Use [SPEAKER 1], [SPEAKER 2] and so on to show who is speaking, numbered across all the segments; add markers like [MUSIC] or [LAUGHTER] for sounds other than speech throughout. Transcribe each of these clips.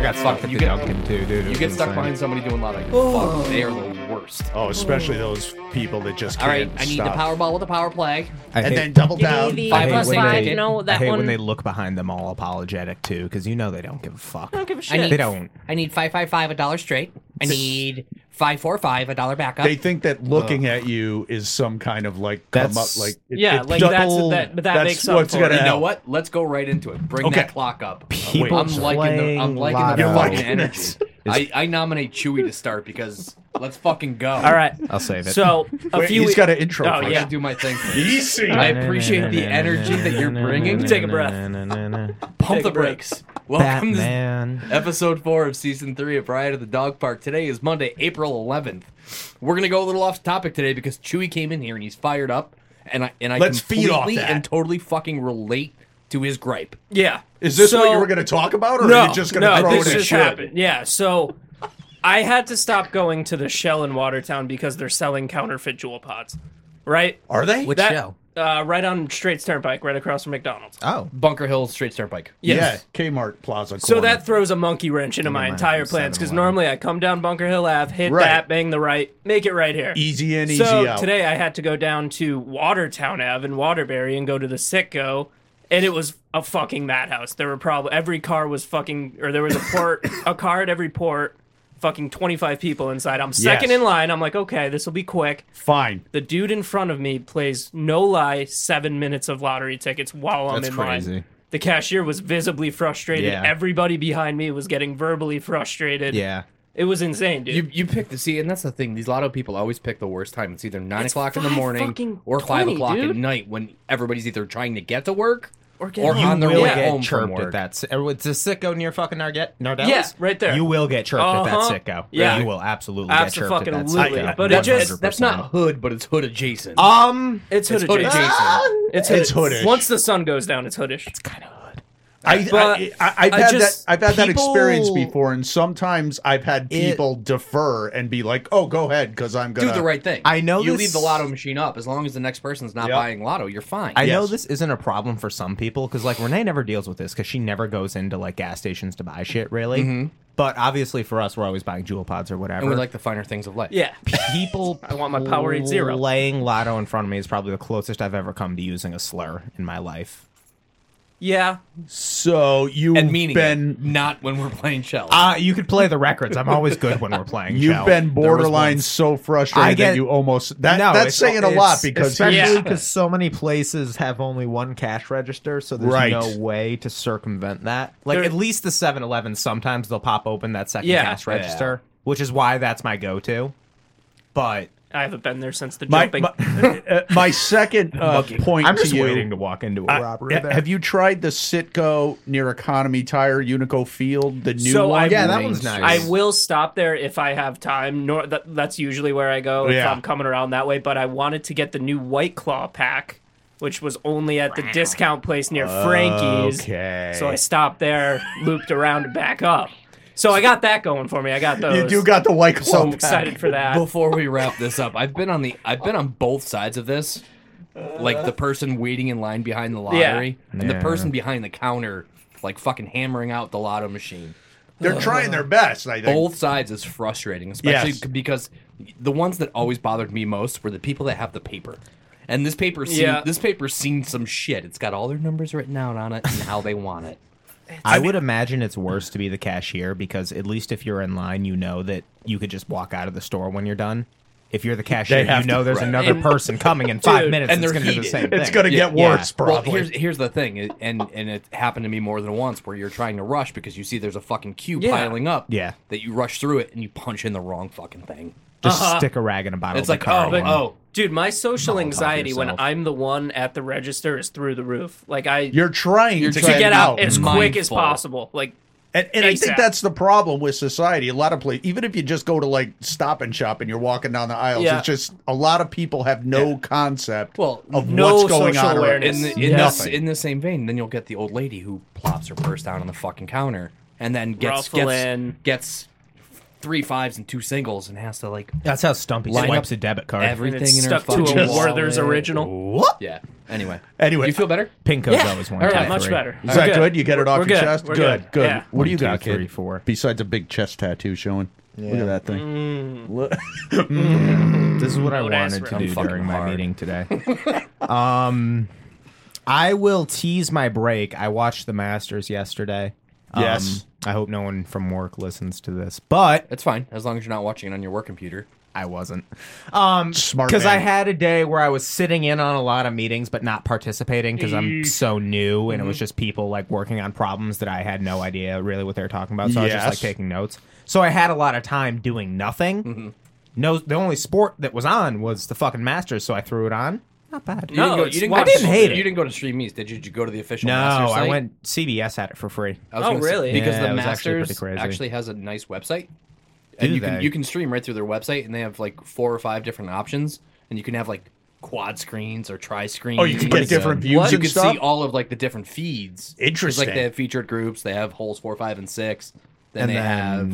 [SPEAKER 1] got stuck at
[SPEAKER 2] you
[SPEAKER 1] the
[SPEAKER 2] get-
[SPEAKER 1] Dunkin' too, dude. It
[SPEAKER 2] You
[SPEAKER 1] was
[SPEAKER 2] get stuck
[SPEAKER 1] insane.
[SPEAKER 2] behind somebody doing lotto.
[SPEAKER 3] Oh.
[SPEAKER 2] Fuck, they are the worst.
[SPEAKER 4] Oh, especially those people that just
[SPEAKER 2] All
[SPEAKER 4] can't
[SPEAKER 2] right, I need
[SPEAKER 4] stop.
[SPEAKER 2] the Powerball with a power play.
[SPEAKER 1] I
[SPEAKER 4] and
[SPEAKER 1] hate-
[SPEAKER 4] then double
[SPEAKER 3] Give me
[SPEAKER 4] down.
[SPEAKER 3] the
[SPEAKER 1] I hate
[SPEAKER 3] plus
[SPEAKER 1] when
[SPEAKER 3] five.
[SPEAKER 1] they-
[SPEAKER 3] you know that
[SPEAKER 1] I hate
[SPEAKER 3] one.
[SPEAKER 1] when they look behind them all apologetic too, because you know they don't give a fuck.
[SPEAKER 3] I don't give a
[SPEAKER 2] I
[SPEAKER 3] shit.
[SPEAKER 2] need,
[SPEAKER 1] They don't.
[SPEAKER 2] I need five five five a dollar straight. I need five four five a dollar backup.
[SPEAKER 4] They think that looking at you is some kind of like come
[SPEAKER 1] That's-
[SPEAKER 4] up like it-
[SPEAKER 3] Yeah,
[SPEAKER 4] it
[SPEAKER 3] like that's-
[SPEAKER 4] double-
[SPEAKER 3] that- but that
[SPEAKER 4] that's
[SPEAKER 3] makes up
[SPEAKER 4] what's
[SPEAKER 3] for it.
[SPEAKER 4] gonna
[SPEAKER 2] you know
[SPEAKER 4] happen.
[SPEAKER 2] what? Let's go right into it. Bring
[SPEAKER 4] Okay.
[SPEAKER 2] that clock up.
[SPEAKER 1] People
[SPEAKER 2] I'm liking the,
[SPEAKER 1] playing
[SPEAKER 2] I'm liking the
[SPEAKER 1] lotto.
[SPEAKER 4] You're
[SPEAKER 2] fucking
[SPEAKER 4] liking
[SPEAKER 2] energy.
[SPEAKER 4] this.
[SPEAKER 2] I, I nominate Chewy to start because let's fucking go.
[SPEAKER 3] All right.
[SPEAKER 1] I'll save it.
[SPEAKER 3] So a
[SPEAKER 4] Wait,
[SPEAKER 3] few.
[SPEAKER 4] he's
[SPEAKER 3] weeks. [LAUGHS]
[SPEAKER 4] got an intro.
[SPEAKER 3] Oh,
[SPEAKER 2] I
[SPEAKER 4] first.
[SPEAKER 3] yeah.
[SPEAKER 2] should do my thing. first.
[SPEAKER 4] easy.
[SPEAKER 2] I appreciate the energy that you're bringing.
[SPEAKER 3] Take a breath.
[SPEAKER 2] Pump
[SPEAKER 3] Take
[SPEAKER 2] the
[SPEAKER 3] a break.
[SPEAKER 2] brakes. Welcome to
[SPEAKER 1] Batman.
[SPEAKER 2] episode four of season three of Riot at the Dog Park. Today is Monday, April 11th. We're gonna go a little off topic today because Chewy came in here and he's fired up, and I and I
[SPEAKER 4] Let's feed off
[SPEAKER 2] completely
[SPEAKER 4] that.
[SPEAKER 2] and totally fucking relate to his gripe.
[SPEAKER 3] yeah.
[SPEAKER 4] Is this what
[SPEAKER 3] So-
[SPEAKER 4] you were going to talk about, or
[SPEAKER 3] No,
[SPEAKER 4] are you just going to
[SPEAKER 3] no,
[SPEAKER 4] throw
[SPEAKER 3] this
[SPEAKER 4] it in
[SPEAKER 3] just
[SPEAKER 4] shit?
[SPEAKER 3] happened. Yeah, so I had to stop going to the Shell in Watertown because they're selling counterfeit jewel pods, right?
[SPEAKER 4] Are they?
[SPEAKER 2] Which
[SPEAKER 3] That-
[SPEAKER 2] show?
[SPEAKER 3] Uh, right on Straits Turnpike, right across from McDonald's.
[SPEAKER 1] Oh,
[SPEAKER 2] Bunker Hill Straight Turnpike.
[SPEAKER 3] Yes.
[SPEAKER 4] Yeah, Kmart Plaza.
[SPEAKER 3] So
[SPEAKER 4] corner.
[SPEAKER 3] that throws a monkey wrench into my
[SPEAKER 1] mind,
[SPEAKER 3] entire
[SPEAKER 1] it's
[SPEAKER 3] plans because
[SPEAKER 1] 7-Eleven.
[SPEAKER 3] normally I come down Bunker Hill Ave, hit
[SPEAKER 4] Right.
[SPEAKER 3] that, bang the right, make it right here.
[SPEAKER 4] easy in, easy
[SPEAKER 3] so
[SPEAKER 4] out.
[SPEAKER 3] today I had to go down to Watertown Ave in Waterbury and go to the Sitco, and it was a fucking madhouse. There were probably every car was fucking, or there was a port, [COUGHS] a car at every port, fucking twenty five people inside. I'm second
[SPEAKER 4] Yes.
[SPEAKER 3] in line. I'm like, okay, this will be quick.
[SPEAKER 4] fine.
[SPEAKER 3] The dude in front of me plays no lie seven minutes of lottery tickets while I'm
[SPEAKER 1] That's
[SPEAKER 3] in
[SPEAKER 1] crazy.
[SPEAKER 3] line. The cashier was visibly frustrated.
[SPEAKER 1] Yeah.
[SPEAKER 3] Everybody behind me was getting verbally frustrated.
[SPEAKER 1] yeah.
[SPEAKER 3] It was insane, dude.
[SPEAKER 2] You you pick the see, and that's the thing. These lotto people always pick the worst time. It's either nine
[SPEAKER 3] It's
[SPEAKER 2] o'clock in the
[SPEAKER 3] five
[SPEAKER 2] morning
[SPEAKER 3] fucking
[SPEAKER 2] or five
[SPEAKER 3] 20,
[SPEAKER 2] o'clock at
[SPEAKER 3] dude.
[SPEAKER 2] night when everybody's either trying to get to work or,
[SPEAKER 3] get home.
[SPEAKER 2] on their
[SPEAKER 1] will
[SPEAKER 2] way
[SPEAKER 1] get
[SPEAKER 2] home from
[SPEAKER 1] chirped
[SPEAKER 2] work.
[SPEAKER 1] at that. si- or It's a sicko near fucking Narget. Nardellas.
[SPEAKER 3] Yeah, right there.
[SPEAKER 1] You will get chirped
[SPEAKER 3] Uh-huh.
[SPEAKER 1] at that sicko.
[SPEAKER 3] Yeah.
[SPEAKER 1] You will absolutely get chirped at that
[SPEAKER 3] Abso-fucking-lutely.
[SPEAKER 1] sicko.
[SPEAKER 3] But it
[SPEAKER 2] That's
[SPEAKER 3] just-
[SPEAKER 1] 100%.
[SPEAKER 2] that's not hood, but it's hood adjacent.
[SPEAKER 1] Um,
[SPEAKER 3] it's hood
[SPEAKER 2] it's hood
[SPEAKER 3] adjacent.
[SPEAKER 2] adjacent.
[SPEAKER 3] It's
[SPEAKER 4] It's
[SPEAKER 3] hoodish.
[SPEAKER 4] hoodish.
[SPEAKER 3] Once the sun goes down, it's hoodish.
[SPEAKER 1] kind of hood.
[SPEAKER 4] I,
[SPEAKER 3] But
[SPEAKER 4] I, I, I've
[SPEAKER 3] I
[SPEAKER 4] had
[SPEAKER 3] just-
[SPEAKER 4] that. I've had that experience
[SPEAKER 1] people-
[SPEAKER 4] before, and sometimes I've had
[SPEAKER 1] It-
[SPEAKER 4] people defer and be like, "Oh, go ahead," because I'm
[SPEAKER 2] do
[SPEAKER 4] gonna
[SPEAKER 2] the right thing.
[SPEAKER 1] I know
[SPEAKER 2] you
[SPEAKER 1] this-
[SPEAKER 2] leave the lotto machine up as long as the next person's not
[SPEAKER 4] Yep.
[SPEAKER 2] buying lotto, you're fine.
[SPEAKER 1] I know
[SPEAKER 4] Yes.
[SPEAKER 1] this isn't a problem for some people because like Renee never deals with this because she never goes into like gas stations to buy shit really. But obviously for us, we're always buying jewel pods or whatever.
[SPEAKER 2] and we like the finer things of life. [LAUGHS]
[SPEAKER 3] Yeah.
[SPEAKER 1] people. I
[SPEAKER 3] want my Powerade Zero.
[SPEAKER 1] Laying lotto in front of me is probably the closest I've ever come to using a slur in my life.
[SPEAKER 3] Yeah.
[SPEAKER 4] So you've
[SPEAKER 2] and meaning
[SPEAKER 4] been
[SPEAKER 2] it, not when we're playing shell.
[SPEAKER 1] Uh, you could play the records. I'm always good when we're playing.
[SPEAKER 4] [LAUGHS] you've
[SPEAKER 1] Chell.
[SPEAKER 4] been
[SPEAKER 1] There was
[SPEAKER 4] borderline
[SPEAKER 1] once-
[SPEAKER 4] so frustrated
[SPEAKER 1] I get-
[SPEAKER 4] that you almost that
[SPEAKER 1] No,
[SPEAKER 4] that's
[SPEAKER 1] it's-
[SPEAKER 4] saying a
[SPEAKER 1] it's-
[SPEAKER 4] lot because
[SPEAKER 3] Yeah.
[SPEAKER 5] especially because so many places have only one cash register, so there's
[SPEAKER 4] Right.
[SPEAKER 5] no way to circumvent that.
[SPEAKER 1] Like
[SPEAKER 3] There-
[SPEAKER 1] at least the 7-Eleven, sometimes they'll pop open that second
[SPEAKER 3] Yeah.
[SPEAKER 1] cash register, which is why that's my go-to. But
[SPEAKER 3] I haven't been there since the
[SPEAKER 4] my
[SPEAKER 3] jumping.
[SPEAKER 4] my, [LAUGHS] uh, my second uh, point
[SPEAKER 1] I'm just
[SPEAKER 4] to you.
[SPEAKER 1] waiting to walk into a
[SPEAKER 4] I-
[SPEAKER 5] robbery
[SPEAKER 4] ha-
[SPEAKER 5] there.
[SPEAKER 4] have you tried the Sitco near Economy Tire Unico Field, the new
[SPEAKER 3] So
[SPEAKER 4] one?
[SPEAKER 3] I- Yeah,
[SPEAKER 5] that one's nice.
[SPEAKER 3] I will stop there if I have time. Nor that, that's usually where I go if
[SPEAKER 4] Yeah.
[SPEAKER 3] I'm coming around that way. But I wanted to get the new White Claw pack, which was only at the discount place near Frankie's.
[SPEAKER 4] Okay.
[SPEAKER 3] So I stopped there, looped around, and back up. So I got that going for me. I got those.
[SPEAKER 4] you do got the white claw.
[SPEAKER 3] I'm
[SPEAKER 4] pack.
[SPEAKER 3] excited for that.
[SPEAKER 2] Before we wrap this up, I've been on the I've been on both sides of this. Like the person waiting in line behind the lottery and the
[SPEAKER 1] Yeah.
[SPEAKER 2] person behind the counter like fucking hammering out the lotto machine.
[SPEAKER 4] They're trying their best. I think.
[SPEAKER 2] Both sides is frustrating, especially
[SPEAKER 4] Yes.
[SPEAKER 2] because the ones that always bothered me most were the people that have the paper. And this paper's seen,
[SPEAKER 3] Yeah.
[SPEAKER 2] this paper's seen some shit. It's got all their numbers written out on it and how they want it.
[SPEAKER 1] I would imagine it's worse to be the cashier because at least if you're in line, you know that you could just walk out of the store when you're done. If you're the cashier,
[SPEAKER 4] have
[SPEAKER 1] you know
[SPEAKER 4] to-
[SPEAKER 1] there's another
[SPEAKER 3] And-
[SPEAKER 1] person coming in five
[SPEAKER 3] Dude,
[SPEAKER 1] minutes
[SPEAKER 2] and
[SPEAKER 1] and it's
[SPEAKER 2] they're
[SPEAKER 1] going to do the
[SPEAKER 2] heated.
[SPEAKER 1] same thing.
[SPEAKER 4] It's gonna get
[SPEAKER 1] Yeah.
[SPEAKER 4] worse, probably.
[SPEAKER 2] Well, here's here's the thing, it- and and it happened to me more than once, where you're trying to rush because you see there's a fucking queue
[SPEAKER 3] Yeah.
[SPEAKER 2] piling up.
[SPEAKER 1] Yeah.
[SPEAKER 2] That you rush through it and you punch in the wrong fucking thing.
[SPEAKER 1] Just
[SPEAKER 3] Uh-huh.
[SPEAKER 1] stick a rag in a bottle.
[SPEAKER 2] It's
[SPEAKER 1] of
[SPEAKER 2] like,
[SPEAKER 1] Bacardi
[SPEAKER 2] oh,
[SPEAKER 1] and-
[SPEAKER 2] oh,
[SPEAKER 3] Dude, my social
[SPEAKER 1] Molotov
[SPEAKER 3] anxiety when
[SPEAKER 1] yourself.
[SPEAKER 3] I'm the one at the register is through the roof. Like I
[SPEAKER 4] You're trying
[SPEAKER 2] You're
[SPEAKER 4] to
[SPEAKER 3] to
[SPEAKER 2] trying
[SPEAKER 3] get out as
[SPEAKER 2] Mindful.
[SPEAKER 3] quick as possible. Like
[SPEAKER 4] And, and I
[SPEAKER 3] ASAP.
[SPEAKER 4] think that's the problem with society. A lot of places, even if you just go to like Stop and Shop and you're walking down the aisles,
[SPEAKER 3] Yeah.
[SPEAKER 4] it's just a lot of people have no concept
[SPEAKER 2] Well,
[SPEAKER 4] of
[SPEAKER 3] no
[SPEAKER 4] what's going
[SPEAKER 3] social
[SPEAKER 4] on. around-
[SPEAKER 3] awareness.
[SPEAKER 2] in the, in, this, in the same vein, then you'll get the old lady who plops her purse down on the fucking counter and then gets
[SPEAKER 3] Ruffling.
[SPEAKER 2] gets, gets three fives and two singles and has to like
[SPEAKER 1] That's how Stumpy
[SPEAKER 2] Line
[SPEAKER 1] swipes
[SPEAKER 2] up
[SPEAKER 1] a debit card.
[SPEAKER 3] and
[SPEAKER 2] everything
[SPEAKER 3] it's
[SPEAKER 2] in
[SPEAKER 3] stuck
[SPEAKER 2] her
[SPEAKER 3] to
[SPEAKER 2] fucking
[SPEAKER 3] a Werther's
[SPEAKER 2] wallet.
[SPEAKER 3] original.
[SPEAKER 1] what?
[SPEAKER 2] Yeah. Anyway.
[SPEAKER 4] Anyway.
[SPEAKER 2] you feel better?
[SPEAKER 1] Pink code's always one.
[SPEAKER 2] All
[SPEAKER 1] two,
[SPEAKER 2] right,
[SPEAKER 3] Yeah, much
[SPEAKER 1] three.
[SPEAKER 3] better.
[SPEAKER 4] Is that good? You get it off
[SPEAKER 3] We're
[SPEAKER 4] your
[SPEAKER 3] good.
[SPEAKER 4] chest?
[SPEAKER 3] We're
[SPEAKER 4] good, good.
[SPEAKER 3] Yeah.
[SPEAKER 4] What do you
[SPEAKER 1] One, two,
[SPEAKER 4] got, kid?
[SPEAKER 1] three, four.
[SPEAKER 4] Besides a big chest tattoo showing. Look
[SPEAKER 5] Yeah.
[SPEAKER 4] at that thing. Look-
[SPEAKER 1] This is what I
[SPEAKER 3] Don't ask
[SPEAKER 1] wanted
[SPEAKER 3] for
[SPEAKER 1] to
[SPEAKER 3] it.
[SPEAKER 1] do
[SPEAKER 2] I'm fucking
[SPEAKER 1] during my
[SPEAKER 2] hard.
[SPEAKER 1] meeting
[SPEAKER 3] [LAUGHS]
[SPEAKER 1] today. um, I will tease my break. I watched the Masters yesterday. Um,
[SPEAKER 4] Yes.
[SPEAKER 1] I hope no one from work listens to this, but
[SPEAKER 2] That's fine, as long as you're not watching it on your work computer.
[SPEAKER 1] I wasn't.
[SPEAKER 4] Smart.
[SPEAKER 1] Because I
[SPEAKER 4] man.
[SPEAKER 1] had a day where I was sitting in on a lot of meetings but not participating because I'm so new and it was
[SPEAKER 2] Mm-hmm.
[SPEAKER 1] just people like working on problems that I had no idea really what they were talking about. So I was
[SPEAKER 4] Yes.
[SPEAKER 1] just like taking notes. So I had a lot of time doing nothing.
[SPEAKER 2] Mm-hmm.
[SPEAKER 1] No, the only sport that was on was the fucking Masters, so I threw it on. Not bad.
[SPEAKER 3] No,
[SPEAKER 2] go-
[SPEAKER 3] it's
[SPEAKER 2] go
[SPEAKER 1] I
[SPEAKER 2] to-
[SPEAKER 1] didn't hate it.
[SPEAKER 2] You didn't go to Stream East, did you? Did you go to the official
[SPEAKER 1] No,
[SPEAKER 2] Masters
[SPEAKER 1] I
[SPEAKER 2] site?
[SPEAKER 1] went. CBS had it for free.
[SPEAKER 2] I was
[SPEAKER 3] Oh,
[SPEAKER 2] gonna say-
[SPEAKER 3] really?
[SPEAKER 2] Because
[SPEAKER 1] Yeah,
[SPEAKER 2] the
[SPEAKER 1] it was actually pretty
[SPEAKER 2] Masters
[SPEAKER 1] crazy.
[SPEAKER 2] actually, has a nice website. And
[SPEAKER 1] Do
[SPEAKER 2] you can
[SPEAKER 1] they?
[SPEAKER 2] you can stream right through their website and they have like four or five different options and you can have like quad screens or tri screens.
[SPEAKER 4] Oh, you can get different views
[SPEAKER 2] You
[SPEAKER 4] and
[SPEAKER 2] can
[SPEAKER 4] stuff?
[SPEAKER 2] see all of like the different feeds. 'Cause,
[SPEAKER 4] Interesting.
[SPEAKER 2] Like they have featured groups, they have holes four, five, and six. Then
[SPEAKER 1] And
[SPEAKER 2] they
[SPEAKER 1] then-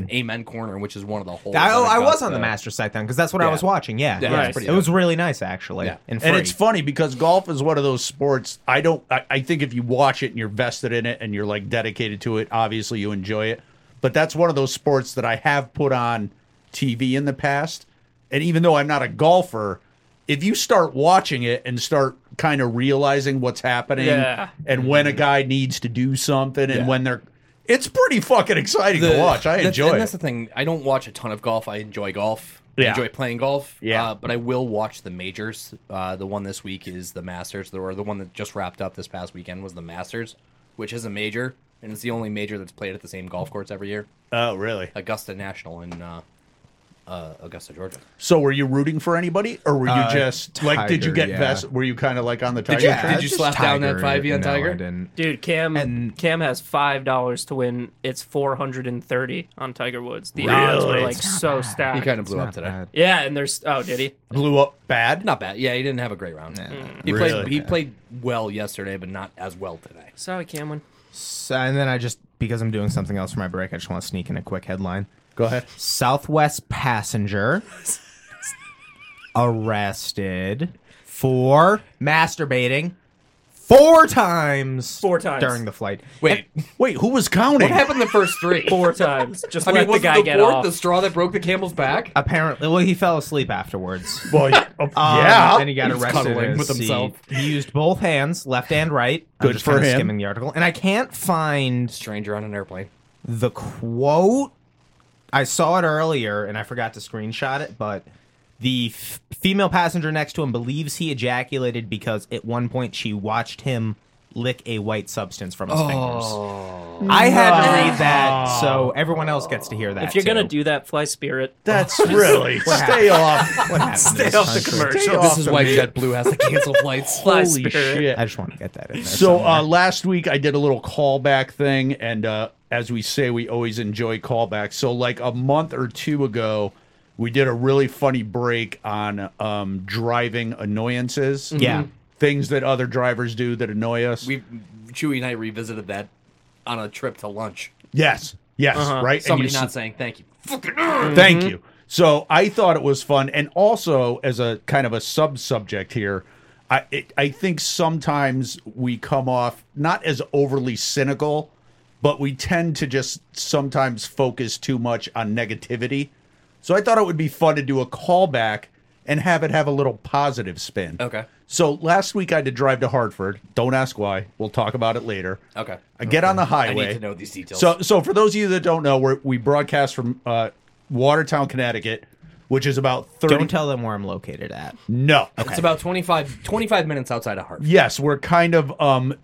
[SPEAKER 2] have Amen Corner, which is one of the holes.
[SPEAKER 1] I, oh,
[SPEAKER 2] that
[SPEAKER 1] I
[SPEAKER 2] got
[SPEAKER 1] was on the
[SPEAKER 2] the-
[SPEAKER 1] Masters site then because that's what I
[SPEAKER 2] Yeah.
[SPEAKER 1] was watching. Yeah,
[SPEAKER 2] Yeah,
[SPEAKER 3] Nice.
[SPEAKER 1] yeah.
[SPEAKER 3] it's
[SPEAKER 2] pretty
[SPEAKER 1] it was
[SPEAKER 2] dope.
[SPEAKER 1] really nice actually.
[SPEAKER 2] Yeah.
[SPEAKER 1] And,
[SPEAKER 4] And
[SPEAKER 1] free.
[SPEAKER 4] it's funny because golf is one of those sports. I don't. I, I think if you watch it and you're vested in it and you're like dedicated to it, obviously you enjoy it. But that's one of those sports that I have put on TV in the past. And even though I'm not a golfer, if you start watching it and start kind of realizing what's happening
[SPEAKER 3] Yeah.
[SPEAKER 4] and when a guy needs to do something and
[SPEAKER 2] Yeah.
[SPEAKER 4] when they're, it's pretty fucking exciting to watch. I
[SPEAKER 2] that's-
[SPEAKER 4] enjoy
[SPEAKER 2] and
[SPEAKER 4] it.
[SPEAKER 2] That's the thing. I don't watch a ton of golf. I enjoy golf.
[SPEAKER 4] Yeah.
[SPEAKER 2] I enjoy playing golf.
[SPEAKER 4] Yeah.
[SPEAKER 2] Uh, but I will watch the majors. Uh, the one this week is the Masters. The, or the one that just wrapped up this past weekend was the Masters, which is a major. And it's the only major that's played at the same golf course every year
[SPEAKER 4] oh, really?
[SPEAKER 2] Augusta National in uh, uh, Augusta, Georgia.
[SPEAKER 4] So were you rooting for anybody, or were you
[SPEAKER 1] Uh,
[SPEAKER 4] just like? Did you
[SPEAKER 1] Tiger,
[SPEAKER 4] get
[SPEAKER 1] yeah.
[SPEAKER 4] vested? Were you kind of like on the tiger?
[SPEAKER 1] Yeah,
[SPEAKER 4] train?
[SPEAKER 2] Did you
[SPEAKER 1] just
[SPEAKER 2] slap down that
[SPEAKER 1] Tiger.
[SPEAKER 2] 5e on
[SPEAKER 1] No, I
[SPEAKER 2] Tiger?
[SPEAKER 1] didn't.
[SPEAKER 3] Dude, Cam
[SPEAKER 1] And-
[SPEAKER 3] Cam has five dollars to win. It's four hundred and thirty on Tiger Woods. The
[SPEAKER 4] Really?
[SPEAKER 3] odds were like
[SPEAKER 4] It's
[SPEAKER 3] so stacked.
[SPEAKER 2] He kind of blew
[SPEAKER 1] Not
[SPEAKER 2] up today.
[SPEAKER 1] bad.
[SPEAKER 3] yeah, and there's oh, did he?
[SPEAKER 4] blew up bad.
[SPEAKER 2] Not bad. Yeah, he didn't have a great round. he played.
[SPEAKER 4] Really?
[SPEAKER 2] He played well yesterday, but not as well today.
[SPEAKER 3] Sorry, Cameron.
[SPEAKER 1] So, and then I just because I'm doing something else for my break, I just want to sneak in a quick headline.
[SPEAKER 4] Go ahead.
[SPEAKER 1] Southwest passenger [LAUGHS] arrested for masturbating four times.
[SPEAKER 3] Four times.
[SPEAKER 1] during the flight.
[SPEAKER 2] Wait,
[SPEAKER 4] Wait, who was counting?
[SPEAKER 2] what happened the first
[SPEAKER 3] [LAUGHS]
[SPEAKER 2] three?
[SPEAKER 3] Four times. Just
[SPEAKER 2] I
[SPEAKER 3] let
[SPEAKER 2] mean, was
[SPEAKER 3] the guy
[SPEAKER 2] the
[SPEAKER 3] get
[SPEAKER 2] fourth
[SPEAKER 3] off.
[SPEAKER 2] the straw that broke the camel's back?
[SPEAKER 1] Apparently, well, he fell asleep afterwards.
[SPEAKER 4] Well, y- oh,
[SPEAKER 1] Um,
[SPEAKER 4] yeah.
[SPEAKER 1] and he got
[SPEAKER 2] He's
[SPEAKER 1] arrested
[SPEAKER 2] cuddling
[SPEAKER 1] as
[SPEAKER 2] with
[SPEAKER 1] he-
[SPEAKER 2] himself.
[SPEAKER 1] He used both hands, left and right. I'm
[SPEAKER 4] Good
[SPEAKER 1] just
[SPEAKER 4] for
[SPEAKER 1] kinda
[SPEAKER 4] him.
[SPEAKER 1] Skimming the article, and I can't find
[SPEAKER 2] Stranger on an airplane.
[SPEAKER 1] the quote i saw it earlier and i forgot to screenshot it but the f- female passenger next to him believes he ejaculated because at one point she watched him lick a white substance from his fingers i had to read that so everyone else gets to hear that
[SPEAKER 3] if you're gonna
[SPEAKER 1] too.
[SPEAKER 3] do that, fly Spirit.
[SPEAKER 4] That's really stay off.
[SPEAKER 1] what happens
[SPEAKER 3] Stay off the commercial.
[SPEAKER 2] This is why JetBlue has to [LAUGHS] cancel flights.
[SPEAKER 3] Fly
[SPEAKER 4] Holy
[SPEAKER 3] Spirit.
[SPEAKER 4] shit.
[SPEAKER 1] i just want to get that in there
[SPEAKER 4] So
[SPEAKER 1] somewhere.
[SPEAKER 4] uh, last week I did a little callback thing, and uh, as we say, we always enjoy callbacks. So like a month or two ago, we did a really funny break on um, driving annoyances.
[SPEAKER 1] Yeah. Mhm.
[SPEAKER 4] things that other drivers do that annoy us.
[SPEAKER 2] We Chewy and I revisited that on a trip to lunch.
[SPEAKER 4] yes, yes, right. And
[SPEAKER 2] Uh-huh. Somebody
[SPEAKER 4] you
[SPEAKER 2] not saying thank you. Mm-hmm.
[SPEAKER 4] Thank you. So I thought it was fun, and also as a kind of a sub subject here, I it, I think sometimes we come off not as overly cynical, but we tend to just sometimes focus too much on negativity. So I thought it would be fun to do a callback and have it have a little positive spin.
[SPEAKER 2] Okay.
[SPEAKER 4] So last week I had to drive to Hartford. Don't ask why. We'll talk about it later.
[SPEAKER 2] Okay.
[SPEAKER 4] I get on the
[SPEAKER 2] I
[SPEAKER 4] highway.
[SPEAKER 2] need to know these details.
[SPEAKER 4] So, so for those of you that don't know, we're, we broadcast from uh, Watertown, Connecticut, which is about thirty.
[SPEAKER 1] don't tell them where i'm located at
[SPEAKER 4] No.
[SPEAKER 2] it's about 25, 25 minutes outside of Hartford.
[SPEAKER 4] Yes, we're kind of um,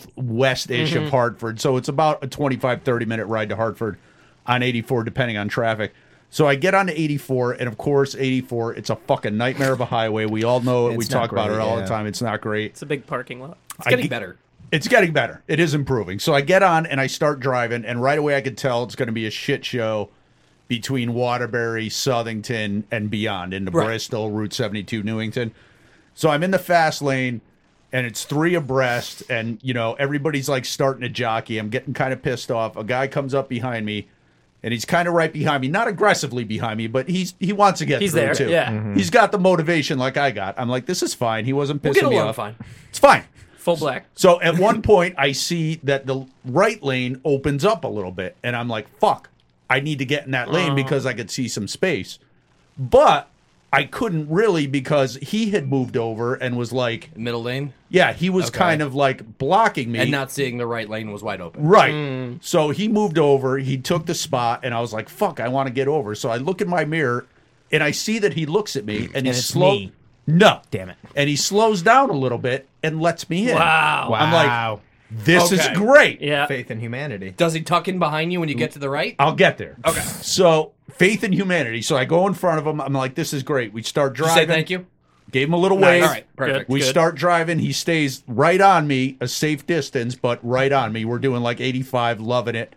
[SPEAKER 4] southwest-ish
[SPEAKER 1] Mm-hmm.
[SPEAKER 4] of Hartford, so it's about a 25, 30 minute ride to Hartford on 84, depending on traffic. So I get onto 84, and of course, 84, it's a fucking nightmare of a highway. We all know it. we
[SPEAKER 1] It's not
[SPEAKER 4] talk about it
[SPEAKER 1] great,
[SPEAKER 4] all
[SPEAKER 1] yeah.
[SPEAKER 4] the time. It's not great.
[SPEAKER 3] It's a big parking lot.
[SPEAKER 2] It's getting
[SPEAKER 4] I ge-
[SPEAKER 2] better.
[SPEAKER 4] It's getting better. It is improving. So I get on and I start driving, and right away I could tell it's going to be a shit show between Waterbury, Southington, and beyond into
[SPEAKER 2] Right.
[SPEAKER 4] Bristol, Route 72, Newington. So I'm in the fast lane, and it's three abreast, and you know everybody's like starting to jockey. I'm getting kind of pissed off. A guy comes up behind me, and he's kind of right behind me, not aggressively behind me, but he's he wants to get
[SPEAKER 3] He's
[SPEAKER 4] through
[SPEAKER 3] there,
[SPEAKER 4] too.
[SPEAKER 3] yeah. Mhm.
[SPEAKER 4] He's got the motivation like I got. I'm like, this is fine. He wasn't
[SPEAKER 3] We'll get
[SPEAKER 4] pissing me
[SPEAKER 3] along
[SPEAKER 4] off.
[SPEAKER 3] fine.
[SPEAKER 4] It's fine.
[SPEAKER 3] Full black.
[SPEAKER 4] So at one point, I see that the right lane opens up a little bit, and I'm like, fuck, I need to get in that lane because I could see some space. But I couldn't really because he had moved over and was like,
[SPEAKER 2] Middle lane
[SPEAKER 4] yeah, he was
[SPEAKER 2] Okay.
[SPEAKER 4] kind of like blocking me.
[SPEAKER 2] and not seeing the right lane was wide open.
[SPEAKER 4] Right. So he moved over, he took the spot, and I was like, fuck, I want to get over. So I look in my mirror and I see that he looks at me and, he's
[SPEAKER 1] it's
[SPEAKER 4] slow.
[SPEAKER 1] me.
[SPEAKER 4] No.
[SPEAKER 1] Damn it.
[SPEAKER 4] And he slows down a little bit and lets me in.
[SPEAKER 3] Wow.
[SPEAKER 1] Wow.
[SPEAKER 4] I'm like, uh, This
[SPEAKER 2] Okay.
[SPEAKER 4] is great.
[SPEAKER 3] Yeah.
[SPEAKER 1] faith in humanity.
[SPEAKER 2] Does he tuck in behind you when you get to the right?
[SPEAKER 4] I'll get there. Okay. So faith in humanity. So I go in front of him. I'm like, this is great. We start
[SPEAKER 2] Did you
[SPEAKER 4] driving.
[SPEAKER 2] say thank you.
[SPEAKER 4] Gave him a little
[SPEAKER 2] Nice.
[SPEAKER 4] wave.
[SPEAKER 2] All right, perfect.
[SPEAKER 4] We
[SPEAKER 3] Good.
[SPEAKER 4] start driving. He stays right on me, a safe distance, but right on me. We're doing like 85, loving it.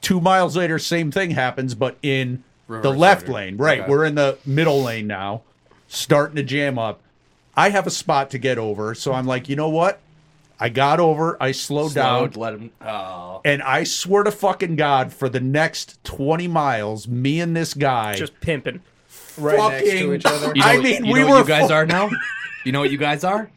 [SPEAKER 4] Two miles later, same thing happens, but in the
[SPEAKER 2] Reverse
[SPEAKER 4] left
[SPEAKER 2] order.
[SPEAKER 4] lane. Right.
[SPEAKER 2] Okay.
[SPEAKER 4] We're in the middle lane now, starting to jam up. I have a spot to get over. So I'm like, you know what? I got over. I slowed down.
[SPEAKER 2] Slowed, let him. Oh,
[SPEAKER 4] And I swear to fucking God, for the next 20 miles, me and this guy
[SPEAKER 3] Just pimping.
[SPEAKER 5] Right next to
[SPEAKER 4] fucking-
[SPEAKER 5] each other.
[SPEAKER 2] You know,
[SPEAKER 4] I
[SPEAKER 2] what-
[SPEAKER 4] mean,
[SPEAKER 2] you
[SPEAKER 4] we
[SPEAKER 2] know
[SPEAKER 4] were
[SPEAKER 2] what you guys
[SPEAKER 4] fu-
[SPEAKER 2] are now. You know what you guys are?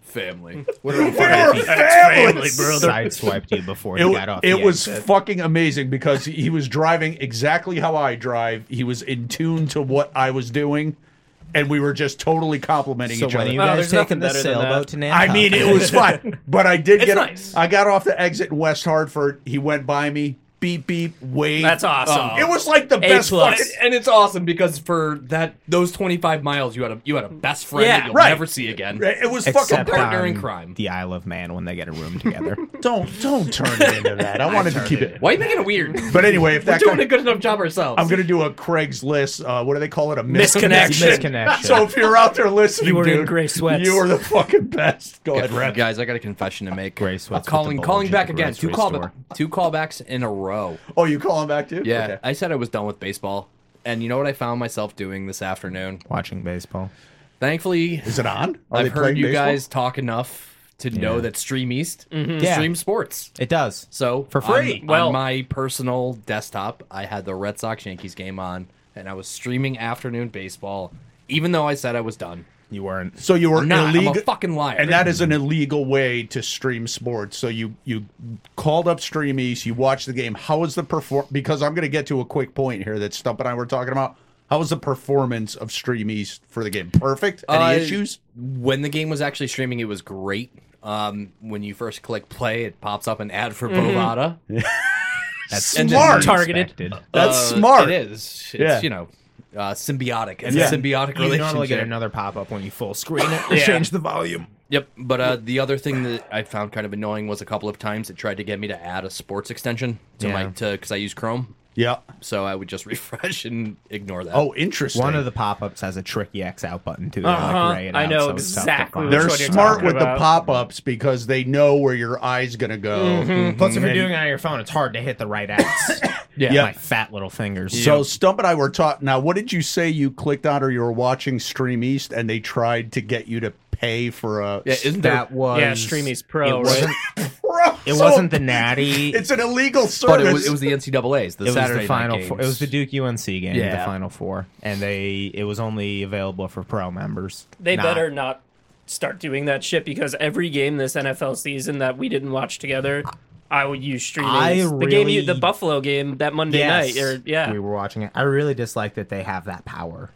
[SPEAKER 2] Family.
[SPEAKER 4] [LAUGHS] We're family.
[SPEAKER 1] Sideswiped you before
[SPEAKER 4] It,
[SPEAKER 1] you
[SPEAKER 4] wa-
[SPEAKER 1] got off.
[SPEAKER 4] it
[SPEAKER 1] the
[SPEAKER 4] was
[SPEAKER 1] exit.
[SPEAKER 4] fucking amazing because he- he was driving exactly how I drive. He was in tune to what I was doing, and we were just totally complimenting
[SPEAKER 1] So
[SPEAKER 4] each
[SPEAKER 1] when
[SPEAKER 4] other.
[SPEAKER 1] are you
[SPEAKER 3] Wow,
[SPEAKER 1] guys
[SPEAKER 3] there's
[SPEAKER 1] taking
[SPEAKER 3] nothing
[SPEAKER 1] the
[SPEAKER 3] better than
[SPEAKER 1] sailboat
[SPEAKER 3] that.
[SPEAKER 1] to Nantucket?
[SPEAKER 4] I mean, it
[SPEAKER 2] [LAUGHS]
[SPEAKER 4] was fun, but I did
[SPEAKER 3] It's
[SPEAKER 4] get.
[SPEAKER 3] nice.
[SPEAKER 4] I got off the exit in West Hartford. He went by me. Beep beep. Wave. Um,
[SPEAKER 3] That's awesome.
[SPEAKER 4] It was like the best
[SPEAKER 3] plus.
[SPEAKER 4] fucking.
[SPEAKER 2] and it's awesome because for that those 25 miles you had a you had a best friend
[SPEAKER 3] Yeah,
[SPEAKER 2] that you'll
[SPEAKER 4] right.
[SPEAKER 2] never see again.
[SPEAKER 4] It was fucking
[SPEAKER 1] [LAUGHS] Except
[SPEAKER 4] perfect.
[SPEAKER 2] partner
[SPEAKER 1] on
[SPEAKER 2] in crime.
[SPEAKER 1] the Isle of Man when they get a room together.
[SPEAKER 4] Don't don't turn
[SPEAKER 1] [LAUGHS]
[SPEAKER 2] [LAUGHS]
[SPEAKER 4] it into that. I wanted to keep it.
[SPEAKER 2] Why are you making it
[SPEAKER 4] [LAUGHS]
[SPEAKER 2] weird?
[SPEAKER 4] But anyway, if
[SPEAKER 2] We're
[SPEAKER 4] that
[SPEAKER 2] doing
[SPEAKER 4] guy,
[SPEAKER 2] a good enough job ourselves.
[SPEAKER 4] I'm gonna do a Craigslist. Uh, what do they call it? A mis- [LAUGHS]
[SPEAKER 3] Misconnection.
[SPEAKER 1] Misconnection.
[SPEAKER 4] So if you're out there listening,
[SPEAKER 3] You were in
[SPEAKER 4] dude,
[SPEAKER 3] gray sweats.
[SPEAKER 4] You were the fucking best. Go ahead,
[SPEAKER 2] Hey,
[SPEAKER 4] Rep.
[SPEAKER 2] Guys, I got a confession to make.
[SPEAKER 1] Gray sweats with the
[SPEAKER 2] calling
[SPEAKER 1] bulge
[SPEAKER 2] calling
[SPEAKER 1] at
[SPEAKER 2] back
[SPEAKER 1] the
[SPEAKER 2] again. Two
[SPEAKER 1] grocery
[SPEAKER 2] call
[SPEAKER 1] store.
[SPEAKER 2] two callbacks in a row.
[SPEAKER 4] Oh, you calling back too?
[SPEAKER 2] Yeah,
[SPEAKER 4] Okay.
[SPEAKER 2] I said I was done with baseball, and you know what I found myself doing this afternoon.
[SPEAKER 1] Watching baseball.
[SPEAKER 2] Thankfully,
[SPEAKER 4] Is it on? Are they
[SPEAKER 2] I've
[SPEAKER 4] playing
[SPEAKER 2] heard you
[SPEAKER 4] baseball? Mm-hmm.
[SPEAKER 2] guys talk enough to know that Stream East
[SPEAKER 1] Yeah.
[SPEAKER 2] streams sports.
[SPEAKER 1] It does.
[SPEAKER 2] So
[SPEAKER 1] For
[SPEAKER 2] on-
[SPEAKER 1] free.
[SPEAKER 2] on,
[SPEAKER 3] Well-
[SPEAKER 2] my personal desktop, I had the Red Sox Yankees game on, and I was streaming afternoon baseball, even though I said I was done.
[SPEAKER 1] You weren't.
[SPEAKER 4] So you were
[SPEAKER 2] I'm not. I'm a
[SPEAKER 4] illegal.
[SPEAKER 2] fucking liar.
[SPEAKER 4] And that is an illegal way to stream sports. So you you called up Stream East. You watched the game. How was the perform? Because I'm gonna get to a quick point here that Stump and I were talking about. How was the performance of Stream East for the game? Perfect. Any
[SPEAKER 2] Uh,
[SPEAKER 4] issues?
[SPEAKER 2] When the game was actually streaming, it was great. Um, when you first click play, it pops up an ad for
[SPEAKER 1] Mm-hmm.
[SPEAKER 2] Bovada.
[SPEAKER 1] That's
[SPEAKER 2] And then
[SPEAKER 4] Smart.
[SPEAKER 3] targeted.
[SPEAKER 1] unexpected.
[SPEAKER 4] That's
[SPEAKER 2] Uh,
[SPEAKER 4] smart.
[SPEAKER 2] It is. It's,
[SPEAKER 4] Yeah.
[SPEAKER 2] you know, uh, symbiotic. It's
[SPEAKER 4] Yeah.
[SPEAKER 2] a symbiotic
[SPEAKER 1] You normally
[SPEAKER 2] relationship.
[SPEAKER 1] get another pop up when you full screen it. Change the volume.
[SPEAKER 2] Yep. But uh, the other thing that I found kind of annoying was a couple of times it tried to get me to add a sports extension to my
[SPEAKER 1] Yeah.
[SPEAKER 2] to because I use Chrome,
[SPEAKER 4] Yeah.
[SPEAKER 2] so I would just [LAUGHS] refresh and ignore that.
[SPEAKER 4] Oh, interesting.
[SPEAKER 1] One of the pop ups has a tricky X out button too.
[SPEAKER 3] Uh-huh.
[SPEAKER 1] Like,
[SPEAKER 3] I know exactly which
[SPEAKER 4] They're
[SPEAKER 3] one you're
[SPEAKER 4] smart
[SPEAKER 3] talking
[SPEAKER 4] with the
[SPEAKER 3] about.
[SPEAKER 4] pop-ups because they know where your eye's gonna go.
[SPEAKER 2] Mm-hmm.
[SPEAKER 1] Plus, if you're doing it on your phone, it's hard to hit the right X. [COUGHS] yeah.
[SPEAKER 4] Yeah.
[SPEAKER 1] My fat little fingers.
[SPEAKER 4] So Stump and I were taught. Now, what did you say you clicked on or you were watching Stream East and they tried to get you to pay for a?
[SPEAKER 2] Yeah, isn't there?
[SPEAKER 1] that was
[SPEAKER 3] Yeah, Stream East Pro,
[SPEAKER 1] It wasn't,
[SPEAKER 3] right?
[SPEAKER 2] [LAUGHS]
[SPEAKER 4] Bro,
[SPEAKER 1] it
[SPEAKER 4] so
[SPEAKER 1] wasn't the natty.
[SPEAKER 4] [LAUGHS] It's an illegal
[SPEAKER 2] But
[SPEAKER 4] service.
[SPEAKER 2] it was, it was the NCAA's. The
[SPEAKER 1] it was
[SPEAKER 2] Saturday
[SPEAKER 1] the final
[SPEAKER 2] night
[SPEAKER 1] four. It was the
[SPEAKER 2] games.
[SPEAKER 1] Duke UNC game, the
[SPEAKER 2] Yeah.
[SPEAKER 1] final four, and they it was only available for pro members.
[SPEAKER 3] They
[SPEAKER 1] Not-
[SPEAKER 3] better not start doing that shit because every game this NFL season that we didn't watch together, I would use streaming.
[SPEAKER 1] I
[SPEAKER 3] the game, you,
[SPEAKER 1] really-
[SPEAKER 3] the Buffalo game that Monday
[SPEAKER 1] Yes,
[SPEAKER 3] night, or yeah,
[SPEAKER 1] we were watching it. I really dislike that they have that power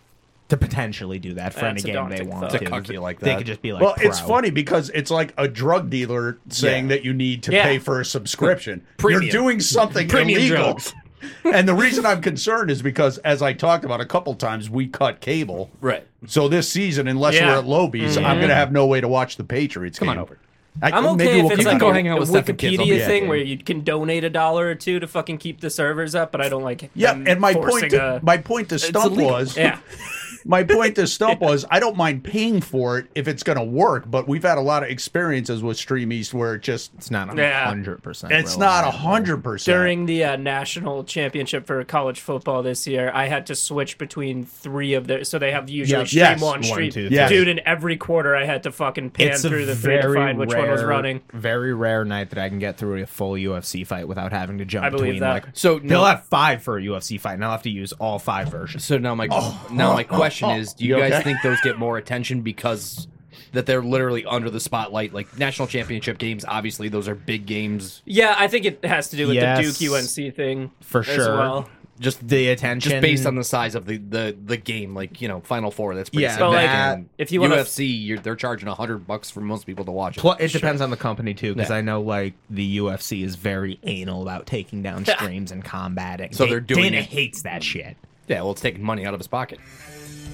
[SPEAKER 1] to potentially do that for
[SPEAKER 3] That's a
[SPEAKER 1] any game they
[SPEAKER 3] daunting
[SPEAKER 1] want
[SPEAKER 3] thought.
[SPEAKER 2] To cuck you like
[SPEAKER 1] They
[SPEAKER 2] that.
[SPEAKER 1] could just be like,
[SPEAKER 4] well, it's
[SPEAKER 1] pro.
[SPEAKER 4] funny because it's like a drug dealer saying
[SPEAKER 1] Yeah.
[SPEAKER 4] that you need to
[SPEAKER 3] Yeah.
[SPEAKER 4] pay for a subscription.
[SPEAKER 2] Premium.
[SPEAKER 4] You're doing something
[SPEAKER 2] Premium
[SPEAKER 4] illegal.
[SPEAKER 2] drugs.
[SPEAKER 4] [LAUGHS] and the reason I'm concerned is because, as I talked about a couple times, we cut cable.
[SPEAKER 2] right.
[SPEAKER 4] So this season, unless
[SPEAKER 3] Yeah. Mm-hmm.
[SPEAKER 4] we're at Lobies, I'm going to have no way to watch the Patriots
[SPEAKER 2] Come on
[SPEAKER 4] game.
[SPEAKER 2] over.
[SPEAKER 4] I,
[SPEAKER 3] I'm okay
[SPEAKER 4] maybe
[SPEAKER 3] if
[SPEAKER 4] we'll
[SPEAKER 3] it's
[SPEAKER 4] come
[SPEAKER 3] like
[SPEAKER 4] down.
[SPEAKER 2] go
[SPEAKER 3] a,
[SPEAKER 2] hang out
[SPEAKER 3] a
[SPEAKER 2] with Stephen Kids. I'll be
[SPEAKER 3] Wikipedia
[SPEAKER 2] at
[SPEAKER 3] thing
[SPEAKER 2] that
[SPEAKER 3] where
[SPEAKER 2] game.
[SPEAKER 3] you can donate a dollar or two to fucking keep the servers up, but I don't like.
[SPEAKER 4] Yeah,
[SPEAKER 3] them
[SPEAKER 4] and my
[SPEAKER 3] forcing
[SPEAKER 4] point, to,
[SPEAKER 3] a-
[SPEAKER 4] my point to Stump
[SPEAKER 2] illegal.
[SPEAKER 4] was
[SPEAKER 3] yeah,
[SPEAKER 4] [LAUGHS] my point
[SPEAKER 1] [LAUGHS]
[SPEAKER 4] to Stump was I don't mind paying for it if it's going to work, but we've had a lot of experiences with Stream East where it just
[SPEAKER 1] It's not
[SPEAKER 3] Yeah.
[SPEAKER 1] hundred percent.
[SPEAKER 4] it's not a hundred percent.
[SPEAKER 3] During the uh, national championship for college football this year, I had to switch between three of their. So they have usually
[SPEAKER 1] Yep.
[SPEAKER 3] stream
[SPEAKER 4] Yes.
[SPEAKER 3] one,
[SPEAKER 1] One,
[SPEAKER 3] stream
[SPEAKER 1] two,
[SPEAKER 3] two,
[SPEAKER 1] three.
[SPEAKER 4] Yes.
[SPEAKER 3] dude. In every quarter, I had to fucking pan
[SPEAKER 1] It's a
[SPEAKER 3] through the three
[SPEAKER 1] very
[SPEAKER 3] to find which
[SPEAKER 1] rare,
[SPEAKER 3] one was running.
[SPEAKER 1] Very rare night that I can get through a full UFC fight without having to jump.
[SPEAKER 3] I believe
[SPEAKER 1] between,
[SPEAKER 3] that.
[SPEAKER 1] Like,
[SPEAKER 2] So
[SPEAKER 1] they'll
[SPEAKER 2] no,
[SPEAKER 1] have five for a UFC fight, and I'll have to use all five versions.
[SPEAKER 2] so now my now my
[SPEAKER 4] [LAUGHS]
[SPEAKER 2] question is: Do you,
[SPEAKER 4] Oh. You
[SPEAKER 2] guys
[SPEAKER 4] okay?
[SPEAKER 2] think those get more attention because that they're literally under the spotlight? Like national championship games, obviously those are big games.
[SPEAKER 3] Yeah, I think it has to do with
[SPEAKER 1] Yes.
[SPEAKER 3] the Duke UNC thing
[SPEAKER 1] For
[SPEAKER 3] as
[SPEAKER 1] sure.
[SPEAKER 3] Well.
[SPEAKER 1] Just the attention,
[SPEAKER 2] Just based on the size of the, the, the game, like you know, Final Four, that's pretty
[SPEAKER 1] Yeah,
[SPEAKER 2] significant.
[SPEAKER 3] but, like,
[SPEAKER 2] And
[SPEAKER 3] if you wanna-
[SPEAKER 2] UFC, you're, they're charging hundred bucks for most people to watch it.
[SPEAKER 1] Pl- it depends on the company too, because
[SPEAKER 2] Yeah.
[SPEAKER 1] I know like the UFC is very anal about taking
[SPEAKER 2] [LAUGHS]
[SPEAKER 1] down streams and combating.
[SPEAKER 2] So
[SPEAKER 1] Da-
[SPEAKER 2] they're doing
[SPEAKER 1] Dana
[SPEAKER 2] it.
[SPEAKER 1] hates that shit.
[SPEAKER 2] yeah, well, it's taking money out of his pocket.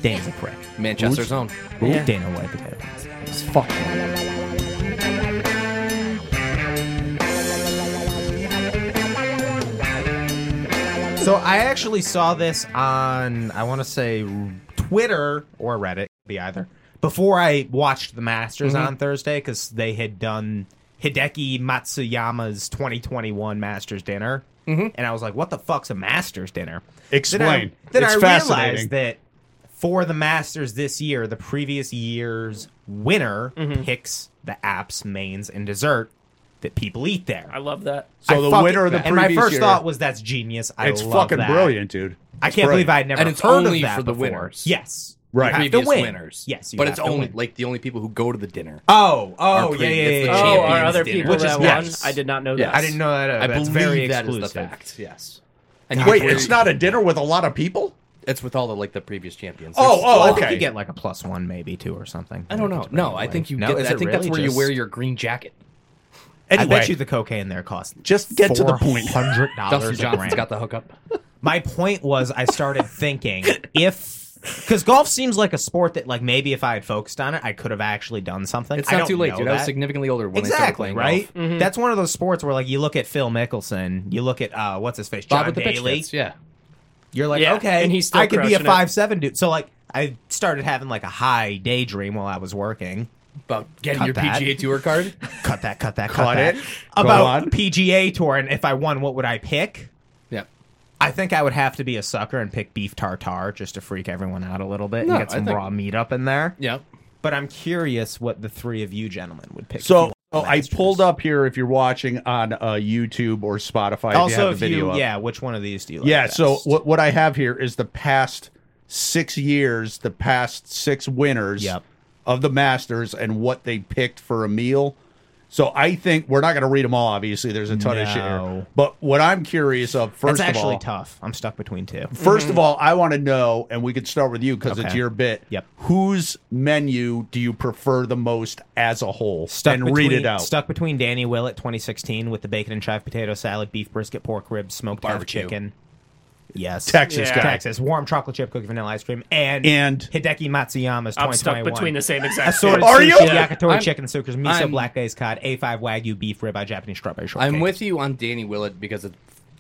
[SPEAKER 1] Dana's a prick.
[SPEAKER 2] Manchester's own.
[SPEAKER 1] Dana White potato pants. So I actually saw this on I want to say Twitter or Reddit, be either. Before I watched the Masters
[SPEAKER 4] Mm-hmm.
[SPEAKER 1] on Thursday cuz they had done Hideki Matsuyama's 2021 Masters dinner. And I was like, what the fuck's a Masters dinner?
[SPEAKER 4] Mm-hmm. Explain.
[SPEAKER 1] Then I,
[SPEAKER 4] It's
[SPEAKER 1] then I
[SPEAKER 4] fascinating.
[SPEAKER 1] realized that for the Masters this year, the previous year's winner
[SPEAKER 2] Mm-hmm.
[SPEAKER 1] picks the app's mains and dessert that people eat there.
[SPEAKER 3] I love that.
[SPEAKER 4] So
[SPEAKER 1] I
[SPEAKER 4] the
[SPEAKER 1] fucking-
[SPEAKER 4] winner of the
[SPEAKER 1] and my
[SPEAKER 4] previous
[SPEAKER 1] first
[SPEAKER 4] year-
[SPEAKER 1] thought was that's genius. I
[SPEAKER 4] it's
[SPEAKER 1] love
[SPEAKER 4] fucking
[SPEAKER 1] that.
[SPEAKER 4] brilliant, dude.
[SPEAKER 1] I
[SPEAKER 4] It's
[SPEAKER 1] can't
[SPEAKER 4] brilliant.
[SPEAKER 1] believe I'd never
[SPEAKER 2] And it's
[SPEAKER 1] heard
[SPEAKER 2] only
[SPEAKER 1] of that
[SPEAKER 2] for the
[SPEAKER 1] before.
[SPEAKER 2] winners.
[SPEAKER 1] Yes,
[SPEAKER 4] Right.
[SPEAKER 1] You have to
[SPEAKER 2] Previous
[SPEAKER 1] win.
[SPEAKER 2] winners.
[SPEAKER 1] Yes, you
[SPEAKER 2] but
[SPEAKER 1] have
[SPEAKER 2] it's
[SPEAKER 1] to
[SPEAKER 2] only
[SPEAKER 1] win.
[SPEAKER 2] like the only people who go to the dinner.
[SPEAKER 1] oh, oh,
[SPEAKER 2] Our
[SPEAKER 1] yeah,
[SPEAKER 2] previous-
[SPEAKER 1] yeah, yeah.
[SPEAKER 2] it's
[SPEAKER 1] yeah, yeah.
[SPEAKER 2] the
[SPEAKER 3] Oh, are
[SPEAKER 2] Champions
[SPEAKER 3] other
[SPEAKER 2] dinner.
[SPEAKER 3] people
[SPEAKER 1] Which is
[SPEAKER 3] that
[SPEAKER 1] yes.
[SPEAKER 3] won? I did not know
[SPEAKER 2] Yes.
[SPEAKER 3] that.
[SPEAKER 1] I didn't know that. Uh,
[SPEAKER 2] I
[SPEAKER 1] that's
[SPEAKER 2] believe
[SPEAKER 1] very
[SPEAKER 2] that is
[SPEAKER 1] exclusive.
[SPEAKER 2] the fact. Yes. And you
[SPEAKER 4] Wait,
[SPEAKER 2] get-
[SPEAKER 4] it's not a dinner with a lot of people.
[SPEAKER 2] It's with all the like the previous champions.
[SPEAKER 4] Oh,
[SPEAKER 2] There's-
[SPEAKER 1] Well, I
[SPEAKER 4] oh,
[SPEAKER 1] think you
[SPEAKER 4] okay.
[SPEAKER 1] get like a plus one, maybe two or something.
[SPEAKER 2] I don't know. No, I think you
[SPEAKER 1] No,
[SPEAKER 2] get.
[SPEAKER 1] is
[SPEAKER 2] I
[SPEAKER 1] it
[SPEAKER 2] think that's
[SPEAKER 1] really
[SPEAKER 2] where you
[SPEAKER 1] just-
[SPEAKER 2] wear your green jacket.
[SPEAKER 1] I
[SPEAKER 4] Anyway,
[SPEAKER 1] bet you the cocaine there costs.
[SPEAKER 4] Just get to the point.
[SPEAKER 1] Hundred
[SPEAKER 2] Dustin
[SPEAKER 1] dollars a
[SPEAKER 2] Johnson's
[SPEAKER 1] gram.
[SPEAKER 2] got the hookup.
[SPEAKER 1] My point was, I started thinking if because golf seems like a sport that like maybe if I had focused on it, I could have actually done something.
[SPEAKER 2] It's
[SPEAKER 1] I
[SPEAKER 2] not
[SPEAKER 1] don't
[SPEAKER 2] too late,
[SPEAKER 1] know
[SPEAKER 2] dude. I was
[SPEAKER 1] that.
[SPEAKER 2] significantly older when I started
[SPEAKER 1] Exactly,
[SPEAKER 2] playing
[SPEAKER 1] right?
[SPEAKER 2] golf. Mm-hmm.
[SPEAKER 1] That's one of those sports where like you look at Phil Mickelson, you look at uh what's his face,
[SPEAKER 2] Bob
[SPEAKER 1] John
[SPEAKER 2] with the pitch
[SPEAKER 1] Daly.
[SPEAKER 2] fits, yeah.
[SPEAKER 1] You're like,
[SPEAKER 3] Yeah,
[SPEAKER 1] okay,
[SPEAKER 3] and he's still
[SPEAKER 1] I could be a
[SPEAKER 3] crushing it.
[SPEAKER 1] five seven dude. So like I started having like a high daydream while I was working.
[SPEAKER 2] About getting
[SPEAKER 1] Cut
[SPEAKER 2] your
[SPEAKER 1] that.
[SPEAKER 2] PGA Tour card.
[SPEAKER 1] Cut that, cut that, cut,
[SPEAKER 4] Cut
[SPEAKER 1] that.
[SPEAKER 4] it. Go
[SPEAKER 1] About
[SPEAKER 4] on.
[SPEAKER 1] PGA tour and if I won, what would I pick?
[SPEAKER 2] [LAUGHS] yeah.
[SPEAKER 1] I think I would have to be a sucker and pick beef tartare just to freak everyone out a little bit
[SPEAKER 2] No,
[SPEAKER 1] and get
[SPEAKER 2] I
[SPEAKER 1] some
[SPEAKER 2] think-
[SPEAKER 1] raw meat up in there.
[SPEAKER 2] Yeah.
[SPEAKER 1] But I'm curious what the three of you gentlemen would pick.
[SPEAKER 4] So
[SPEAKER 1] for
[SPEAKER 4] oh, I
[SPEAKER 1] Masters.
[SPEAKER 4] pulled up here if you're watching on uh, YouTube or Spotify. if you
[SPEAKER 1] also
[SPEAKER 4] have
[SPEAKER 1] if
[SPEAKER 4] the video
[SPEAKER 1] you
[SPEAKER 4] up.
[SPEAKER 1] yeah, which one of these do you like
[SPEAKER 4] yeah. So
[SPEAKER 1] best?
[SPEAKER 4] what what I have here is the past six years, the past six winners
[SPEAKER 1] Yep.
[SPEAKER 4] of the Masters, and what they picked for a meal. So I think we're not going to read them all. Obviously, there's a ton of shit
[SPEAKER 1] No.
[SPEAKER 4] here. But what I'm curious of first
[SPEAKER 1] That's
[SPEAKER 4] of
[SPEAKER 1] actually
[SPEAKER 4] all,
[SPEAKER 1] tough. I'm stuck between two.
[SPEAKER 4] 1st of all, I want to know, and we could start with you because it's
[SPEAKER 1] Okay.
[SPEAKER 4] your bit.
[SPEAKER 1] Yep.
[SPEAKER 4] Whose menu do you prefer the most as a whole?
[SPEAKER 1] Stuck
[SPEAKER 4] and
[SPEAKER 1] between,
[SPEAKER 4] read it out.
[SPEAKER 1] Stuck between Danny Willett 2016 with the bacon and chive potato salad, beef brisket, pork ribs, smoked half
[SPEAKER 2] Barbecue.
[SPEAKER 1] chicken. Yes.
[SPEAKER 4] Texas
[SPEAKER 3] Yeah.
[SPEAKER 4] guy.
[SPEAKER 1] Texas. Warm chocolate chip cookie vanilla ice cream and,
[SPEAKER 4] And-
[SPEAKER 1] Hideki Matsuyama's 2021.
[SPEAKER 3] I'm stuck between the same exact.
[SPEAKER 1] Assorted
[SPEAKER 4] Are
[SPEAKER 1] sushi,
[SPEAKER 4] you?
[SPEAKER 1] yakitori
[SPEAKER 2] I'm-
[SPEAKER 1] chicken suckers, miso,
[SPEAKER 2] I'm-
[SPEAKER 1] black lace cod, A5 wagyu beef ribeye, Japanese strawberry shortcake.
[SPEAKER 2] I'm with you on Danny Willett because it,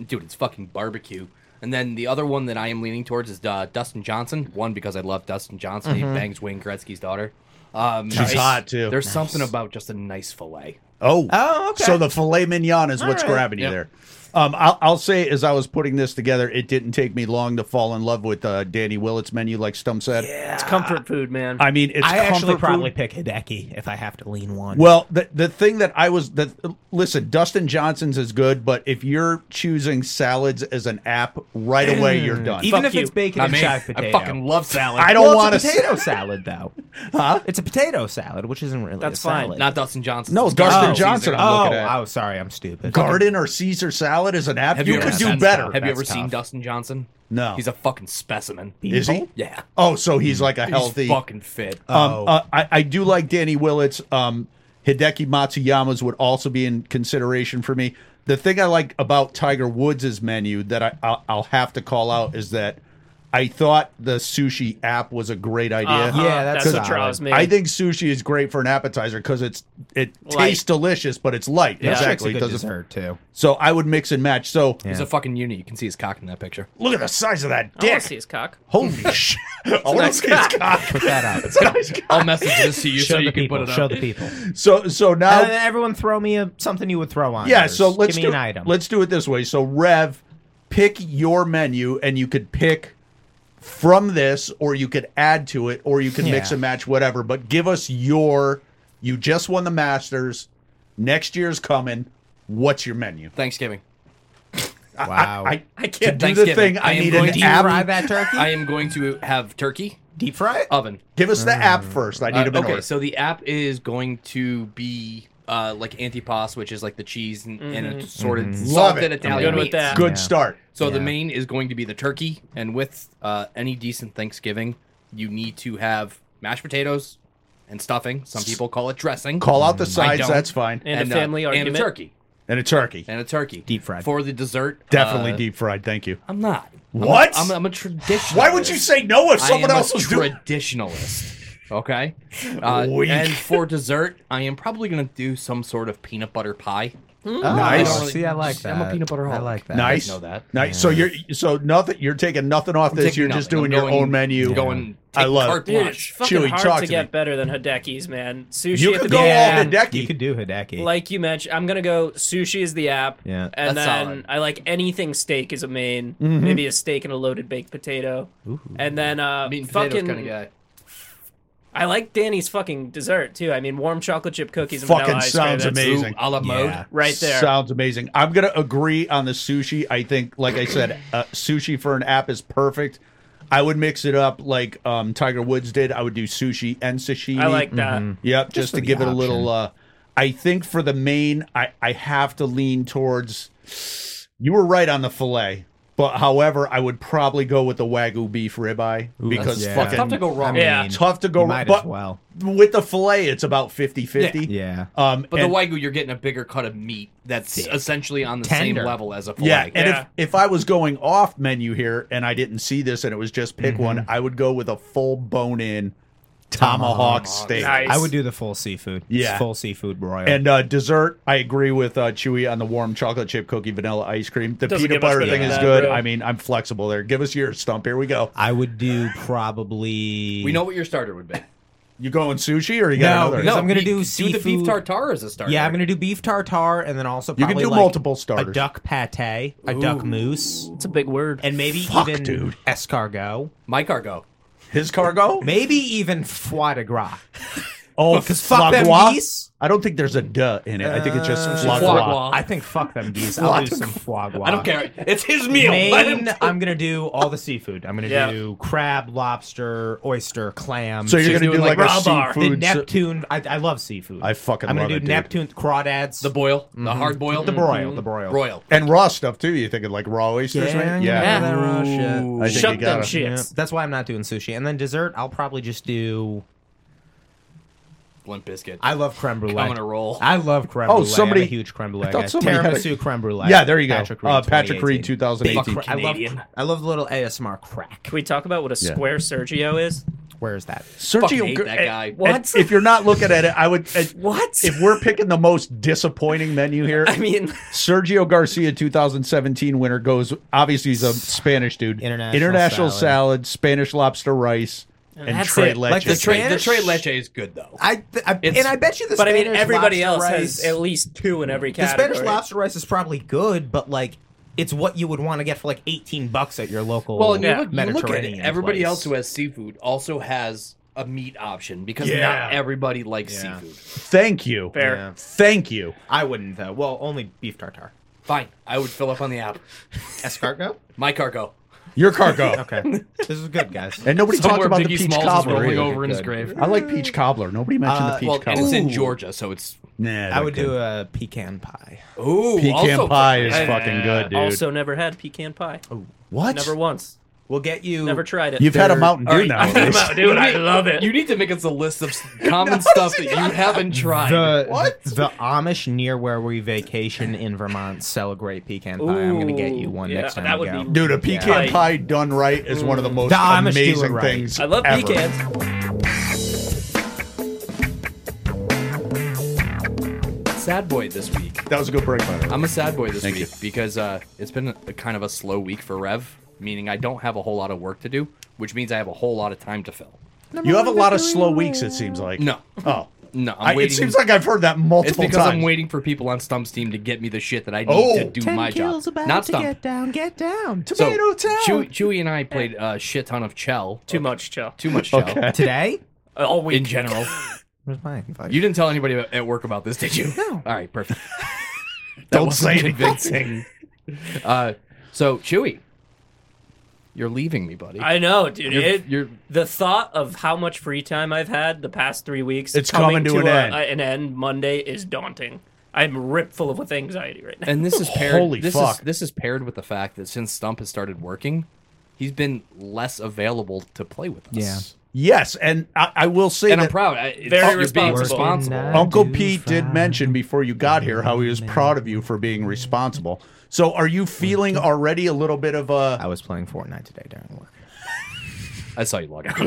[SPEAKER 2] dude, it's fucking barbecue. And then the other one that I am leaning towards is uh, Dustin Johnson. One because I love Dustin Johnson. He bangs Wayne Gretzky's daughter. Um,
[SPEAKER 4] She's hot, too.
[SPEAKER 2] There's something about just a nice fillet.
[SPEAKER 4] Oh,
[SPEAKER 1] Oh, okay.
[SPEAKER 4] So the filet mignon is what's
[SPEAKER 1] right.
[SPEAKER 4] grabbing you
[SPEAKER 2] Yep.
[SPEAKER 4] there. Um, I'll, I'll say as I was putting this together, it didn't take me long to fall in love with uh, Danny Willett's menu, like Stump said.
[SPEAKER 3] It's comfort food, man.
[SPEAKER 4] I mean, it's
[SPEAKER 1] I actually
[SPEAKER 4] comfort
[SPEAKER 1] probably
[SPEAKER 4] food.
[SPEAKER 1] pick Hideki if I have to lean one.
[SPEAKER 4] Well, the the thing that I was that listen, Dustin Johnson's is good, but if you're choosing salads as an app, right away you're done.
[SPEAKER 1] Even
[SPEAKER 3] fuck
[SPEAKER 1] if it's
[SPEAKER 3] you.
[SPEAKER 1] bacon
[SPEAKER 2] I
[SPEAKER 1] and
[SPEAKER 2] mean,
[SPEAKER 1] chive
[SPEAKER 2] I
[SPEAKER 1] potato.
[SPEAKER 2] fucking love salad.
[SPEAKER 4] I don't
[SPEAKER 1] well,
[SPEAKER 4] want
[SPEAKER 1] it's a
[SPEAKER 4] to.
[SPEAKER 1] potato salad though. huh? It's a potato salad, which isn't really
[SPEAKER 3] That's
[SPEAKER 1] a
[SPEAKER 3] fine.
[SPEAKER 1] salad.
[SPEAKER 2] Not Dustin Johnson.
[SPEAKER 4] No,
[SPEAKER 2] It's
[SPEAKER 4] Dustin
[SPEAKER 2] Caesar.
[SPEAKER 4] Johnson, I'm
[SPEAKER 1] oh,
[SPEAKER 4] looking at.
[SPEAKER 1] oh, sorry, I'm stupid.
[SPEAKER 4] Garden or Caesar salad as an app,
[SPEAKER 2] Have
[SPEAKER 4] you,
[SPEAKER 2] ever-
[SPEAKER 4] could do
[SPEAKER 2] that's
[SPEAKER 4] better.
[SPEAKER 2] tough. Have you
[SPEAKER 1] That's
[SPEAKER 2] ever seen
[SPEAKER 1] tough.
[SPEAKER 2] Dustin Johnson?
[SPEAKER 4] No.
[SPEAKER 2] He's a fucking specimen.
[SPEAKER 4] Is he?
[SPEAKER 2] Yeah.
[SPEAKER 4] Oh, so he's like a healthy.
[SPEAKER 2] He's fucking fit.
[SPEAKER 1] Oh.
[SPEAKER 4] Um, uh, I, I do like Danny Willett's. Um, Hideki Matsuyama's would also be in consideration for me. The thing I like about Tiger Woods' menu that I, I'll, I'll have to call out is that I thought the sushi app was a great idea. [LAUGHS]
[SPEAKER 3] Uh-huh,
[SPEAKER 1] Yeah, that's
[SPEAKER 3] that's what
[SPEAKER 1] solid.
[SPEAKER 3] draws me.
[SPEAKER 4] I think sushi is great for an appetizer because it's it
[SPEAKER 3] Light.
[SPEAKER 4] tastes delicious, but it's light.
[SPEAKER 3] Yeah.
[SPEAKER 4] Exactly, it
[SPEAKER 1] Chick's a good
[SPEAKER 4] doesn't.
[SPEAKER 1] dessert too.
[SPEAKER 4] So I would mix and match. So
[SPEAKER 2] He's a fucking uni. You can see his cock in that picture.
[SPEAKER 4] look at the size of that
[SPEAKER 3] I want
[SPEAKER 4] dick.
[SPEAKER 3] to see his cock.
[SPEAKER 4] Holy [LAUGHS] shit! I wanna see his cock.
[SPEAKER 1] Put that out.
[SPEAKER 2] I'll message this to you
[SPEAKER 1] Show
[SPEAKER 2] so you
[SPEAKER 1] the
[SPEAKER 2] can
[SPEAKER 1] people.
[SPEAKER 2] put it
[SPEAKER 1] Show
[SPEAKER 2] up.
[SPEAKER 1] the people.
[SPEAKER 4] So so now
[SPEAKER 1] And then everyone throw me a something you would throw on.
[SPEAKER 4] Yeah,
[SPEAKER 1] yours.
[SPEAKER 4] so let's
[SPEAKER 1] give me
[SPEAKER 4] do,
[SPEAKER 1] an item.
[SPEAKER 4] Let's do it this way. So Rev, pick your menu, and you could pick from this, or you could add to it, or you can mix
[SPEAKER 1] Yeah.
[SPEAKER 4] and match whatever. But give us your. You just won the Masters. Next year's coming. What's your menu?
[SPEAKER 2] Thanksgiving.
[SPEAKER 1] wow.
[SPEAKER 4] I, I can't do the
[SPEAKER 2] Thanksgiving.
[SPEAKER 4] thing. I,
[SPEAKER 2] I am
[SPEAKER 4] need
[SPEAKER 2] going
[SPEAKER 4] an
[SPEAKER 2] to
[SPEAKER 1] deep fry
[SPEAKER 4] app.
[SPEAKER 1] that turkey.
[SPEAKER 2] I am going to have turkey
[SPEAKER 1] deep fry it.
[SPEAKER 2] oven.
[SPEAKER 4] Give us the app first. I need
[SPEAKER 2] Uh,
[SPEAKER 4] a minute.
[SPEAKER 2] okay, so the app is going to be uh, like antipasto, which is like the cheese and, and it's sorted
[SPEAKER 4] Mm-hmm. Love
[SPEAKER 2] salted
[SPEAKER 4] it.
[SPEAKER 2] Italian
[SPEAKER 3] Mm-hmm. good with
[SPEAKER 2] meats.
[SPEAKER 3] that.
[SPEAKER 4] Good
[SPEAKER 1] Yeah.
[SPEAKER 4] start.
[SPEAKER 2] So the
[SPEAKER 1] Yeah.
[SPEAKER 2] main is going to be the turkey, and with uh, any decent Thanksgiving, you need to have mashed potatoes and stuffing. Some people call it dressing.
[SPEAKER 4] Call out the sides.
[SPEAKER 2] don't.
[SPEAKER 4] That's fine.
[SPEAKER 3] And, a
[SPEAKER 2] uh,
[SPEAKER 3] family argument.
[SPEAKER 2] and a turkey
[SPEAKER 4] And a turkey.
[SPEAKER 2] and a turkey
[SPEAKER 1] Deep fried.
[SPEAKER 2] for the dessert.
[SPEAKER 4] Definitely
[SPEAKER 2] uh,
[SPEAKER 4] deep fried. Thank you.
[SPEAKER 2] I'm not. I'm a-
[SPEAKER 4] What?
[SPEAKER 2] I'm a, I'm a traditionalist.
[SPEAKER 4] Why would you say no if
[SPEAKER 2] uh, I
[SPEAKER 4] someone
[SPEAKER 2] am
[SPEAKER 4] else
[SPEAKER 2] a
[SPEAKER 4] was doing?
[SPEAKER 2] traditionalist? Okay. Uh,
[SPEAKER 4] Weak.
[SPEAKER 2] and for dessert, I am probably gonna do some sort of peanut butter pie.
[SPEAKER 1] Oh,
[SPEAKER 4] Nice.
[SPEAKER 1] See, I like that.
[SPEAKER 2] I'm a peanut butter
[SPEAKER 1] I
[SPEAKER 2] holic.
[SPEAKER 1] like that.
[SPEAKER 4] Nice.
[SPEAKER 2] know that.
[SPEAKER 4] Nice. So you're so nothing. You're taking nothing off this.
[SPEAKER 2] Taking
[SPEAKER 4] You're just
[SPEAKER 2] nothing.
[SPEAKER 4] doing
[SPEAKER 2] I'm
[SPEAKER 4] your
[SPEAKER 2] going-
[SPEAKER 4] own menu.
[SPEAKER 2] Going.
[SPEAKER 4] I
[SPEAKER 2] take
[SPEAKER 4] love
[SPEAKER 2] carte
[SPEAKER 4] it.
[SPEAKER 3] Dude, it's
[SPEAKER 2] blanche.
[SPEAKER 3] fucking
[SPEAKER 4] Chewy, talk
[SPEAKER 3] hard to
[SPEAKER 4] to me.
[SPEAKER 3] get better than Hideki's, man. Sushi
[SPEAKER 4] You
[SPEAKER 3] at
[SPEAKER 4] could
[SPEAKER 3] the
[SPEAKER 4] go
[SPEAKER 3] beginning,
[SPEAKER 4] all Hideki.
[SPEAKER 1] You could do Hideki.
[SPEAKER 3] Like you mentioned, I'm gonna go sushi is the app.
[SPEAKER 1] Yeah.
[SPEAKER 3] And
[SPEAKER 2] That's
[SPEAKER 3] then
[SPEAKER 2] solid.
[SPEAKER 3] I like anything steak is a main. Maybe a steak and a loaded baked potato. And then uh
[SPEAKER 2] Meat and potatoes
[SPEAKER 3] fucking
[SPEAKER 2] kind of guy.
[SPEAKER 3] I like Danny's fucking dessert too. I mean warm chocolate chip cookies and
[SPEAKER 4] Fucking
[SPEAKER 3] vanilla ice cream.
[SPEAKER 4] sounds
[SPEAKER 3] That's-
[SPEAKER 4] amazing.
[SPEAKER 2] Ooh, a la mode.
[SPEAKER 1] Yeah.
[SPEAKER 3] Right there.
[SPEAKER 4] Sounds amazing. I'm gonna agree on the sushi. I think, like I said, uh, sushi for an app is perfect. I would mix it up like um, Tiger Woods did. I would do sushi and sashimi.
[SPEAKER 3] I like that.
[SPEAKER 4] Yep, just,
[SPEAKER 1] for
[SPEAKER 4] to
[SPEAKER 1] the
[SPEAKER 4] give it a
[SPEAKER 1] option.
[SPEAKER 4] little. Uh, I think for the main, I I have to lean towards. You were right on the fillet, but however, I would probably go with the wagyu beef ribeye because
[SPEAKER 1] yeah.
[SPEAKER 4] fucking
[SPEAKER 2] Tough to go wrong.
[SPEAKER 3] Yeah.
[SPEAKER 4] tough to go
[SPEAKER 1] You might
[SPEAKER 4] but
[SPEAKER 1] as well.
[SPEAKER 4] with the fillet it's about 50-50
[SPEAKER 1] Yeah.
[SPEAKER 4] um
[SPEAKER 2] But
[SPEAKER 4] and-
[SPEAKER 2] the wagyu, you're getting a bigger cut of meat that's essentially on the
[SPEAKER 1] Tender.
[SPEAKER 2] same level as a fillet.
[SPEAKER 4] yeah and
[SPEAKER 3] Yeah.
[SPEAKER 4] if if i was going off menu here and i didn't see this and it was just pick one i would go with a full bone in
[SPEAKER 1] Mm-hmm.
[SPEAKER 4] tomahawk,
[SPEAKER 1] Tomahawk.
[SPEAKER 4] steak
[SPEAKER 3] Nice.
[SPEAKER 1] I would do the full seafood.
[SPEAKER 4] Yeah.
[SPEAKER 1] Full seafood broil.
[SPEAKER 4] and uh, dessert, I agree with uh, Chewy on the warm chocolate chip cookie vanilla ice cream. The
[SPEAKER 3] Doesn't
[SPEAKER 4] peanut
[SPEAKER 3] get much
[SPEAKER 4] butter
[SPEAKER 3] better
[SPEAKER 4] thing
[SPEAKER 3] than
[SPEAKER 4] is
[SPEAKER 3] that,
[SPEAKER 4] good.
[SPEAKER 3] bro.
[SPEAKER 4] I mean, I'm flexible there. Give us your stump. Here we go.
[SPEAKER 1] I would do probably.
[SPEAKER 2] We know what your starter would be.
[SPEAKER 4] You going sushi or you
[SPEAKER 1] No,
[SPEAKER 4] got another?
[SPEAKER 1] because I'm gonna
[SPEAKER 2] be-
[SPEAKER 1] do
[SPEAKER 2] the beef
[SPEAKER 1] seafood.
[SPEAKER 2] tartare as a starter.
[SPEAKER 1] Yeah, I'm gonna do beef tartare, and then also
[SPEAKER 4] can
[SPEAKER 1] probably
[SPEAKER 4] do
[SPEAKER 1] like
[SPEAKER 4] multiple starters.
[SPEAKER 1] A duck pate, a duck mousse,
[SPEAKER 3] It's a big word.
[SPEAKER 1] and maybe
[SPEAKER 4] Fuck,
[SPEAKER 1] even
[SPEAKER 4] dude.
[SPEAKER 1] escargot.
[SPEAKER 2] my cargo.
[SPEAKER 4] His cargo?
[SPEAKER 1] Maybe even foie de gras.
[SPEAKER 4] Oh,
[SPEAKER 1] Because fuck them
[SPEAKER 4] flagua?
[SPEAKER 1] geese. Uh,
[SPEAKER 4] I don't think there's a duh in it. I think it's just
[SPEAKER 2] foie
[SPEAKER 4] flagua.
[SPEAKER 2] gras.
[SPEAKER 1] I think fuck them geese. I'll do some foie gras.
[SPEAKER 2] I don't care. It's his
[SPEAKER 3] [LAUGHS]
[SPEAKER 2] meal. Let him-
[SPEAKER 1] Main, I'm gonna do all the seafood. I'm gonna
[SPEAKER 3] Yeah.
[SPEAKER 1] do crab, lobster, oyster, clam.
[SPEAKER 4] So you're gonna do
[SPEAKER 2] doing,
[SPEAKER 4] like,
[SPEAKER 2] like,
[SPEAKER 4] a
[SPEAKER 3] raw bar.
[SPEAKER 1] the
[SPEAKER 4] seafood. so-
[SPEAKER 1] Neptune. I, I love seafood.
[SPEAKER 4] I fucking
[SPEAKER 1] I'm gonna
[SPEAKER 4] love
[SPEAKER 1] do
[SPEAKER 4] it, dude.
[SPEAKER 1] Neptune crawdads.
[SPEAKER 2] the boil, the hard boil, Mm-hmm.
[SPEAKER 1] the broil. The broil.
[SPEAKER 2] broil.
[SPEAKER 4] and raw stuff too. You thinking like raw oysters,
[SPEAKER 1] Yeah,
[SPEAKER 4] man?
[SPEAKER 1] yeah.
[SPEAKER 4] Yeah.
[SPEAKER 1] that raw shit.
[SPEAKER 4] I think
[SPEAKER 3] Shut
[SPEAKER 4] you
[SPEAKER 3] them
[SPEAKER 4] gotta-
[SPEAKER 1] Yeah,
[SPEAKER 3] shits.
[SPEAKER 1] that's why I'm not doing sushi. And then dessert, I'll probably just do.
[SPEAKER 2] Limp biscuit.
[SPEAKER 1] I love creme brulee.
[SPEAKER 2] I'm gonna roll.
[SPEAKER 1] I love creme
[SPEAKER 4] Oh,
[SPEAKER 1] brulee.
[SPEAKER 4] somebody-
[SPEAKER 1] I'm a huge creme brulee.
[SPEAKER 4] I thought
[SPEAKER 1] guy.
[SPEAKER 4] somebody had a-
[SPEAKER 1] Tiramisu creme brulee.
[SPEAKER 4] Yeah, there you go.
[SPEAKER 1] Patrick Reed,
[SPEAKER 4] uh, Patrick Reed,
[SPEAKER 1] 2018.
[SPEAKER 4] 2018.
[SPEAKER 1] Fuck, I love.
[SPEAKER 2] Canadian.
[SPEAKER 1] I love the little ASMR crack.
[SPEAKER 3] Can we talk about what a
[SPEAKER 4] Yeah.
[SPEAKER 3] square Sergio is?
[SPEAKER 1] Where is that?
[SPEAKER 2] fucking
[SPEAKER 4] Sergio, eh,
[SPEAKER 2] hate that guy.
[SPEAKER 3] What?
[SPEAKER 4] If you're not looking at it, I would. uh,
[SPEAKER 3] What?
[SPEAKER 4] [LAUGHS] If we're picking the most disappointing menu here,
[SPEAKER 3] I mean,
[SPEAKER 4] Sergio Garcia, 2017 winner, goes. Obviously, he's a Spanish dude.
[SPEAKER 1] International
[SPEAKER 4] International salad,
[SPEAKER 1] salad.
[SPEAKER 4] Spanish lobster rice, and,
[SPEAKER 3] that's
[SPEAKER 4] tres
[SPEAKER 3] it.
[SPEAKER 4] leches.
[SPEAKER 1] Like the
[SPEAKER 2] the trade, the
[SPEAKER 1] Spanish-
[SPEAKER 2] trade leche is good though.
[SPEAKER 1] I, I
[SPEAKER 2] It's-
[SPEAKER 1] and I bet you the.
[SPEAKER 3] but I mean,
[SPEAKER 1] Spanish
[SPEAKER 3] everybody else
[SPEAKER 1] lobster
[SPEAKER 3] has
[SPEAKER 1] rice-
[SPEAKER 3] at least two in every
[SPEAKER 1] The
[SPEAKER 3] category.
[SPEAKER 1] Spanish lobster rice is probably good, but like it's what you would want to get for like 18 bucks at your local
[SPEAKER 2] Well, and you
[SPEAKER 3] yeah,
[SPEAKER 2] look, you look at
[SPEAKER 1] Mediterranean.
[SPEAKER 2] it. Everybody
[SPEAKER 1] place.
[SPEAKER 2] else who has seafood also has a meat option because
[SPEAKER 4] Yeah.
[SPEAKER 2] not everybody likes
[SPEAKER 1] Yeah.
[SPEAKER 2] seafood.
[SPEAKER 4] Thank you.
[SPEAKER 3] Fair.
[SPEAKER 1] Yeah.
[SPEAKER 4] Thank you.
[SPEAKER 1] I wouldn't though. Well, only beef tartare.
[SPEAKER 2] Fine, I would fill up on the app.
[SPEAKER 1] Escargot.
[SPEAKER 2] My cargo.
[SPEAKER 4] Your cargo.
[SPEAKER 1] Okay, this is good, guys.
[SPEAKER 4] And nobody talked
[SPEAKER 2] Somewhere
[SPEAKER 4] about the
[SPEAKER 2] Biggie
[SPEAKER 4] peach
[SPEAKER 2] Smalls is
[SPEAKER 4] cobbler.
[SPEAKER 2] rolling
[SPEAKER 4] either.
[SPEAKER 2] over in his grave.
[SPEAKER 4] I like peach cobbler. Nobody mentioned the peach
[SPEAKER 2] Well, and
[SPEAKER 4] cobbler.
[SPEAKER 2] it's in
[SPEAKER 1] Ooh.
[SPEAKER 2] Georgia, so it's
[SPEAKER 4] Nah,
[SPEAKER 1] I would do a pecan pie.
[SPEAKER 2] ooh
[SPEAKER 4] pecan
[SPEAKER 2] also-
[SPEAKER 4] pie is
[SPEAKER 2] I-
[SPEAKER 4] fucking good, dude.
[SPEAKER 3] Also, never had pecan pie.
[SPEAKER 1] What?
[SPEAKER 3] Never once.
[SPEAKER 1] We'll get you.
[SPEAKER 3] Never tried it.
[SPEAKER 4] You've had a
[SPEAKER 1] They're-
[SPEAKER 4] Mountain Dew
[SPEAKER 3] All right,
[SPEAKER 4] now.
[SPEAKER 3] [LAUGHS] I've had a
[SPEAKER 4] Ace.
[SPEAKER 3] Mountain Dew and I love it.
[SPEAKER 2] You need to make us a list [LAUGHS] of s- common stuff that you haven't tried.
[SPEAKER 1] The,
[SPEAKER 2] what?
[SPEAKER 1] The Amish near where we vacation in Vermont sell a great pecan pie. I'm gonna get you one
[SPEAKER 3] Ooh,
[SPEAKER 1] next
[SPEAKER 3] yeah,
[SPEAKER 1] time.
[SPEAKER 3] that
[SPEAKER 1] we
[SPEAKER 3] would
[SPEAKER 1] go.
[SPEAKER 4] [LAUGHS]
[SPEAKER 3] be-
[SPEAKER 4] Dude, a pecan
[SPEAKER 3] Yeah.
[SPEAKER 4] pie done right is one of the most
[SPEAKER 1] The Amish do it
[SPEAKER 4] amazing
[SPEAKER 1] right.
[SPEAKER 4] things.
[SPEAKER 3] I love
[SPEAKER 4] ever.
[SPEAKER 3] pecans.
[SPEAKER 2] Sad boy this week.
[SPEAKER 4] That was a good break, by the way.
[SPEAKER 2] I'm a sad boy this
[SPEAKER 4] Thank
[SPEAKER 2] week
[SPEAKER 4] you.
[SPEAKER 2] because uh, it's been a, kind of a slow week for Rev, meaning I don't have a whole lot of work to do, which means I have a whole lot of time to fill.
[SPEAKER 4] You have a lot of slow weeks, it seems like.
[SPEAKER 2] No.
[SPEAKER 4] Oh.
[SPEAKER 2] No, I'm
[SPEAKER 4] I, it
[SPEAKER 2] waiting.
[SPEAKER 4] seems like I've heard that multiple
[SPEAKER 2] it's because
[SPEAKER 4] times.
[SPEAKER 2] I'm waiting for people on Stump's team to get me the shit that I need
[SPEAKER 4] Oh.
[SPEAKER 2] to do my job. Not Stump.
[SPEAKER 1] down, get down.
[SPEAKER 2] So
[SPEAKER 1] Tomato
[SPEAKER 2] Chewy, Chewy and I played a shit ton of Chell. Uh,
[SPEAKER 3] Too much, Joe.
[SPEAKER 2] Too much Chell.
[SPEAKER 1] Today?
[SPEAKER 3] All
[SPEAKER 2] In
[SPEAKER 3] week.
[SPEAKER 2] general,
[SPEAKER 1] Where's my invite?
[SPEAKER 2] you didn't tell anybody about- at work about this, did you? No. All right, perfect.
[SPEAKER 4] Don't say anything.
[SPEAKER 2] convincing. [LAUGHS] uh, so Chewy, you're leaving me, buddy.
[SPEAKER 3] I know, dude.
[SPEAKER 2] You're-
[SPEAKER 3] it,
[SPEAKER 2] you're-
[SPEAKER 3] the thought of how much free time I've had the past three weeks,
[SPEAKER 4] It's coming to an
[SPEAKER 3] a-
[SPEAKER 4] end.
[SPEAKER 3] a- an end Monday, is daunting. I'm ripped full of with anxiety right now.
[SPEAKER 2] and this is paired.
[SPEAKER 4] Holy
[SPEAKER 2] this
[SPEAKER 4] fuck.
[SPEAKER 2] Is, this is paired with the fact that since Stump has started working, he's been less available to play with us.
[SPEAKER 1] Yeah.
[SPEAKER 4] Yes, and I, I will say
[SPEAKER 2] And I'm
[SPEAKER 4] that
[SPEAKER 2] proud. I-
[SPEAKER 3] Very
[SPEAKER 2] you're being
[SPEAKER 3] responsible.
[SPEAKER 2] responsible.
[SPEAKER 1] Working
[SPEAKER 4] Uncle
[SPEAKER 1] do
[SPEAKER 4] Pete did
[SPEAKER 1] fine.
[SPEAKER 4] mention before you got here how he was proud of you for being responsible. So, are you feeling already a little bit of a
[SPEAKER 1] I was playing Fortnite today during work.
[SPEAKER 2] I saw you log out.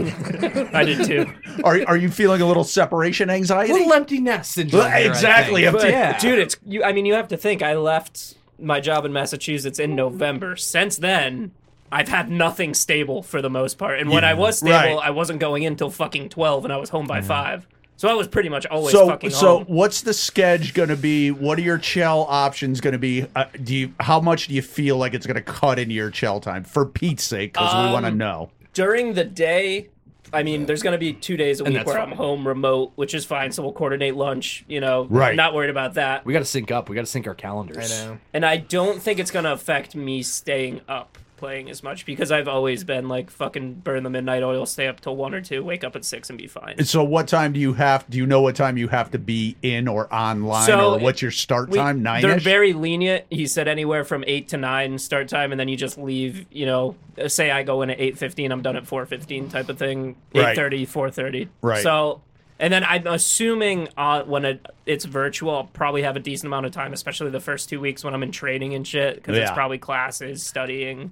[SPEAKER 3] I did too.
[SPEAKER 4] are are you feeling a little separation anxiety?
[SPEAKER 2] little empty nest syndrome.
[SPEAKER 4] Well,
[SPEAKER 2] here, I
[SPEAKER 4] exactly,
[SPEAKER 2] think.
[SPEAKER 4] empty-
[SPEAKER 3] But
[SPEAKER 2] yeah.
[SPEAKER 3] dude, it's you. I mean, you have to think. I left my job in Massachusetts in November. Since then, I've had nothing stable for the most part. And when I was stable,
[SPEAKER 4] right.
[SPEAKER 3] I wasn't going in till fucking twelve, and I was home by five. So I was pretty much always
[SPEAKER 4] so,
[SPEAKER 3] fucking
[SPEAKER 4] so
[SPEAKER 3] home.
[SPEAKER 4] what's the schedule going to be? What are your chell options going to be? Uh, do you how much do you feel like it's going to cut into your chell time for Pete's sake? Because we
[SPEAKER 2] Um,
[SPEAKER 4] want to know.
[SPEAKER 3] During the day, I mean, there's gonna be two days a week
[SPEAKER 2] that's
[SPEAKER 3] where
[SPEAKER 2] fine.
[SPEAKER 3] I'm home remote, which is fine. So we'll coordinate lunch. You know,
[SPEAKER 4] Right.
[SPEAKER 3] Not worried about that.
[SPEAKER 2] We got to sync up. We got to sync our calendars.
[SPEAKER 3] And I don't think it's gonna affect me staying up playing as much because I've always been like fucking burn the midnight oil, stay up till one or two, wake up at six, and be fine.
[SPEAKER 4] And So, what time do you have? Do you know what time you have to be in or online,
[SPEAKER 3] So,
[SPEAKER 4] or what's your start
[SPEAKER 3] We-
[SPEAKER 4] time? Nine.
[SPEAKER 3] They're very lenient. He said anywhere from eight to nine start time, and then you just leave. You know, uh, say I go in at eight fifteen, I'm done at four fifteen, type of thing.
[SPEAKER 4] Right.
[SPEAKER 3] Eight thirty, four thirty.
[SPEAKER 4] Right.
[SPEAKER 3] So, and then I'm assuming uh, when it, it's virtual, I'll probably have a decent amount of time, especially the first two weeks when I'm in training and shit, because it's
[SPEAKER 4] Yeah.
[SPEAKER 3] probably classes, studying.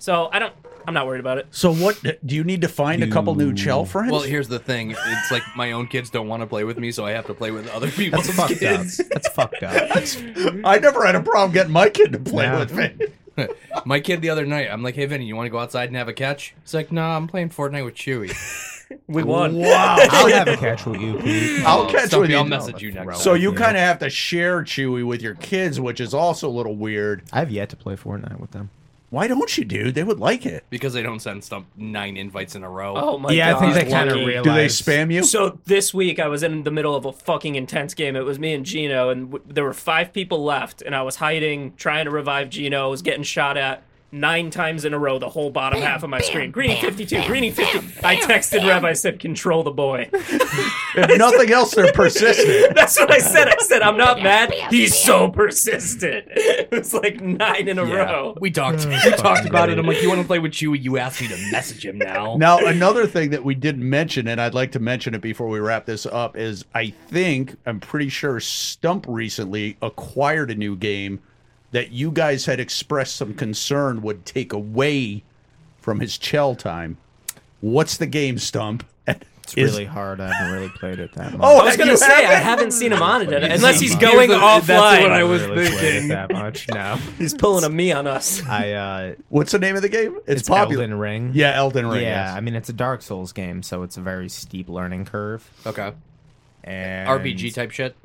[SPEAKER 3] So I don't. I'm not worried about it.
[SPEAKER 4] So, what do you need to find a couple new chell friends?
[SPEAKER 2] Well, here's the thing. It's like my own kids don't want to play with me, so I have to play with other people's
[SPEAKER 1] That's fucked up.
[SPEAKER 2] kids.
[SPEAKER 1] That's fucked
[SPEAKER 4] [LAUGHS]
[SPEAKER 1] up.
[SPEAKER 4] I never had a problem getting my kid to play
[SPEAKER 1] Yeah.
[SPEAKER 4] with me.
[SPEAKER 2] My kid the other night, I'm like, "Hey, Vinny, you want to go outside and have a catch?" He's like, "Nah, I'm playing Fortnite with Chewy."
[SPEAKER 3] We won.
[SPEAKER 4] Wow.
[SPEAKER 1] I'll have a catch with you, Pete.
[SPEAKER 4] I'll
[SPEAKER 2] Oh,
[SPEAKER 4] catch
[SPEAKER 2] Stumpy,
[SPEAKER 4] with you.
[SPEAKER 2] I'll message you next.
[SPEAKER 4] so
[SPEAKER 2] time.
[SPEAKER 4] you kind of have to share Chewy with your kids, which is also a little weird.
[SPEAKER 1] I've yet to play Fortnite with them.
[SPEAKER 4] Why don't you, dude? They would like it.
[SPEAKER 2] because they don't send Stump nine invites in a row.
[SPEAKER 3] Oh my
[SPEAKER 1] yeah,
[SPEAKER 3] god.
[SPEAKER 1] I think they kind of
[SPEAKER 3] Lucky.
[SPEAKER 1] realize.
[SPEAKER 4] uh, Do they spam you?
[SPEAKER 3] So this week I was in the middle of a fucking intense game. It was me and Gino, and w- there were five people left, and I was hiding, trying to revive Gino. I was getting shot at nine times in a row, the whole bottom half of my screen. Greeny 52, Greeny 50. I texted Rev, I said, control the boy. [LAUGHS]
[SPEAKER 4] if nothing else, they're persistent.
[SPEAKER 3] That's what I said. I said, I'm not mad. He's so persistent. [LAUGHS] It was like nine in a row.
[SPEAKER 2] we talked. We talked about it. I'm like, "You want to play with Chewy? You asked me to message him now."
[SPEAKER 4] Now, another thing that we didn't mention, and I'd like to mention it before we wrap this up, is I think, I'm pretty sure Stump recently acquired a new game that you guys had expressed some concern would take away from his chell time. What's the game, Stump?
[SPEAKER 1] It's really hard. I haven't really played it that much.
[SPEAKER 4] Oh,
[SPEAKER 3] I was
[SPEAKER 4] you
[SPEAKER 3] gonna say
[SPEAKER 4] haven't?
[SPEAKER 3] I haven't seen him on it unless
[SPEAKER 1] Unless
[SPEAKER 3] he's
[SPEAKER 1] he's
[SPEAKER 2] Here's
[SPEAKER 3] going
[SPEAKER 2] the-
[SPEAKER 3] offline.
[SPEAKER 2] That's what I was
[SPEAKER 1] Really played it
[SPEAKER 2] thinking.
[SPEAKER 1] that much.
[SPEAKER 4] [LAUGHS]
[SPEAKER 1] No,
[SPEAKER 3] He's pulling a me on us.
[SPEAKER 1] I. uh
[SPEAKER 4] What's the name of the game? It's,
[SPEAKER 1] It's
[SPEAKER 4] popular.
[SPEAKER 1] Elden Ring.
[SPEAKER 4] Yeah, Elden Ring.
[SPEAKER 1] Yeah, I
[SPEAKER 4] yes.
[SPEAKER 1] mean it's a Dark Souls game, so it's a very steep learning curve.
[SPEAKER 2] Okay.
[SPEAKER 1] And
[SPEAKER 2] RPG type shit.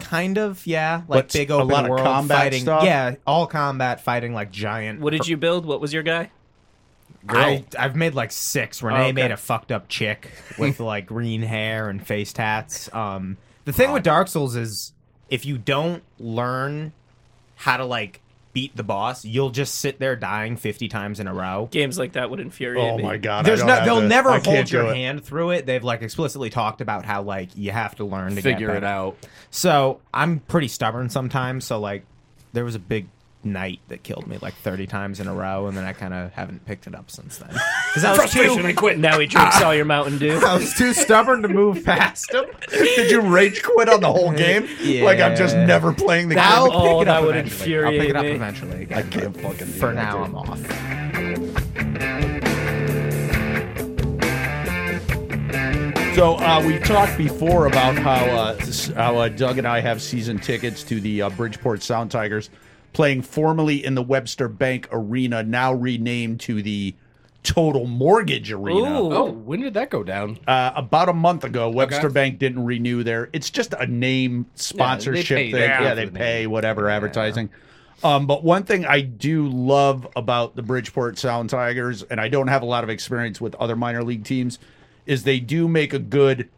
[SPEAKER 1] kind of, yeah, like
[SPEAKER 4] What's-
[SPEAKER 1] big
[SPEAKER 4] a
[SPEAKER 1] open
[SPEAKER 4] lot of
[SPEAKER 1] world
[SPEAKER 4] combat
[SPEAKER 1] fighting.
[SPEAKER 4] stuff?
[SPEAKER 1] Yeah, all combat fighting, like giant.
[SPEAKER 3] What did you build? What was your guy?
[SPEAKER 1] I, I've made like six. Renee
[SPEAKER 3] Oh, okay.
[SPEAKER 1] made a fucked up chick with
[SPEAKER 4] [LAUGHS]
[SPEAKER 1] like green hair and face tats. Um, the thing with Dark Souls is if you don't learn how to like beat the boss, you'll just sit there dying fifty times in a row.
[SPEAKER 3] Games like that would infuriate
[SPEAKER 4] Oh
[SPEAKER 3] me.
[SPEAKER 4] my god! I
[SPEAKER 1] There's
[SPEAKER 4] don't
[SPEAKER 1] no,
[SPEAKER 4] have
[SPEAKER 1] they'll
[SPEAKER 4] the-
[SPEAKER 1] never
[SPEAKER 4] I can't
[SPEAKER 1] hold
[SPEAKER 4] do
[SPEAKER 1] your
[SPEAKER 4] it.
[SPEAKER 1] hand through it. They've like explicitly talked about how like you have to learn to get
[SPEAKER 2] Figure it
[SPEAKER 1] better.
[SPEAKER 2] out.
[SPEAKER 1] So I'm pretty stubborn sometimes. So like, there was a big night that killed me like 30 times in a row, and then I kind of haven't picked it up since then. Because I was too,
[SPEAKER 2] I quit.
[SPEAKER 3] Now he drinks all your Mountain [LAUGHS] Dew.
[SPEAKER 1] I was too stubborn to move past him.
[SPEAKER 4] Did you rage quit on
[SPEAKER 1] [LAUGHS]
[SPEAKER 4] the whole game? Like I'm just
[SPEAKER 1] Yeah.
[SPEAKER 4] never playing the
[SPEAKER 1] Now-
[SPEAKER 4] game.
[SPEAKER 1] I'll
[SPEAKER 3] Oh,
[SPEAKER 1] pick it up
[SPEAKER 3] that would
[SPEAKER 1] [LAUGHS] eventually. I'll pick
[SPEAKER 3] infuriate
[SPEAKER 1] it up
[SPEAKER 3] me.
[SPEAKER 1] eventually. Again, I
[SPEAKER 4] can't fucking do
[SPEAKER 1] For
[SPEAKER 4] that,
[SPEAKER 1] now,
[SPEAKER 4] dude.
[SPEAKER 1] I'm off.
[SPEAKER 4] So uh, we talked before about how uh, s- how uh, Doug and I have season tickets to the uh, Bridgeport Sound Tigers, playing formerly in the Webster Bank Arena, now renamed to the Total Mortgage Arena.
[SPEAKER 3] Ooh.
[SPEAKER 2] Oh, when did that go down?
[SPEAKER 4] Uh, about a month ago, Webster
[SPEAKER 2] Okay.
[SPEAKER 4] Bank didn't renew their. It's just a name sponsorship
[SPEAKER 2] pay-
[SPEAKER 4] thing.
[SPEAKER 2] they
[SPEAKER 4] Yeah,
[SPEAKER 2] pay
[SPEAKER 4] they
[SPEAKER 2] for the
[SPEAKER 4] pay
[SPEAKER 2] name.
[SPEAKER 4] whatever advertising. Um, but one thing I do love about the Bridgeport Sound Tigers, and I don't have a lot of experience with other minor league teams, is they do make a good,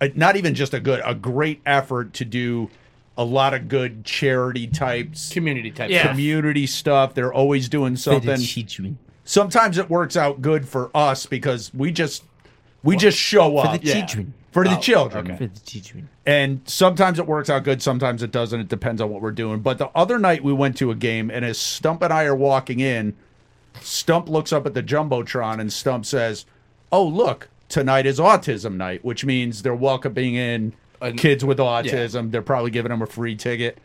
[SPEAKER 4] uh, not even just a good, a great effort to do a lot of good charity types,
[SPEAKER 2] Community type.
[SPEAKER 3] Yeah.
[SPEAKER 2] stuff.
[SPEAKER 4] community stuff. They're always doing something sometimes it works out good for us because we just we just show up for the children Oh, for the children
[SPEAKER 2] okay.
[SPEAKER 4] and sometimes it works out good sometimes it doesn't it depends on what we're doing but the other night we went to a game and as stump and i are walking in stump looks up at the jumbotron and stump says oh look tonight is autism night which means they're welcoming in
[SPEAKER 2] An-
[SPEAKER 4] kids with autism they're probably giving them a free ticket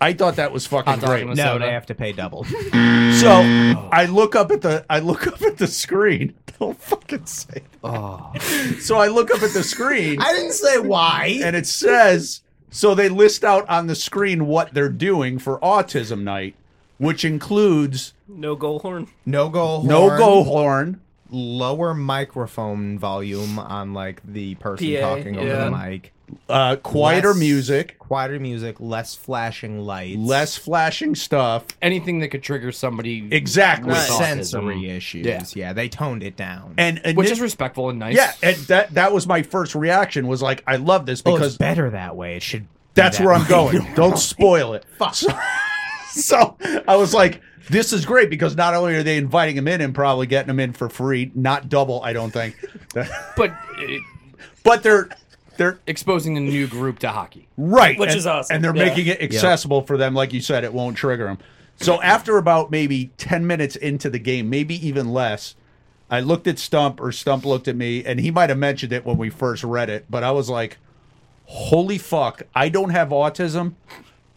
[SPEAKER 4] i thought that was fucking
[SPEAKER 2] Hot dog
[SPEAKER 4] great
[SPEAKER 2] and a
[SPEAKER 1] No,
[SPEAKER 2] soda.
[SPEAKER 1] they have to pay [LAUGHS] double.
[SPEAKER 4] so I look up at the I look [LAUGHS] up at the screen. Don't fucking say that. So I look up at the screen
[SPEAKER 1] Oh. I didn't say why.
[SPEAKER 4] and it says so they list out on the screen what they're doing for autism night, which includes
[SPEAKER 3] No goal horn.
[SPEAKER 1] No goal.
[SPEAKER 4] no
[SPEAKER 1] horn,
[SPEAKER 4] go horn.
[SPEAKER 1] Lower microphone volume on like the person
[SPEAKER 3] PA,
[SPEAKER 1] talking over
[SPEAKER 3] yeah.
[SPEAKER 1] the mic.
[SPEAKER 4] Uh, quieter
[SPEAKER 1] Less-
[SPEAKER 4] music,
[SPEAKER 1] Quieter music. Less flashing lights.
[SPEAKER 4] less flashing stuff.
[SPEAKER 2] Anything that could trigger somebody.
[SPEAKER 4] Exactly.
[SPEAKER 2] Nice.
[SPEAKER 4] So-
[SPEAKER 1] sensory
[SPEAKER 2] Autism.
[SPEAKER 1] issues.
[SPEAKER 2] Yeah.
[SPEAKER 1] Yeah. they toned it down.
[SPEAKER 4] And, and
[SPEAKER 2] Which
[SPEAKER 4] it-
[SPEAKER 2] is respectful and nice.
[SPEAKER 4] yeah, and that that was my first reaction was like, I love
[SPEAKER 2] Oh,
[SPEAKER 4] this
[SPEAKER 1] because
[SPEAKER 4] because
[SPEAKER 1] better that way. It should. be
[SPEAKER 4] That's
[SPEAKER 1] that
[SPEAKER 4] where
[SPEAKER 1] [LAUGHS]
[SPEAKER 4] I'm
[SPEAKER 1] way.
[SPEAKER 4] going. Don't spoil it. Fuck. So, [LAUGHS] so I was like, this is great because not only are they inviting him in and probably getting him in for free, not double, I don't think,
[SPEAKER 2] But eh,
[SPEAKER 4] but they're they're
[SPEAKER 2] exposing a new group to hockey.
[SPEAKER 4] right,
[SPEAKER 3] Which
[SPEAKER 4] and-
[SPEAKER 3] is awesome.
[SPEAKER 4] and they're
[SPEAKER 3] Yeah.
[SPEAKER 4] making it accessible for them. Like you said, it won't trigger them. So after about maybe ten minutes into the game, maybe even less, I looked at Stump or Stump looked at me, and he might have mentioned it when we first read it, but I was like, holy fuck, I don't have autism.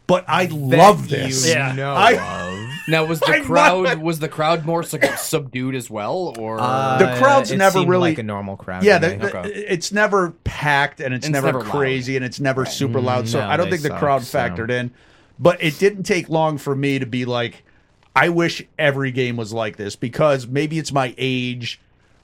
[SPEAKER 4] But I love this.
[SPEAKER 1] You
[SPEAKER 3] Yeah.
[SPEAKER 1] know
[SPEAKER 4] I-
[SPEAKER 1] of.
[SPEAKER 2] Now was
[SPEAKER 4] [LAUGHS] I
[SPEAKER 2] the
[SPEAKER 4] love it.
[SPEAKER 2] crowd was the crowd more sub- subdued as well, or
[SPEAKER 1] Uh,
[SPEAKER 4] The crowd's
[SPEAKER 1] it
[SPEAKER 4] never
[SPEAKER 1] seemed
[SPEAKER 4] really-
[SPEAKER 1] like a normal crowd.
[SPEAKER 4] Yeah,
[SPEAKER 1] to
[SPEAKER 4] the,
[SPEAKER 1] me.
[SPEAKER 4] the-
[SPEAKER 2] Okay.
[SPEAKER 4] it's never packed and it's,
[SPEAKER 2] And it's never
[SPEAKER 4] never,
[SPEAKER 2] loud.
[SPEAKER 4] crazy and it's never super loud. So
[SPEAKER 1] Mm, No,
[SPEAKER 4] I don't
[SPEAKER 1] they
[SPEAKER 4] think the
[SPEAKER 1] suck,
[SPEAKER 4] crowd
[SPEAKER 1] so.
[SPEAKER 4] factored in. But it didn't take long for me to be like, I wish every game was like this because maybe it's my age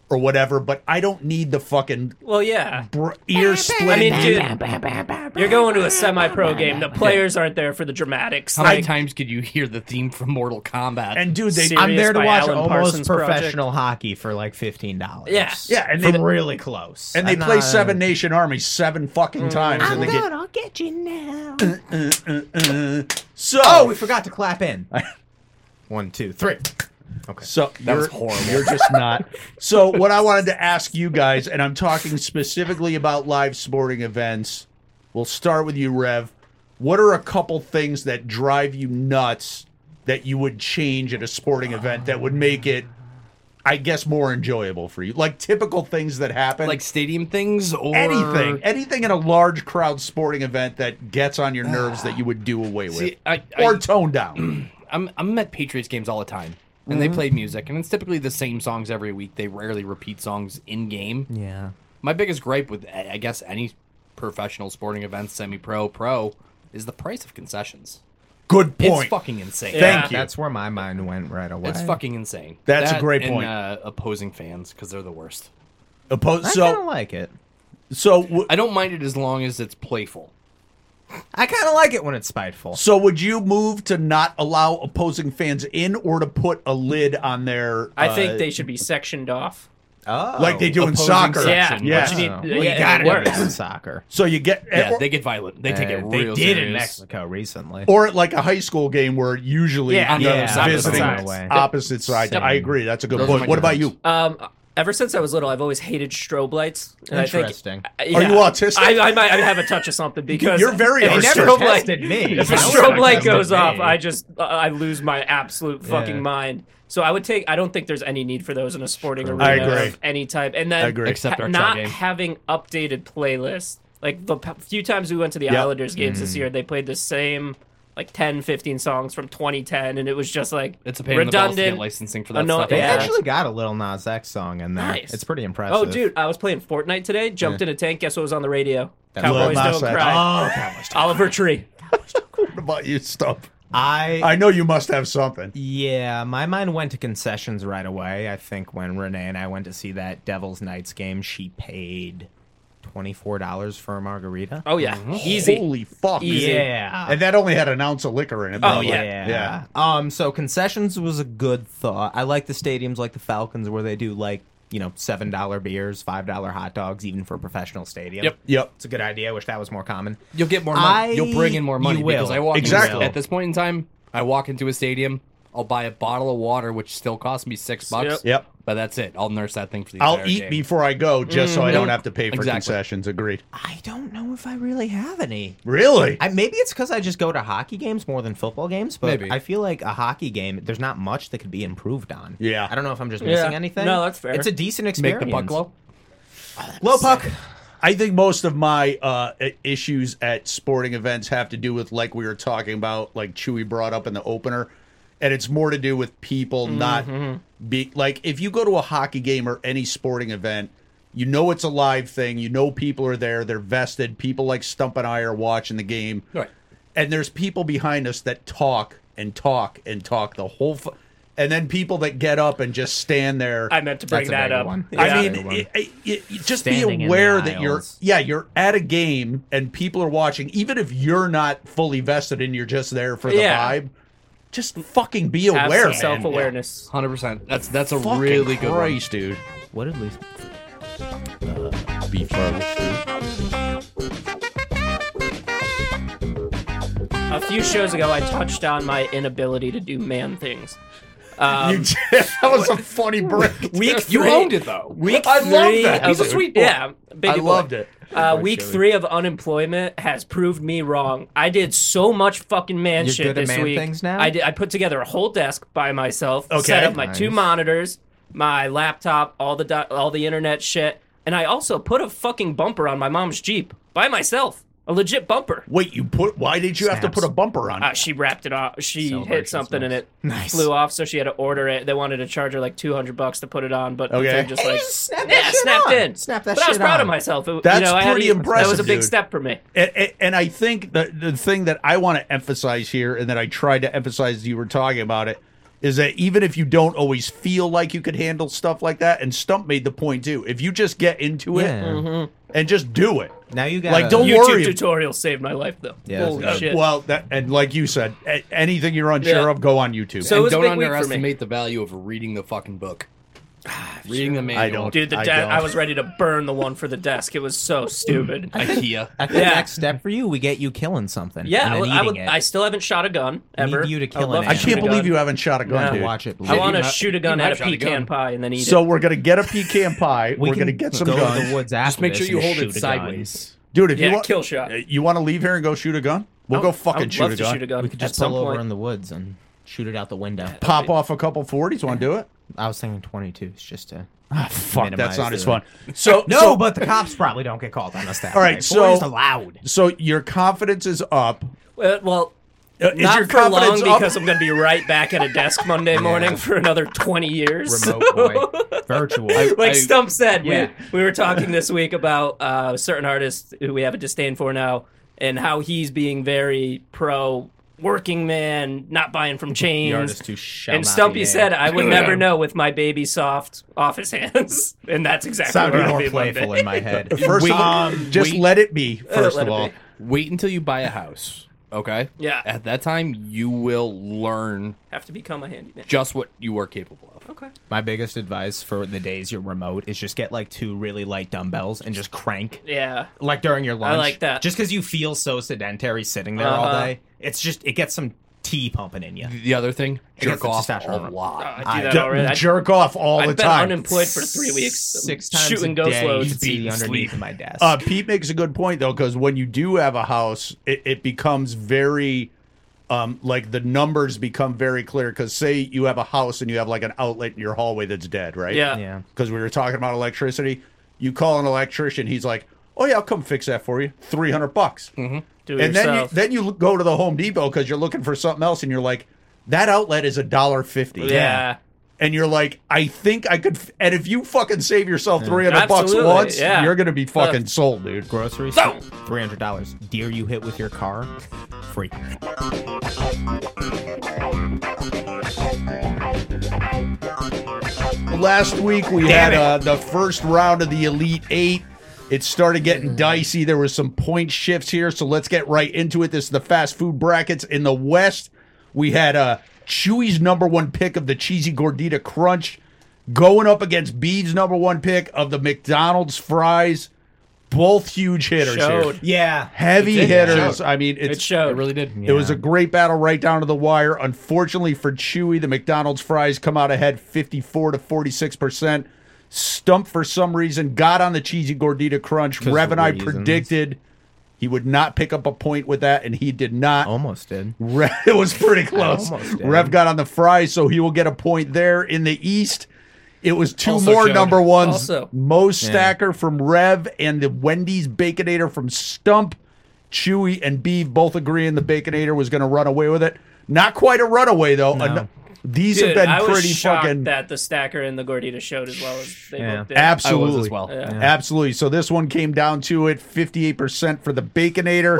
[SPEAKER 4] or whatever, but I don't need the fucking
[SPEAKER 3] Well, yeah.
[SPEAKER 4] br- ear
[SPEAKER 3] I mean,
[SPEAKER 4] splitting.
[SPEAKER 3] dude, you're going to a semi-pro game. The players aren't there for the dramatics.
[SPEAKER 2] how many
[SPEAKER 3] Like,
[SPEAKER 2] times could you hear the theme from Mortal Kombat?
[SPEAKER 4] and dude, they.
[SPEAKER 3] See-
[SPEAKER 1] I'm there to
[SPEAKER 3] by
[SPEAKER 1] watch
[SPEAKER 3] Alan
[SPEAKER 1] almost
[SPEAKER 3] Parsons Project.
[SPEAKER 1] professional hockey for like fifteen dollars.
[SPEAKER 3] Yeah.
[SPEAKER 4] Yeah, and
[SPEAKER 1] from
[SPEAKER 4] they-
[SPEAKER 1] really close.
[SPEAKER 4] and they
[SPEAKER 1] I'm
[SPEAKER 4] play
[SPEAKER 1] not- [LAUGHS]
[SPEAKER 4] Seven Nation Army seven fucking times, and they get
[SPEAKER 1] I'll get you now.
[SPEAKER 4] so.
[SPEAKER 1] [LAUGHS] Oh, we forgot to clap in. [LAUGHS] One, two, three. Okay.
[SPEAKER 4] So you're,
[SPEAKER 2] was horrible.
[SPEAKER 4] You're just not. [LAUGHS] So what I wanted to ask you guys, and I'm talking specifically about live sporting events. We'll start with you, Rev. What are a couple things that drive you nuts that you would change at a sporting event that would make it, I guess, more enjoyable for you? Like typical things that happen,
[SPEAKER 2] like stadium things or
[SPEAKER 4] anything, anything in a large crowd sporting event that gets on your nerves that you would do away with
[SPEAKER 2] See, I, I,
[SPEAKER 4] or
[SPEAKER 2] [CLEARS THROAT]
[SPEAKER 4] tone down.
[SPEAKER 2] I'm I'm at Patriots games all the time, and they play music, and it's typically the same songs every week. They rarely repeat songs in game.
[SPEAKER 1] Yeah.
[SPEAKER 2] My biggest gripe with I I guess any professional sporting event, semi pro, pro, is the price of concessions.
[SPEAKER 4] Good
[SPEAKER 2] It's
[SPEAKER 4] point.
[SPEAKER 2] fucking insane.
[SPEAKER 3] Thank
[SPEAKER 4] Thank you.
[SPEAKER 1] That's where my mind went right away.
[SPEAKER 2] It's fucking insane.
[SPEAKER 4] That's a great
[SPEAKER 2] and,
[SPEAKER 4] point.
[SPEAKER 2] Uh, opposing fans because they're the worst.
[SPEAKER 4] Oppo-
[SPEAKER 1] I kind of
[SPEAKER 4] so,
[SPEAKER 1] like it.
[SPEAKER 4] so w-
[SPEAKER 2] I don't mind it as long as it's playful.
[SPEAKER 1] I kind of like it when it's spiteful.
[SPEAKER 4] So would you move to not allow opposing fans in, or to put a lid on their?
[SPEAKER 3] I
[SPEAKER 4] uh,
[SPEAKER 3] think they should be sectioned off.
[SPEAKER 1] Oh.
[SPEAKER 4] like they do in
[SPEAKER 2] Opposing
[SPEAKER 4] soccer.
[SPEAKER 2] section.
[SPEAKER 3] Yeah,
[SPEAKER 4] Yes.
[SPEAKER 3] But you need,
[SPEAKER 1] Well,
[SPEAKER 3] yeah,
[SPEAKER 1] you got
[SPEAKER 3] it
[SPEAKER 1] to have
[SPEAKER 3] works.
[SPEAKER 1] it in soccer.
[SPEAKER 4] So you get,
[SPEAKER 2] Yeah,
[SPEAKER 4] or,
[SPEAKER 2] they get violent. They take it.
[SPEAKER 1] Uh,
[SPEAKER 2] real
[SPEAKER 1] They did in
[SPEAKER 2] serious.
[SPEAKER 1] Mexico recently.
[SPEAKER 4] or like a high school game where usually
[SPEAKER 3] Yeah,
[SPEAKER 4] the
[SPEAKER 2] yeah, opposite
[SPEAKER 4] visiting
[SPEAKER 1] sides.
[SPEAKER 4] opposite side. I agree. That's a good
[SPEAKER 2] Those are
[SPEAKER 4] point.
[SPEAKER 2] my
[SPEAKER 4] What about
[SPEAKER 2] concerns.
[SPEAKER 4] you?
[SPEAKER 3] Um, Ever since I was little, I've always hated strobe lights. And I think-
[SPEAKER 5] Interesting.
[SPEAKER 3] I-
[SPEAKER 4] Are you autistic?
[SPEAKER 3] I, I might have a touch of something because
[SPEAKER 4] You're very
[SPEAKER 3] if a
[SPEAKER 4] autistic.
[SPEAKER 3] [LAUGHS] strobe light-
[SPEAKER 5] tested me.
[SPEAKER 3] If
[SPEAKER 5] I
[SPEAKER 3] a
[SPEAKER 5] was
[SPEAKER 3] strobe
[SPEAKER 5] not
[SPEAKER 3] light
[SPEAKER 5] tested
[SPEAKER 3] goes
[SPEAKER 5] me.
[SPEAKER 3] off, I just uh, I lose my absolute fucking mind. So I would take. I don't think there's any need for those in a sporting arena
[SPEAKER 4] I agree.
[SPEAKER 3] of any type. And then
[SPEAKER 4] I agree.
[SPEAKER 2] Except our
[SPEAKER 3] not
[SPEAKER 2] trial game.
[SPEAKER 3] having updated playlists. Like the p- few times we went to the
[SPEAKER 4] Yep.
[SPEAKER 3] Islanders games this year, they played the same like 10, 15 songs from 2010, and it was just like
[SPEAKER 2] It's a pain in the balls to
[SPEAKER 3] redundant.
[SPEAKER 2] get licensing for that
[SPEAKER 3] Anno-
[SPEAKER 2] stuff.
[SPEAKER 1] They
[SPEAKER 3] Yeah.
[SPEAKER 1] actually got a little Nas X song in there.
[SPEAKER 3] Nice.
[SPEAKER 1] It's pretty impressive.
[SPEAKER 3] oh, dude, I was playing Fortnite today. Jumped in a tank. Guess what was on the radio?
[SPEAKER 1] That's
[SPEAKER 3] Cowboys
[SPEAKER 4] Lil
[SPEAKER 3] don't
[SPEAKER 4] Nas X.
[SPEAKER 3] cry. [LAUGHS]
[SPEAKER 4] Oh, Cowboys don't-
[SPEAKER 3] Oliver Tree.
[SPEAKER 4] what about you, Stump?
[SPEAKER 1] I,
[SPEAKER 4] I know you must have something.
[SPEAKER 1] yeah, my mind went to concessions right away. I think when Renee and I went to see that Devil's Knights game, she paid twenty four dollars for a margarita.
[SPEAKER 3] Oh yeah, easy.
[SPEAKER 4] Holy fuck.
[SPEAKER 3] Easy.
[SPEAKER 1] Yeah.
[SPEAKER 4] And that only had an ounce of liquor in it. probably.
[SPEAKER 3] oh, yeah.
[SPEAKER 4] Yeah.
[SPEAKER 1] Um. So concessions was a good thought. I like the stadiums like the Falcons where they do like you know seven dollar beers, five dollar hot dogs, even for a professional stadium.
[SPEAKER 2] Yep.
[SPEAKER 4] Yep.
[SPEAKER 1] It's a good idea. I wish that was more common.
[SPEAKER 2] You'll get more money.
[SPEAKER 1] I-
[SPEAKER 2] You'll bring in more money
[SPEAKER 1] you will.
[SPEAKER 2] because I walk into-
[SPEAKER 4] Exactly.
[SPEAKER 2] at this point in time. I walk into a stadium. I'll buy a bottle of water, which still costs me six bucks.
[SPEAKER 4] Yep.
[SPEAKER 2] But that's it. I'll nurse that thing for the
[SPEAKER 4] I'll
[SPEAKER 2] entire
[SPEAKER 4] eat
[SPEAKER 2] game.
[SPEAKER 4] before I go just
[SPEAKER 3] Mm-hmm.
[SPEAKER 4] so I don't have to pay for
[SPEAKER 2] Exactly.
[SPEAKER 4] concessions. Agreed.
[SPEAKER 1] I don't know if I really have any.
[SPEAKER 4] Really?
[SPEAKER 1] I, maybe it's because I just go to hockey games more than football games, but
[SPEAKER 2] Maybe.
[SPEAKER 1] I feel like a hockey game, there's not much that could be improved on.
[SPEAKER 4] Yeah.
[SPEAKER 1] I don't know if I'm just missing
[SPEAKER 3] Yeah.
[SPEAKER 1] anything.
[SPEAKER 3] No, that's fair.
[SPEAKER 1] It's a decent
[SPEAKER 2] Make
[SPEAKER 1] experience.
[SPEAKER 2] the puck low.
[SPEAKER 1] Low puck.
[SPEAKER 4] I think most of my uh, i- issues at sporting events have to do with like we were talking about, like Chewy brought up in the opener, and it's more to do with people not be like if you go to a hockey game or any sporting event, you know it's a live thing, you know people are there, they're vested. People like Stump and I are watching the game,
[SPEAKER 2] Right.
[SPEAKER 4] and there's people behind us that talk and talk and talk the whole, f- and then people that get up and just stand there.
[SPEAKER 3] I meant to bring
[SPEAKER 1] That's a
[SPEAKER 3] that
[SPEAKER 1] bigger
[SPEAKER 3] up.
[SPEAKER 1] one.
[SPEAKER 3] Yeah.
[SPEAKER 4] I mean,
[SPEAKER 1] Everyone.
[SPEAKER 4] it, it, it- just
[SPEAKER 1] Standing
[SPEAKER 4] be
[SPEAKER 1] in
[SPEAKER 4] aware
[SPEAKER 1] the
[SPEAKER 4] that you're,
[SPEAKER 1] aisles.
[SPEAKER 4] yeah, you're at a game and people are watching, even if you're not fully vested and you're just there for the
[SPEAKER 3] Yeah.
[SPEAKER 4] vibe. Just fucking be
[SPEAKER 3] have
[SPEAKER 4] aware,
[SPEAKER 3] some
[SPEAKER 4] man.
[SPEAKER 3] self awareness.
[SPEAKER 2] Hundred percent. That's that's a
[SPEAKER 4] Fucking
[SPEAKER 2] really good one.
[SPEAKER 4] Christ, dude.
[SPEAKER 1] What at least?
[SPEAKER 4] Beef burger.
[SPEAKER 3] A few shows ago, I touched on my inability to do man things.
[SPEAKER 4] [LAUGHS]
[SPEAKER 3] Um,
[SPEAKER 4] You did- that was a
[SPEAKER 3] [LAUGHS]
[SPEAKER 4] funny break.
[SPEAKER 3] Week
[SPEAKER 2] You
[SPEAKER 3] three-
[SPEAKER 2] owned it though.
[SPEAKER 3] Week
[SPEAKER 4] I love
[SPEAKER 3] three
[SPEAKER 4] that.
[SPEAKER 3] of-
[SPEAKER 4] He's a sweet boy.
[SPEAKER 3] Yeah, baby
[SPEAKER 4] I
[SPEAKER 3] boy.
[SPEAKER 4] loved it.
[SPEAKER 3] Uh, week three of unemployment has proved me wrong. I did so much fucking man
[SPEAKER 1] You're
[SPEAKER 3] shit
[SPEAKER 1] good at
[SPEAKER 3] this
[SPEAKER 1] man
[SPEAKER 3] week.
[SPEAKER 1] things now?
[SPEAKER 3] I did. I put together a whole desk by myself.
[SPEAKER 4] Okay.
[SPEAKER 3] Set up my two
[SPEAKER 1] Nice.
[SPEAKER 3] monitors, my laptop, all the do- all the internet shit, and I also put a fucking bumper on my mom's jeep by myself. A legit bumper.
[SPEAKER 4] [LAUGHS] Wait, you put? Why did you have to
[SPEAKER 1] Snaps.
[SPEAKER 4] put a bumper on?
[SPEAKER 3] Uh, she wrapped it off. She hit
[SPEAKER 1] Celebration
[SPEAKER 3] something and it
[SPEAKER 1] Nice.
[SPEAKER 3] flew off, so she had to order it. They wanted to charge her like two hundred bucks to put it on, but
[SPEAKER 4] Okay.
[SPEAKER 3] the thing just
[SPEAKER 1] Hey,
[SPEAKER 3] like
[SPEAKER 1] just snap that
[SPEAKER 3] yeah,
[SPEAKER 1] shit
[SPEAKER 3] snapped
[SPEAKER 1] on.
[SPEAKER 3] in.
[SPEAKER 1] Snap that
[SPEAKER 3] but I was
[SPEAKER 1] shit
[SPEAKER 3] proud of
[SPEAKER 1] on.
[SPEAKER 3] myself. It- you
[SPEAKER 4] That's
[SPEAKER 3] know, I had
[SPEAKER 4] pretty
[SPEAKER 3] to- That was
[SPEAKER 4] impressive,
[SPEAKER 3] a big
[SPEAKER 4] dude.
[SPEAKER 3] step for me.
[SPEAKER 4] And, and- and I think the the thing that I want to emphasize here, and that I tried to emphasize as you were talking about it, is that even if you don't always feel like you could handle stuff like that, and Stump made the point too, if you just get into
[SPEAKER 1] Yeah.
[SPEAKER 4] it
[SPEAKER 3] Mm-hmm.
[SPEAKER 4] and just do it,
[SPEAKER 1] Now you got
[SPEAKER 4] Like, don't
[SPEAKER 3] YouTube
[SPEAKER 4] worry.
[SPEAKER 3] tutorial saved my life though.
[SPEAKER 1] Yeah, that's
[SPEAKER 3] Holy
[SPEAKER 1] good.
[SPEAKER 3] shit.
[SPEAKER 4] Uh, well, that and like you said, a- anything you're unsure
[SPEAKER 3] Yeah.
[SPEAKER 4] of, go on YouTube.
[SPEAKER 3] So- it
[SPEAKER 2] and
[SPEAKER 3] was a
[SPEAKER 2] don't
[SPEAKER 3] big week for me.
[SPEAKER 2] underestimate the value of reading the fucking book. reading the manual.
[SPEAKER 4] don't.
[SPEAKER 3] Dude, the
[SPEAKER 4] I
[SPEAKER 3] de-
[SPEAKER 4] don't.
[SPEAKER 3] I, was ready to burn the one for the desk. It was so stupid.
[SPEAKER 2] [LAUGHS] IKEA.
[SPEAKER 1] I think
[SPEAKER 3] Yeah.
[SPEAKER 1] [LAUGHS] next step for you, we get you killing something.
[SPEAKER 3] yeah,
[SPEAKER 1] and
[SPEAKER 3] I,
[SPEAKER 1] then
[SPEAKER 3] would- I
[SPEAKER 1] eating
[SPEAKER 3] would.
[SPEAKER 1] It.
[SPEAKER 3] I still haven't shot a gun
[SPEAKER 1] Need
[SPEAKER 3] ever.
[SPEAKER 1] you to
[SPEAKER 3] I'd
[SPEAKER 1] kill an
[SPEAKER 3] love to
[SPEAKER 4] I
[SPEAKER 1] animal.
[SPEAKER 3] shoot a
[SPEAKER 4] can't believe
[SPEAKER 3] gun.
[SPEAKER 4] you haven't shot a gun,
[SPEAKER 3] No.
[SPEAKER 4] dude.
[SPEAKER 1] watch it. Blue.
[SPEAKER 3] I want
[SPEAKER 2] You
[SPEAKER 3] to
[SPEAKER 2] might-
[SPEAKER 3] shoot a
[SPEAKER 2] you
[SPEAKER 3] gun
[SPEAKER 2] might
[SPEAKER 3] at a
[SPEAKER 2] have shot a
[SPEAKER 3] pecan
[SPEAKER 2] gun.
[SPEAKER 3] pie and then eat
[SPEAKER 4] So
[SPEAKER 3] it.
[SPEAKER 4] we're gonna get a
[SPEAKER 3] [LAUGHS]
[SPEAKER 4] pecan pie.
[SPEAKER 1] We
[SPEAKER 4] We are
[SPEAKER 1] can
[SPEAKER 4] gonna get some
[SPEAKER 1] go
[SPEAKER 4] guns,
[SPEAKER 1] to the woods after
[SPEAKER 2] Just make
[SPEAKER 1] this
[SPEAKER 2] sure
[SPEAKER 1] and
[SPEAKER 2] you hold
[SPEAKER 1] shoot
[SPEAKER 2] it
[SPEAKER 1] a gun.
[SPEAKER 2] sideways.
[SPEAKER 4] dude. If
[SPEAKER 3] Yeah,
[SPEAKER 4] you want
[SPEAKER 3] kill shot.
[SPEAKER 4] you want to leave here and go shoot a gun, we'll
[SPEAKER 3] I
[SPEAKER 4] go
[SPEAKER 3] would-
[SPEAKER 4] fucking
[SPEAKER 3] I would
[SPEAKER 4] shoot,
[SPEAKER 3] love
[SPEAKER 4] a
[SPEAKER 3] to
[SPEAKER 4] gun.
[SPEAKER 3] shoot a gun.
[SPEAKER 1] We could
[SPEAKER 3] at
[SPEAKER 1] just
[SPEAKER 3] some
[SPEAKER 1] pull over
[SPEAKER 3] point.
[SPEAKER 1] in the woods and shoot it out the window.
[SPEAKER 4] Pop off a couple forties. Want to do it?
[SPEAKER 1] I was thinking 22s just to.
[SPEAKER 4] Fuck, that's
[SPEAKER 1] minimize
[SPEAKER 4] not as
[SPEAKER 1] the-
[SPEAKER 4] fun. So
[SPEAKER 3] [LAUGHS]
[SPEAKER 1] No,
[SPEAKER 4] so-
[SPEAKER 1] but the cops probably don't get called on us that
[SPEAKER 4] All
[SPEAKER 1] way.
[SPEAKER 4] right, so-
[SPEAKER 1] Four is allowed.
[SPEAKER 4] So your confidence is up.
[SPEAKER 3] Uh, well,
[SPEAKER 4] Uh, Is
[SPEAKER 3] not
[SPEAKER 4] your
[SPEAKER 3] for long
[SPEAKER 4] confidence up?
[SPEAKER 3] because I'm going to be right back at a desk Monday morning for another 20 years. [LAUGHS]
[SPEAKER 1] Remote boy, virtual.
[SPEAKER 3] like
[SPEAKER 2] I-
[SPEAKER 3] Stump said,
[SPEAKER 2] Yeah.
[SPEAKER 3] we, we were talking this week about uh, certain artists who we have a disdain for now and how he's being very pro working man, not buying from chains.
[SPEAKER 1] artist who shall
[SPEAKER 3] and
[SPEAKER 1] not be
[SPEAKER 3] Stumpy
[SPEAKER 1] named.
[SPEAKER 3] said, I would
[SPEAKER 1] [CLEARS THROAT]
[SPEAKER 3] never know with my baby soft office hands. [LAUGHS] And that's exactly
[SPEAKER 1] Sounded
[SPEAKER 3] what I'll
[SPEAKER 1] more
[SPEAKER 3] be Monday.
[SPEAKER 1] playful in my [LAUGHS] head.
[SPEAKER 4] First of all, just
[SPEAKER 2] wait.
[SPEAKER 4] let it be. First
[SPEAKER 3] um, Uh, let
[SPEAKER 4] of
[SPEAKER 3] it
[SPEAKER 4] all,
[SPEAKER 3] be.
[SPEAKER 2] Wait until you buy a house. Okay.
[SPEAKER 3] Yeah.
[SPEAKER 2] At that time, you will learn
[SPEAKER 3] Have to become a handyman.
[SPEAKER 2] just what you are capable of.
[SPEAKER 3] Okay.
[SPEAKER 1] My biggest advice for the days you're remote is just get like two really light dumbbells and just crank
[SPEAKER 3] Yeah.
[SPEAKER 1] like during your lunch.
[SPEAKER 3] like that.
[SPEAKER 1] Just because you feel so sedentary sitting there all
[SPEAKER 3] Uh-huh.
[SPEAKER 1] day, it's just it gets some tea pumping in you.
[SPEAKER 2] The other thing,
[SPEAKER 1] guess
[SPEAKER 2] jerk
[SPEAKER 1] it's
[SPEAKER 2] off a
[SPEAKER 1] testosterone.
[SPEAKER 2] lot.
[SPEAKER 3] I do that
[SPEAKER 4] Ju-
[SPEAKER 3] already. I,
[SPEAKER 4] jerk off all
[SPEAKER 3] I've
[SPEAKER 4] the
[SPEAKER 3] been
[SPEAKER 4] time.
[SPEAKER 3] unemployed for three weeks. um,
[SPEAKER 1] Six times
[SPEAKER 3] shooting
[SPEAKER 1] a
[SPEAKER 3] ghost
[SPEAKER 1] day,
[SPEAKER 3] loads,
[SPEAKER 1] you can see
[SPEAKER 3] beating
[SPEAKER 1] underneath
[SPEAKER 3] sleep.
[SPEAKER 1] my desk.
[SPEAKER 4] Uh, Pete makes a good point though, because when you do have a house, it, it becomes very, um, like the numbers become very clear. Because say you have a house and you have like an outlet in your hallway that's dead, right?
[SPEAKER 3] Yeah.
[SPEAKER 1] yeah.
[SPEAKER 4] Because we were talking about electricity, you call an electrician, he's like, "Oh yeah, I'll come fix that for you, three hundred bucks."
[SPEAKER 3] do it
[SPEAKER 4] And then you,
[SPEAKER 3] yourself.
[SPEAKER 4] then you go to the Home Depot because you're looking for something else, and you're like, "That outlet is a dollar fifty.
[SPEAKER 3] yeah.
[SPEAKER 4] and you're like, I think I could. F-. And if you fucking save yourself three hundred bucks
[SPEAKER 3] Absolutely,
[SPEAKER 4] once,
[SPEAKER 3] yeah.
[SPEAKER 4] you're gonna be fucking sold, dude.
[SPEAKER 1] Groceries,
[SPEAKER 2] So-
[SPEAKER 1] three hundred dollars. Deer you hit with your car, free.
[SPEAKER 4] Last week we
[SPEAKER 3] Damn
[SPEAKER 4] had
[SPEAKER 3] it.
[SPEAKER 4] uh, the first round of the Elite Eight. It started getting dicey. There was some point shifts here, so let's get right into it. This is the fast food brackets in the West. We had uh, Chewy's number one pick of the cheesy gordita crunch going up against Bede's number one pick of the McDonald's fries. Both huge hitters
[SPEAKER 3] Showed.
[SPEAKER 4] here.
[SPEAKER 1] Yeah.
[SPEAKER 4] Heavy
[SPEAKER 2] It did.
[SPEAKER 4] hitters.
[SPEAKER 2] Showed.
[SPEAKER 4] I mean, it's
[SPEAKER 3] It showed.
[SPEAKER 2] It really did.
[SPEAKER 1] Yeah.
[SPEAKER 4] It was a great battle right down to the wire. Unfortunately for Chewy, the McDonald's fries come out ahead 54 to 46%. Stump for some reason got on the cheesy gordita crunch. Rev and I
[SPEAKER 1] reasons.
[SPEAKER 4] predicted he would not pick up a point with that, and he did not.
[SPEAKER 1] Almost did.
[SPEAKER 4] Rev, [LAUGHS] it
[SPEAKER 1] [LAUGHS]
[SPEAKER 4] was pretty close.
[SPEAKER 1] almost did.
[SPEAKER 4] Rev got on the fries, so he will get a point there. In the East, it was two
[SPEAKER 2] Also
[SPEAKER 4] more
[SPEAKER 2] showed.
[SPEAKER 4] number ones.
[SPEAKER 3] Also.
[SPEAKER 4] Mo Stacker from Rev and the Wendy's Baconator from Stump. Chewy and Beeve both agreeing the Baconator was going to run away with it. Not quite a runaway, though. An- these
[SPEAKER 3] Dude,
[SPEAKER 4] have
[SPEAKER 3] I
[SPEAKER 4] been
[SPEAKER 3] was
[SPEAKER 4] pretty
[SPEAKER 3] shocked
[SPEAKER 4] fucking.
[SPEAKER 3] that the stacker and the gordita showed as well as they
[SPEAKER 1] Yeah.
[SPEAKER 3] both did.
[SPEAKER 4] Absolutely.
[SPEAKER 2] I was as well.
[SPEAKER 3] Yeah.
[SPEAKER 4] Absolutely. So this one came down to it 58% for the Baconator,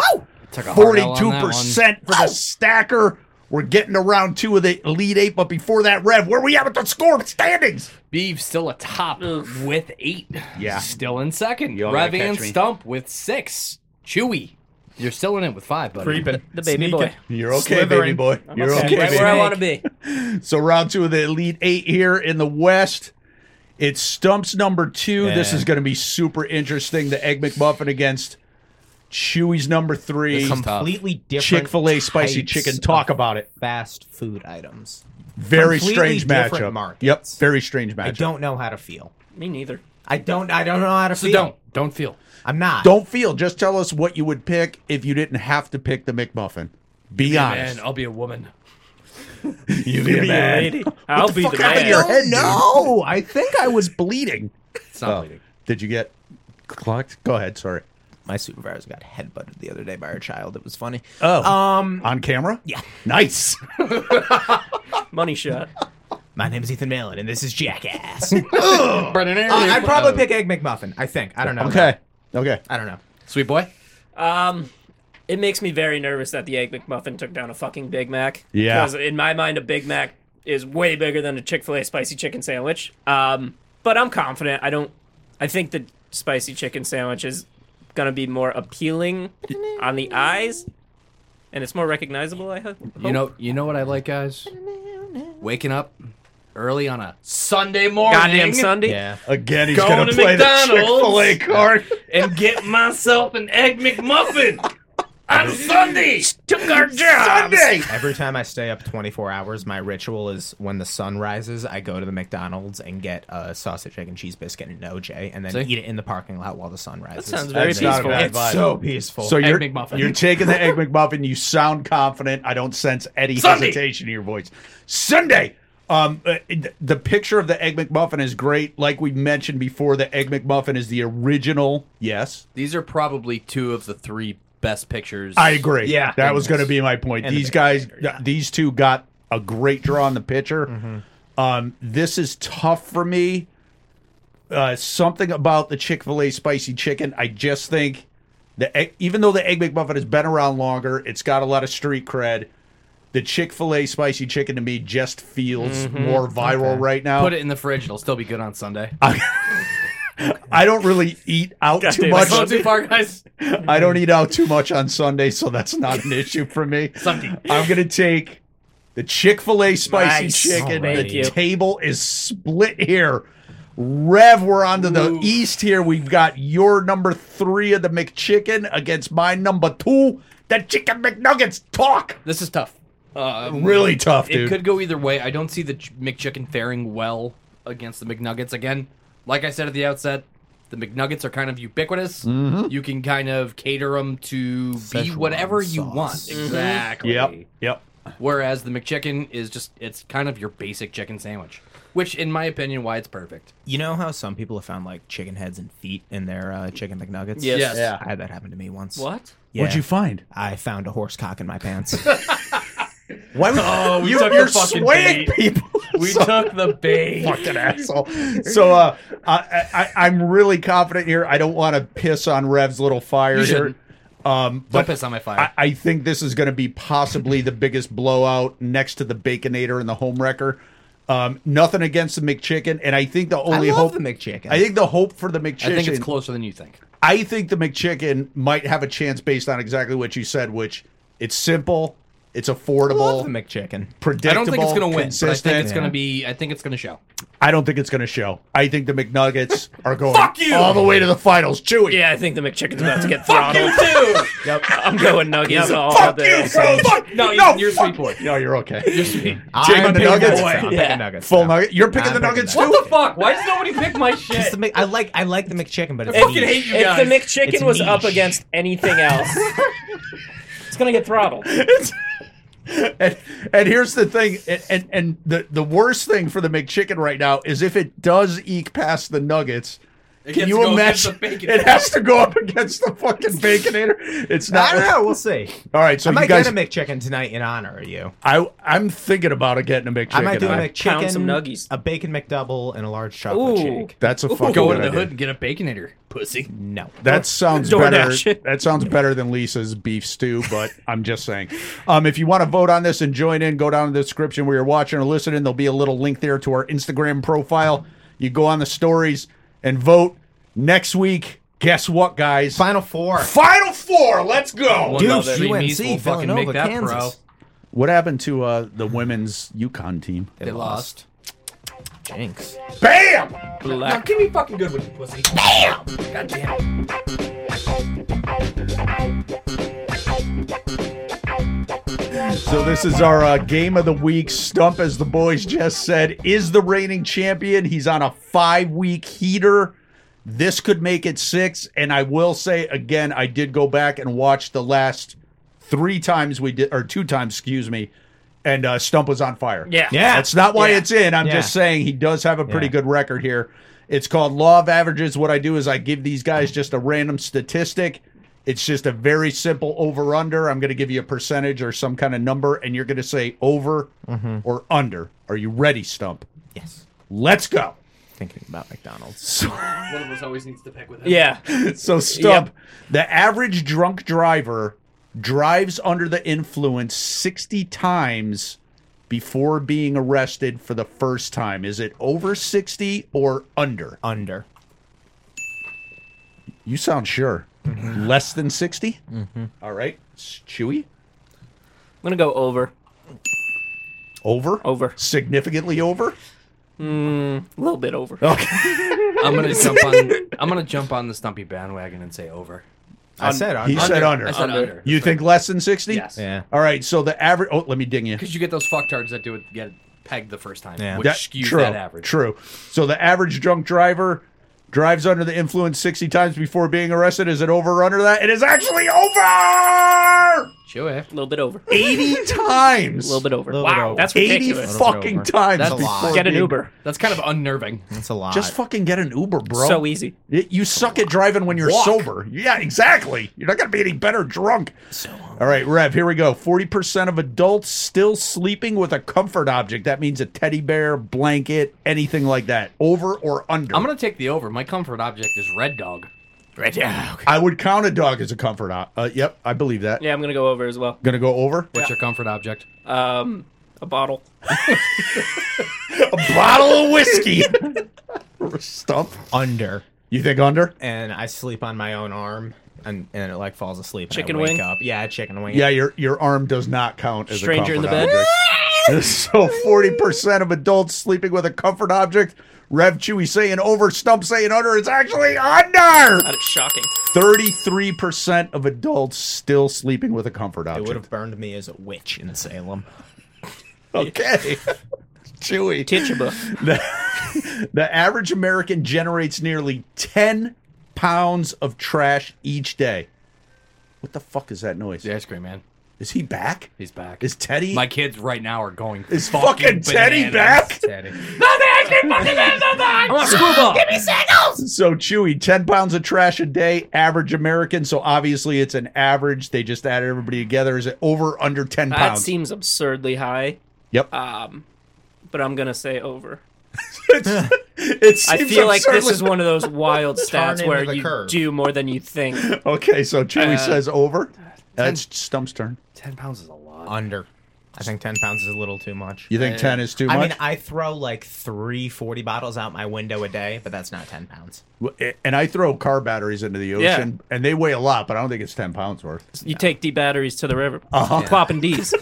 [SPEAKER 2] Took a hard L on that
[SPEAKER 4] 42% for the Stacker. We're getting to round two of the Elite Eight, but before that, Rev, where we at with the score standings?
[SPEAKER 2] Beeve still atop with eight.
[SPEAKER 4] Yeah.
[SPEAKER 2] Still in second.
[SPEAKER 4] You all gotta
[SPEAKER 2] Rev and
[SPEAKER 4] catch me.
[SPEAKER 2] Stump with six. Chewy, you're still in it with five, buddy.
[SPEAKER 1] Creeping.
[SPEAKER 3] The baby boy.
[SPEAKER 4] You're okay, baby
[SPEAKER 1] Slithering.
[SPEAKER 4] boy. You're okay,
[SPEAKER 3] right
[SPEAKER 4] baby
[SPEAKER 3] where I want to be.
[SPEAKER 4] So round two of the Elite Eight here in the West. It's Stumps number two. This
[SPEAKER 1] Yeah.
[SPEAKER 4] is going to be super interesting. The Egg McMuffin against Chewy's number three.
[SPEAKER 2] This is tough.
[SPEAKER 1] Completely different.
[SPEAKER 4] Chick fil A Uh, spicy
[SPEAKER 1] types
[SPEAKER 4] chicken. Talk
[SPEAKER 1] of
[SPEAKER 4] about it.
[SPEAKER 1] fast food items.
[SPEAKER 4] Very
[SPEAKER 1] Completely
[SPEAKER 4] strange
[SPEAKER 1] different
[SPEAKER 4] matchup. Yep.
[SPEAKER 1] markets.
[SPEAKER 4] Very strange
[SPEAKER 1] I
[SPEAKER 4] matchup.
[SPEAKER 1] don't know how to feel.
[SPEAKER 3] Me neither.
[SPEAKER 1] I don't. I don't know how to
[SPEAKER 2] So
[SPEAKER 1] feel.
[SPEAKER 2] don't don't feel.
[SPEAKER 1] I'm not.
[SPEAKER 4] Don't feel. Just tell us what you would pick if you didn't have to pick the McMuffin. Be honest.
[SPEAKER 2] Man, I'll be a woman.
[SPEAKER 4] You be a man.
[SPEAKER 3] Lady, I'll be the man.
[SPEAKER 4] your head,
[SPEAKER 5] no, I think I was
[SPEAKER 4] Bleeding.
[SPEAKER 2] It's
[SPEAKER 4] Oh.
[SPEAKER 2] not bleeding.
[SPEAKER 4] Did you get clocked? Go ahead. Sorry.
[SPEAKER 1] My supervisor got headbutted the other day by her child. It was funny.
[SPEAKER 4] Oh.
[SPEAKER 1] Um.
[SPEAKER 4] On camera?
[SPEAKER 1] Yeah.
[SPEAKER 4] Nice.
[SPEAKER 3] Money shot.
[SPEAKER 1] My name is Ethan Malin, and this is
[SPEAKER 4] [LAUGHS]
[SPEAKER 1] Jackass.
[SPEAKER 2] Brennan,
[SPEAKER 1] Uh, I'd probably pick Egg McMuffin. I think. I don't know.
[SPEAKER 4] okay. [LAUGHS] Okay.
[SPEAKER 1] I don't know.
[SPEAKER 2] Sweet boy.
[SPEAKER 3] It makes me very nervous that the Egg McMuffin took down a fucking Big Mac.
[SPEAKER 4] Yeah.
[SPEAKER 3] Because in my mind, a Big Mac is way bigger than a Chick fil A spicy chicken sandwich. Um, but I'm confident. I don't. I think the spicy chicken sandwich is going to be more appealing on the eyes. And it's more recognizable, I hope.
[SPEAKER 2] You know you know what I like, guys? Waking up early on a Sunday morning.
[SPEAKER 3] goddamn Sunday.
[SPEAKER 1] Yeah.
[SPEAKER 4] Again, he's
[SPEAKER 2] Going
[SPEAKER 4] going to
[SPEAKER 2] to
[SPEAKER 4] play the Chick
[SPEAKER 2] McDonald's.
[SPEAKER 4] Fil A card.
[SPEAKER 2] and get myself an egg McMuffin.
[SPEAKER 3] On Sunday! Took our job!
[SPEAKER 4] Sunday.
[SPEAKER 1] Every time I stay up 24 hours, my ritual is when the sun rises, I go to the McDonald's and get a sausage, egg, and cheese biscuit and an OJ, and then
[SPEAKER 2] See?
[SPEAKER 1] eat it in the parking lot while the sun rises.
[SPEAKER 3] sounds very
[SPEAKER 4] That's not a
[SPEAKER 3] peaceful.
[SPEAKER 4] bad
[SPEAKER 3] It's
[SPEAKER 4] vibe.
[SPEAKER 1] so peaceful.
[SPEAKER 4] So you're
[SPEAKER 2] McMuffin.
[SPEAKER 4] you're taking
[SPEAKER 3] [LAUGHS]
[SPEAKER 4] the egg McMuffin. You sound confident. I don't sense any
[SPEAKER 2] Sunday.
[SPEAKER 4] hesitation in your voice. Sunday. Um, uh, th- the picture of the egg McMuffin is great. Like we mentioned before, the egg McMuffin is the original. Yes,
[SPEAKER 2] These are probably two of the three best pictures.
[SPEAKER 4] I agree.
[SPEAKER 1] Yeah.
[SPEAKER 4] that was going to be my point.
[SPEAKER 1] And the
[SPEAKER 4] these
[SPEAKER 1] big
[SPEAKER 4] guys,
[SPEAKER 1] picture, yeah. Mm-hmm.
[SPEAKER 4] these two, got a great draw on the pitcher. Um, this is tough for me. Uh, something about the Chick Fil A spicy chicken. I just think the egg, even though the egg McMuffin has been around longer, it's got a lot of street cred. The Chick Fil A spicy chicken to me just feels
[SPEAKER 1] Mm-hmm.
[SPEAKER 4] more viral right now.
[SPEAKER 2] Put it in the fridge; it'll still be good on Sunday.
[SPEAKER 4] I don't really eat out too
[SPEAKER 3] damn,
[SPEAKER 4] much.
[SPEAKER 2] Go too far, guys.
[SPEAKER 4] I don't eat out too much on Sunday, so that's not an issue for me.
[SPEAKER 2] Sunday.
[SPEAKER 4] I'm gonna take the Chick Fil A spicy
[SPEAKER 3] Nice. Oh,
[SPEAKER 4] chicken.
[SPEAKER 1] Thank
[SPEAKER 4] the
[SPEAKER 3] you.
[SPEAKER 4] table is split here. Rev, we're on to the east here. We've got your number three of the McChicken against my number two, the Chicken McNuggets. Talk.
[SPEAKER 2] This is tough. Uh,
[SPEAKER 4] really tough, dude.
[SPEAKER 2] It could go either way. I don't see the Ch- McChicken faring well against the McNuggets. Again, like I said at the outset, the McNuggets are kind of ubiquitous.
[SPEAKER 4] Mm-hmm.
[SPEAKER 2] You can kind of cater them to be
[SPEAKER 5] Szechuan
[SPEAKER 2] whatever you
[SPEAKER 5] sauce. Mm-hmm.
[SPEAKER 2] want. Exactly.
[SPEAKER 4] Yep. Yep.
[SPEAKER 2] Whereas the McChicken is just, it's kind of your basic chicken sandwich, which, in my opinion, why it's perfect.
[SPEAKER 1] You know how some people have found like chicken heads and feet in their uh, chicken McNuggets?
[SPEAKER 3] Yes.
[SPEAKER 2] Yes.
[SPEAKER 4] Yeah.
[SPEAKER 1] I had that happen to me once.
[SPEAKER 3] What?
[SPEAKER 1] Yeah.
[SPEAKER 4] What'd you find?
[SPEAKER 1] I found a horse cock in my pants.
[SPEAKER 4] Why would
[SPEAKER 3] [LAUGHS] Oh, we
[SPEAKER 4] you,
[SPEAKER 3] took
[SPEAKER 4] you're
[SPEAKER 3] the fucking
[SPEAKER 4] swaying
[SPEAKER 3] bait.
[SPEAKER 4] people?
[SPEAKER 3] We
[SPEAKER 4] [LAUGHS] so-
[SPEAKER 3] took the bait.
[SPEAKER 4] fucking asshole. So uh, I, I, I'm really confident here. I don't want to piss on Rev's little fire here.
[SPEAKER 2] shouldn't.
[SPEAKER 4] Um,
[SPEAKER 2] Don't
[SPEAKER 4] but
[SPEAKER 2] piss on my fire.
[SPEAKER 4] I, I think this is going to be possibly the biggest blowout next to the Baconator and the Homewrecker. Um, nothing against the McChicken, and I think the only
[SPEAKER 1] love
[SPEAKER 4] hope
[SPEAKER 1] the McChicken.
[SPEAKER 4] I think the hope for the McChicken.
[SPEAKER 2] I think it's closer than you think.
[SPEAKER 4] I think the McChicken might have a chance based on exactly what you said, which it's simple, it's affordable,
[SPEAKER 1] Love the McChicken.
[SPEAKER 4] predictable.
[SPEAKER 2] I don't think it's going to win, but I think it's
[SPEAKER 4] consistent.
[SPEAKER 2] going to be, I think it's going to show.
[SPEAKER 4] I don't think it's going to show. I think the
[SPEAKER 3] [LAUGHS]
[SPEAKER 4] McNuggets are going
[SPEAKER 3] Fuck you!
[SPEAKER 4] all the way to the finals. Chewy.
[SPEAKER 3] Yeah, I think the McChicken's about to get throttled.
[SPEAKER 2] too!
[SPEAKER 3] [LAUGHS] I'm going Nuggets all
[SPEAKER 4] Fuck
[SPEAKER 3] day.
[SPEAKER 4] you, bro. Fuck.
[SPEAKER 2] No,
[SPEAKER 4] no,
[SPEAKER 2] you're
[SPEAKER 4] fuck.
[SPEAKER 2] sweet boy.
[SPEAKER 4] No, you're okay. You're
[SPEAKER 1] I'm
[SPEAKER 4] the
[SPEAKER 1] picking
[SPEAKER 4] Nuggets?
[SPEAKER 1] I'm picking
[SPEAKER 3] Yeah.
[SPEAKER 1] Nuggets.
[SPEAKER 4] full
[SPEAKER 1] now.
[SPEAKER 4] nugget. You're picking
[SPEAKER 1] I'm
[SPEAKER 4] the
[SPEAKER 1] picking
[SPEAKER 4] Nuggets
[SPEAKER 1] that.
[SPEAKER 4] too.
[SPEAKER 2] What the fuck? Why does nobody pick my
[SPEAKER 1] It's
[SPEAKER 2] shit?
[SPEAKER 1] the Mc- I like I like the McChicken, but it's
[SPEAKER 2] I fucking
[SPEAKER 1] niche.
[SPEAKER 2] hate you
[SPEAKER 3] If the
[SPEAKER 2] guys.
[SPEAKER 3] McChicken
[SPEAKER 1] It's
[SPEAKER 3] was up
[SPEAKER 1] niche.
[SPEAKER 3] against anything [LAUGHS] else, it's gonna get throttled.
[SPEAKER 4] [LAUGHS] And, and here's the thing, and, and and the the worst thing for the McChicken right now is if it does eke past the Nuggets. Can
[SPEAKER 2] gets
[SPEAKER 4] you
[SPEAKER 2] to go against
[SPEAKER 4] imagine?
[SPEAKER 2] the Baconator.
[SPEAKER 4] It has to go up against the fucking Baconator. It's
[SPEAKER 1] I
[SPEAKER 4] not.
[SPEAKER 1] don't know. We'll see.
[SPEAKER 4] All right, so
[SPEAKER 1] I
[SPEAKER 4] you
[SPEAKER 1] might
[SPEAKER 4] guys,
[SPEAKER 1] get a McChicken tonight in honor of you.
[SPEAKER 4] I I'm thinking about getting a McChicken.
[SPEAKER 1] I might do a
[SPEAKER 4] I-
[SPEAKER 1] McChicken,
[SPEAKER 3] some nuggies.
[SPEAKER 1] a bacon McDouble, and a large chocolate
[SPEAKER 3] Ooh.
[SPEAKER 1] shake.
[SPEAKER 4] That's a fucking
[SPEAKER 2] Go
[SPEAKER 4] good
[SPEAKER 2] into the
[SPEAKER 4] idea.
[SPEAKER 2] hood and get a baconator, pussy.
[SPEAKER 1] No.
[SPEAKER 4] That sounds
[SPEAKER 3] DoorDash.
[SPEAKER 4] better. That sounds better than Lisa's beef stew, but I'm just saying. Um, if you want to vote on this and join in, go down to the description where you're watching or listening. There'll be a little link there to our Instagram profile. You go on the stories and vote. Next week, guess what, guys?
[SPEAKER 1] Final four.
[SPEAKER 4] Final four. Let's go.
[SPEAKER 1] Dude,
[SPEAKER 2] Another three
[SPEAKER 1] UNC,
[SPEAKER 2] meets will fucking
[SPEAKER 1] Villanova,
[SPEAKER 2] make that,
[SPEAKER 1] Kansas.
[SPEAKER 2] bro.
[SPEAKER 4] What happened to uh, the women's Yukon team?
[SPEAKER 2] They lost.
[SPEAKER 1] Jinx.
[SPEAKER 4] Bam!
[SPEAKER 2] Now give me fucking good with you, pussy. God damn it.
[SPEAKER 4] So this is our uh, game of the week. Stump, as the boys just said, is the reigning champion. He's on a five-week heater. This could make it six. And I will say again, I did go back and watch the last three times we did, or two times, excuse me. And uh, Stump was on fire.
[SPEAKER 3] Yeah.
[SPEAKER 1] Yeah.
[SPEAKER 4] That's not why
[SPEAKER 3] Yeah.
[SPEAKER 4] it's in. I'm
[SPEAKER 1] Yeah.
[SPEAKER 4] just saying he does have a pretty
[SPEAKER 1] Yeah.
[SPEAKER 4] good record here. It's called Law of Averages. What I do is I give these guys just a random statistic. It's just a very simple over under. I'm going to give you a percentage or some kind of number, and you're going to say over or under. Are you ready, Stump?
[SPEAKER 1] Yes.
[SPEAKER 4] Let's go. [LAUGHS]
[SPEAKER 1] Thinking about McDonald's.
[SPEAKER 4] So,
[SPEAKER 2] One of us always needs to peck with him.
[SPEAKER 3] Yeah.
[SPEAKER 4] so Stump, the average drunk driver drives under the influence 60 times before being arrested for the first time. Is it over 60 or under?
[SPEAKER 1] Under.
[SPEAKER 4] You sound sure.
[SPEAKER 3] Mm-hmm.
[SPEAKER 4] Less than 60? All right. S- Chewy?
[SPEAKER 3] I'm gonna go over.
[SPEAKER 4] Over?
[SPEAKER 3] Over.
[SPEAKER 4] Significantly over?
[SPEAKER 3] A little bit over.
[SPEAKER 2] I'm gonna jump on I'm gonna jump on the stumpy bandwagon and say over.
[SPEAKER 1] I said under.
[SPEAKER 4] He said under.
[SPEAKER 2] I said under.
[SPEAKER 4] You think less than 60?
[SPEAKER 2] Yes.
[SPEAKER 1] Yeah.
[SPEAKER 4] All right. So the average. Oh, let me ding you.
[SPEAKER 2] Because you get those fucktards that do it get pegged the first time,
[SPEAKER 1] Yeah.
[SPEAKER 2] which
[SPEAKER 4] That-
[SPEAKER 2] skews
[SPEAKER 4] true,
[SPEAKER 2] that average.
[SPEAKER 4] True. So the average drunk driver drives under the influence 60 times before being arrested. Is it over or under that? It is actually over!
[SPEAKER 2] Chewy.
[SPEAKER 3] A little bit over. [LAUGHS]
[SPEAKER 4] 80 times.
[SPEAKER 3] A little bit over.
[SPEAKER 1] Little bit
[SPEAKER 3] wow.
[SPEAKER 1] over.
[SPEAKER 3] That's
[SPEAKER 4] 80
[SPEAKER 3] ridiculous.
[SPEAKER 4] fucking
[SPEAKER 1] over.
[SPEAKER 4] times.
[SPEAKER 2] That's a
[SPEAKER 4] before
[SPEAKER 1] lot.
[SPEAKER 3] Get an
[SPEAKER 4] being-
[SPEAKER 3] Uber.
[SPEAKER 2] That's kind of unnerving.
[SPEAKER 1] That's a lot.
[SPEAKER 4] Just fucking get an Uber, bro.
[SPEAKER 3] So easy.
[SPEAKER 4] Y- You suck at driving when you're
[SPEAKER 2] Walk.
[SPEAKER 4] sober. Yeah, exactly. You're not going to be any better drunk. All right, Rev, here we go. 40% of adults still sleeping with a comfort object. That means a teddy bear, blanket, anything like that. Over or under?
[SPEAKER 2] I'm gonna take the over. My comfort object is Red Dog.
[SPEAKER 4] I would count a dog as a comfort object. Uh, yep, I believe that.
[SPEAKER 3] Yeah, I'm gonna go over as well.
[SPEAKER 4] Going to go over?
[SPEAKER 2] What's your comfort object?
[SPEAKER 3] Um, a bottle.
[SPEAKER 4] A bottle
[SPEAKER 2] [LAUGHS]
[SPEAKER 4] of whiskey. [LAUGHS] Stump.
[SPEAKER 1] under.
[SPEAKER 4] You think under?
[SPEAKER 1] And I sleep on my own arm, and and it like falls asleep. and I
[SPEAKER 3] Chicken
[SPEAKER 1] wake
[SPEAKER 3] wing?
[SPEAKER 1] Up. Yeah, chicken wing.
[SPEAKER 4] Yeah, your your arm does not count as
[SPEAKER 3] Stranger
[SPEAKER 4] a
[SPEAKER 3] in
[SPEAKER 4] comfort
[SPEAKER 3] the bed?
[SPEAKER 4] object. [LAUGHS] so forty percent of adults sleeping with a comfort object. Rev Chewy saying over, Stump saying under. It's actually under.
[SPEAKER 3] That is shocking.
[SPEAKER 4] Thirty-three percent of adults still sleeping with a comfort
[SPEAKER 1] It would have
[SPEAKER 4] object.
[SPEAKER 1] burned me as a witch in Salem.
[SPEAKER 4] Okay, [LAUGHS] Chewy.
[SPEAKER 3] Teachable.
[SPEAKER 4] The [LAUGHS] average American generates nearly 10 pounds of trash each day. What the fuck is that noise?
[SPEAKER 2] The ice cream man.
[SPEAKER 4] Is he back?
[SPEAKER 2] He's back.
[SPEAKER 4] Is Teddy?
[SPEAKER 2] My kids right now are going.
[SPEAKER 4] is fucking, Teddy
[SPEAKER 2] bananas.
[SPEAKER 4] back?
[SPEAKER 1] Teddy.
[SPEAKER 3] I want screwball.
[SPEAKER 4] So Chewy, 10 pounds of trash a day, average American. So obviously it's an average. They just added everybody together. Is it over under 10
[SPEAKER 3] That
[SPEAKER 4] pounds?
[SPEAKER 3] seems absurdly high,
[SPEAKER 4] yep.
[SPEAKER 3] um, but I'm gonna say over.
[SPEAKER 4] It's- [LAUGHS] it seems
[SPEAKER 3] I feel like this
[SPEAKER 4] absurdly-
[SPEAKER 3] is one of [LAUGHS] those wild stats
[SPEAKER 1] into
[SPEAKER 3] where
[SPEAKER 1] the
[SPEAKER 3] you
[SPEAKER 1] curve.
[SPEAKER 3] do more than you think.
[SPEAKER 4] Okay, so Chewy
[SPEAKER 3] Uh,
[SPEAKER 4] says over. That's Stump's turn.
[SPEAKER 2] Ten pounds is a lot.
[SPEAKER 1] Under. I think 10 pounds is a little too much.
[SPEAKER 4] You think
[SPEAKER 3] Uh,
[SPEAKER 4] 10 is too
[SPEAKER 1] I
[SPEAKER 4] much?
[SPEAKER 1] mean, I throw like three 40 bottles out my window a day, but that's not 10 pounds.
[SPEAKER 4] and I throw car batteries into the
[SPEAKER 3] Yeah.
[SPEAKER 4] ocean, and they weigh a lot, but I don't think it's 10 pounds worth.
[SPEAKER 3] [LAUGHS] You take D batteries to the river,
[SPEAKER 4] Uh-huh.
[SPEAKER 3] popping D's.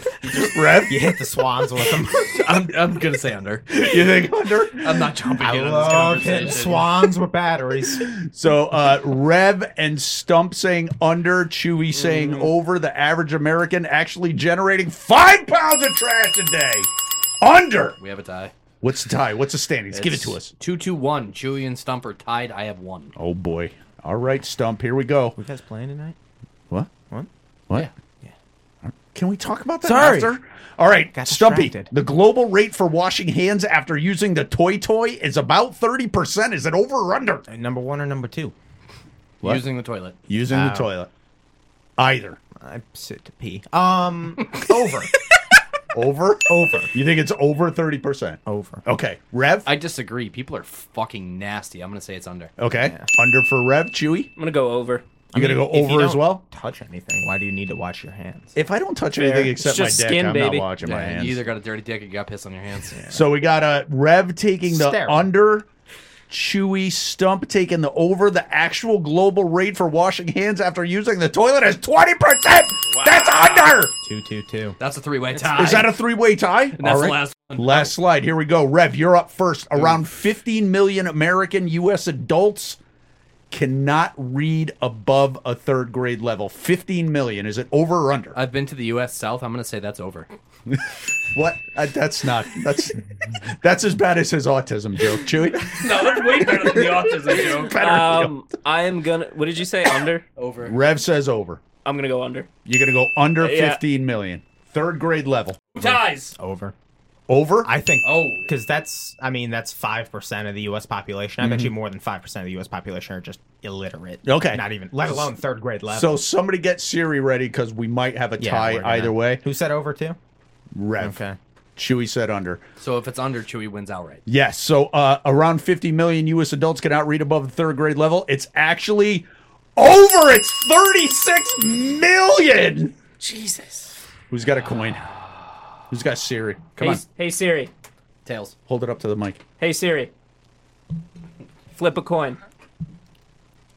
[SPEAKER 4] Rev,
[SPEAKER 1] You hit the swans with
[SPEAKER 4] [LAUGHS]
[SPEAKER 1] them.
[SPEAKER 2] I'm, I'm gonna say under.
[SPEAKER 4] you think under?
[SPEAKER 2] I'm not jumping
[SPEAKER 1] I
[SPEAKER 2] in on
[SPEAKER 1] love
[SPEAKER 2] this conversation.
[SPEAKER 1] hitting swans with batteries.
[SPEAKER 4] So uh, Rev and Stump saying under, Chewy saying over. The average American actually generating five pounds of trash a day. Under.
[SPEAKER 2] We have a tie.
[SPEAKER 4] What's the tie? What's the standings? Give it to us.
[SPEAKER 2] Two, two, one. Chewy and Stump are tied. I have one.
[SPEAKER 4] Oh boy. All right, Stump. Here we go.
[SPEAKER 1] You guys playing tonight?
[SPEAKER 4] What?
[SPEAKER 1] What?
[SPEAKER 4] What?
[SPEAKER 2] Yeah.
[SPEAKER 4] Can we talk about that
[SPEAKER 1] Sorry.
[SPEAKER 4] after? All right,
[SPEAKER 1] Got
[SPEAKER 4] Stumpy.
[SPEAKER 1] distracted.
[SPEAKER 4] The global rate for washing hands after using the toy toy is about thirty percent. Is it over or under?
[SPEAKER 1] Uh, Number one or number two?
[SPEAKER 4] What?
[SPEAKER 2] Using the toilet.
[SPEAKER 4] Using the
[SPEAKER 1] Oh.
[SPEAKER 4] toilet. Either.
[SPEAKER 1] I sit to pee. Um,
[SPEAKER 4] [LAUGHS]
[SPEAKER 1] over,
[SPEAKER 4] Over.
[SPEAKER 1] over, Oh.
[SPEAKER 4] You think it's over thirty percent?
[SPEAKER 1] over.
[SPEAKER 4] Okay, Rev.
[SPEAKER 2] I disagree. People are fucking nasty. I'm gonna say it's under.
[SPEAKER 4] Okay, under for Rev. Chewy.
[SPEAKER 3] I'm gonna go over.
[SPEAKER 4] You gonna go
[SPEAKER 1] If you
[SPEAKER 4] over as
[SPEAKER 1] don't
[SPEAKER 4] well?
[SPEAKER 1] Touch anything? Why do you need to wash your hands?
[SPEAKER 4] If I don't touch
[SPEAKER 3] Fair.
[SPEAKER 4] anything
[SPEAKER 3] It's
[SPEAKER 4] except my dick,
[SPEAKER 3] just skin,
[SPEAKER 4] I'm
[SPEAKER 3] baby.
[SPEAKER 4] not watching my
[SPEAKER 2] Yeah,
[SPEAKER 4] hands.
[SPEAKER 2] You either got a dirty dick or you got piss on your hands.
[SPEAKER 4] So we got a Rev taking the
[SPEAKER 1] Sterile.
[SPEAKER 4] under. Chewy Stump taking the over. The actual global rate for washing hands after using the toilet is twenty percent. That's under.
[SPEAKER 1] Two, two, two.
[SPEAKER 2] That's a three-way tie.
[SPEAKER 4] Is that a three-way tie? And
[SPEAKER 2] that's the last one.
[SPEAKER 4] Last slide. Here we go. Rev, you're up first. Around 15 million American U.S. adults cannot read above a third grade level. 15 million. Is it over or under?
[SPEAKER 2] I've been to the U.S. South. I'm gonna say that's over.
[SPEAKER 4] what? Uh, that's not. That's that's as bad as his autism joke, Chewy.
[SPEAKER 3] [LAUGHS] No, that's way better than the autism
[SPEAKER 4] Better.
[SPEAKER 3] Um, I am gonna. What did you say? Under.
[SPEAKER 2] Over.
[SPEAKER 4] Rev says over.
[SPEAKER 3] I'm gonna go under.
[SPEAKER 4] You're gonna go under
[SPEAKER 3] Yeah.
[SPEAKER 4] 15 million. Third grade level.
[SPEAKER 3] Ties.
[SPEAKER 1] Over.
[SPEAKER 4] Over.
[SPEAKER 1] I think.
[SPEAKER 2] Oh.
[SPEAKER 1] Because that's, I mean, that's five percent of the U.S. population. I bet you more than five percent of the U.S. population are just illiterate.
[SPEAKER 4] Okay.
[SPEAKER 1] Not even, let alone third grade level.
[SPEAKER 4] so somebody get Siri ready because we might have a
[SPEAKER 1] Yeah,
[SPEAKER 4] tie
[SPEAKER 1] we're gonna-
[SPEAKER 4] either way.
[SPEAKER 1] Who said over two?
[SPEAKER 4] Rev.
[SPEAKER 1] Okay.
[SPEAKER 4] Chewy said under.
[SPEAKER 2] So if it's under, Chewy wins outright.
[SPEAKER 4] Yes. So uh, around 50 million U.S. adults cannot read above the third grade level. It's actually over. It's 36 million.
[SPEAKER 3] Jesus.
[SPEAKER 4] Who's got a coin? Who's got Siri? Come
[SPEAKER 3] hey,
[SPEAKER 4] on,
[SPEAKER 3] hey Siri.
[SPEAKER 2] Tails.
[SPEAKER 4] hold it up to the mic.
[SPEAKER 3] Hey Siri. Flip a coin.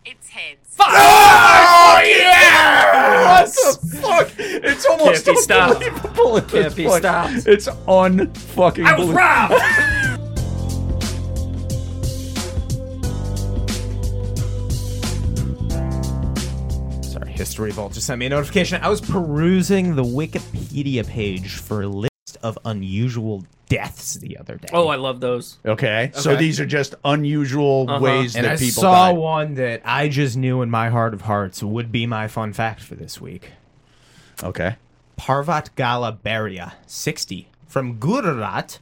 [SPEAKER 6] It's heads.
[SPEAKER 4] Oh yeah! What the fuck? It's almost
[SPEAKER 3] Can't be stopped.
[SPEAKER 4] unbelievable. at this
[SPEAKER 3] Can't be
[SPEAKER 4] point.
[SPEAKER 3] stopped.
[SPEAKER 4] It's unfucking. I
[SPEAKER 3] robbed.
[SPEAKER 1] Sorry, History Vault just sent me a notification. I was perusing the Wikipedia page for a list of unusual deaths the other day.
[SPEAKER 3] Oh, I love those.
[SPEAKER 4] [LAUGHS] Okay. So
[SPEAKER 2] Okay.
[SPEAKER 4] these are just unusual
[SPEAKER 3] Uh-huh.
[SPEAKER 4] ways
[SPEAKER 1] and
[SPEAKER 4] that
[SPEAKER 1] I
[SPEAKER 4] people
[SPEAKER 1] saw
[SPEAKER 4] die.
[SPEAKER 1] one that I just knew in my heart of hearts would be my fun fact for this week.
[SPEAKER 4] Okay.
[SPEAKER 1] Parvat Gala Beria, 60, from Gujarat,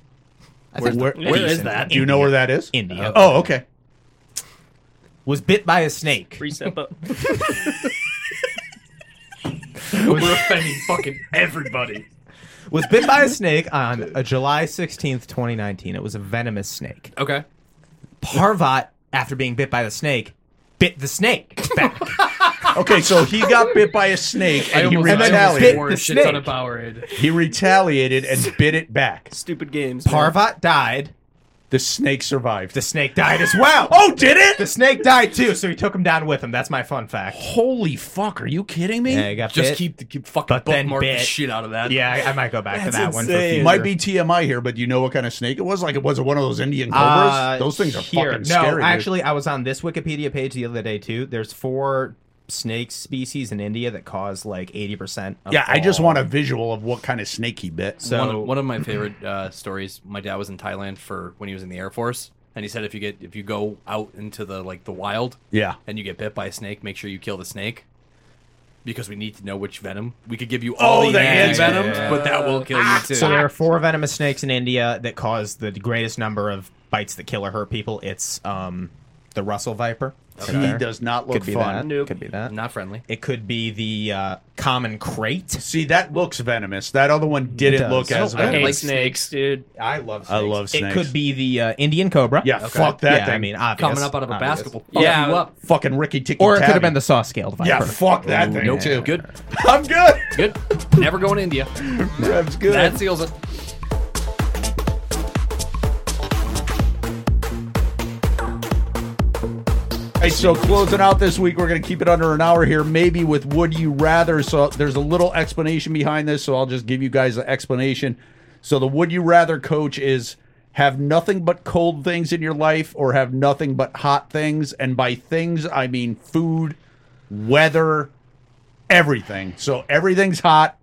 [SPEAKER 4] Where, where-
[SPEAKER 3] where is
[SPEAKER 1] that?
[SPEAKER 4] Do you know where that is?
[SPEAKER 1] India.
[SPEAKER 4] Oh, okay.
[SPEAKER 1] was bit by a snake.
[SPEAKER 3] Reset up.
[SPEAKER 2] We're offending fucking everybody.
[SPEAKER 1] Was bit by a snake on uh, July 16th, 2019. It was a venomous snake.
[SPEAKER 2] Okay.
[SPEAKER 1] Parvat, after being bit by the snake, bit the
[SPEAKER 3] [LAUGHS]
[SPEAKER 1] snake back.
[SPEAKER 4] Okay, so he got bit by a snake and he
[SPEAKER 1] almost
[SPEAKER 4] retaliated.
[SPEAKER 1] bit the snake.
[SPEAKER 2] Powerade.
[SPEAKER 4] He retaliated and bit it back.
[SPEAKER 3] Stupid games. man.
[SPEAKER 1] Parvat died.
[SPEAKER 4] The snake survived.
[SPEAKER 1] The snake died [LAUGHS] as well.
[SPEAKER 4] Oh, did
[SPEAKER 1] The
[SPEAKER 4] it?
[SPEAKER 1] snake died too, so he took him down with him. That's my fun
[SPEAKER 3] [LAUGHS]
[SPEAKER 1] fact.
[SPEAKER 4] Holy fuck! Are you kidding me?
[SPEAKER 1] Yeah, he got
[SPEAKER 2] Just
[SPEAKER 1] bit.
[SPEAKER 2] keep the keep fucking
[SPEAKER 1] But then
[SPEAKER 2] bookmark the
[SPEAKER 1] bit.
[SPEAKER 2] shit out of that.
[SPEAKER 1] Yeah, I, I might go back to
[SPEAKER 3] That's
[SPEAKER 1] that one. For
[SPEAKER 3] insane.
[SPEAKER 1] future.
[SPEAKER 4] Might be TMI here, but you know what kind of snake it was? Like it wasn't one of those Indian cobras.
[SPEAKER 1] Uh,
[SPEAKER 4] those things are
[SPEAKER 1] here.
[SPEAKER 4] fucking
[SPEAKER 1] no,
[SPEAKER 4] scary. dude.
[SPEAKER 1] actually, I was on this Wikipedia page the other day too. There's four snake species in India that cause like 80%. Of
[SPEAKER 4] Yeah, I just
[SPEAKER 1] all-
[SPEAKER 4] want a visual of what kind of snake he bit.
[SPEAKER 1] So-
[SPEAKER 2] one, of, one of my favorite uh, stories. My dad was in Thailand for when he was in the Air Force, and he said if you get if you go out into the like the wild,
[SPEAKER 4] Yeah.
[SPEAKER 2] and you get bit by a snake, make sure you kill the snake. Because we need to know which venom. We could give you all
[SPEAKER 4] Oh,
[SPEAKER 2] the,
[SPEAKER 4] the
[SPEAKER 2] anti
[SPEAKER 4] ants.
[SPEAKER 2] venoms, but that will kill you too.
[SPEAKER 1] So there are four venomous snakes in India that cause the greatest number of bites that kill or hurt people. It's um the Russell viper.
[SPEAKER 4] He does not look
[SPEAKER 1] could be that.
[SPEAKER 4] fun.
[SPEAKER 3] Nope.
[SPEAKER 1] Could be that.
[SPEAKER 2] Not friendly.
[SPEAKER 1] It could be the uh, common crate.
[SPEAKER 4] See, that looks venomous. That other one
[SPEAKER 1] does.
[SPEAKER 4] didn't look
[SPEAKER 1] I
[SPEAKER 4] as
[SPEAKER 1] don't- I
[SPEAKER 3] I hate
[SPEAKER 4] venomous.
[SPEAKER 2] like
[SPEAKER 3] snakes, dude.
[SPEAKER 1] I love.
[SPEAKER 4] I love
[SPEAKER 1] It
[SPEAKER 4] snakes.
[SPEAKER 1] could be the uh, Indian cobra.
[SPEAKER 4] Yeah, fuck that
[SPEAKER 1] yeah,
[SPEAKER 4] thing.
[SPEAKER 1] I mean, obvious,
[SPEAKER 2] Coming up out of a
[SPEAKER 1] obvious.
[SPEAKER 2] basketball. fuck
[SPEAKER 3] Yeah.
[SPEAKER 2] you up.
[SPEAKER 4] Fucking Ricky Ticky
[SPEAKER 1] Or it could have
[SPEAKER 4] Tavi.
[SPEAKER 1] been the saw scaled viper.
[SPEAKER 4] Yeah, fuck that thing
[SPEAKER 2] Nope.
[SPEAKER 4] too.
[SPEAKER 2] Good.
[SPEAKER 4] [LAUGHS] I'm good.
[SPEAKER 2] Good. Never going to India.
[SPEAKER 4] That's good.
[SPEAKER 2] That seals it.
[SPEAKER 4] Hey, so closing out this week, we're going to keep it under an hour here, maybe with Would You Rather. So there's a little explanation behind this, so I'll just give you guys the explanation. So the Would You Rather coach is have nothing but cold things in your life or have nothing but hot things. And by things, I mean food, weather, everything. So everything's hot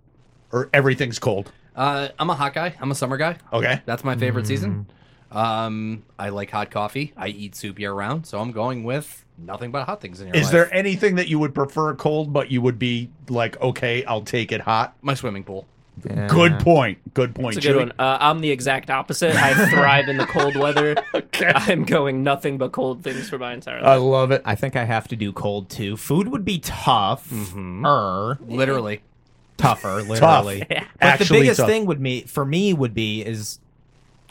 [SPEAKER 4] or everything's cold.
[SPEAKER 2] Uh, I'm a hot guy. I'm a summer guy.
[SPEAKER 4] Okay.
[SPEAKER 2] That's my favorite season. Um, I like hot coffee. I eat soup year round, so I'm going with nothing but hot things in your
[SPEAKER 4] Is
[SPEAKER 2] life.
[SPEAKER 4] there anything that you would prefer cold, but you would be like, okay, I'll take it hot?
[SPEAKER 2] my swimming pool?
[SPEAKER 4] Good point. Good point.
[SPEAKER 3] It's a good
[SPEAKER 4] Chewy.
[SPEAKER 3] one. Uh, I'm the exact opposite. I thrive in the cold weather. I'm going nothing but cold things for my entire
[SPEAKER 4] I
[SPEAKER 3] life.
[SPEAKER 4] love it.
[SPEAKER 1] I think I have to do cold too. Food would be tough,
[SPEAKER 4] Mm-hmm.
[SPEAKER 1] er,
[SPEAKER 2] Literally.
[SPEAKER 1] tougher,
[SPEAKER 4] [LAUGHS]
[SPEAKER 1] literally. But
[SPEAKER 4] Actually
[SPEAKER 1] the biggest
[SPEAKER 4] tough.
[SPEAKER 1] thing would me for me would be is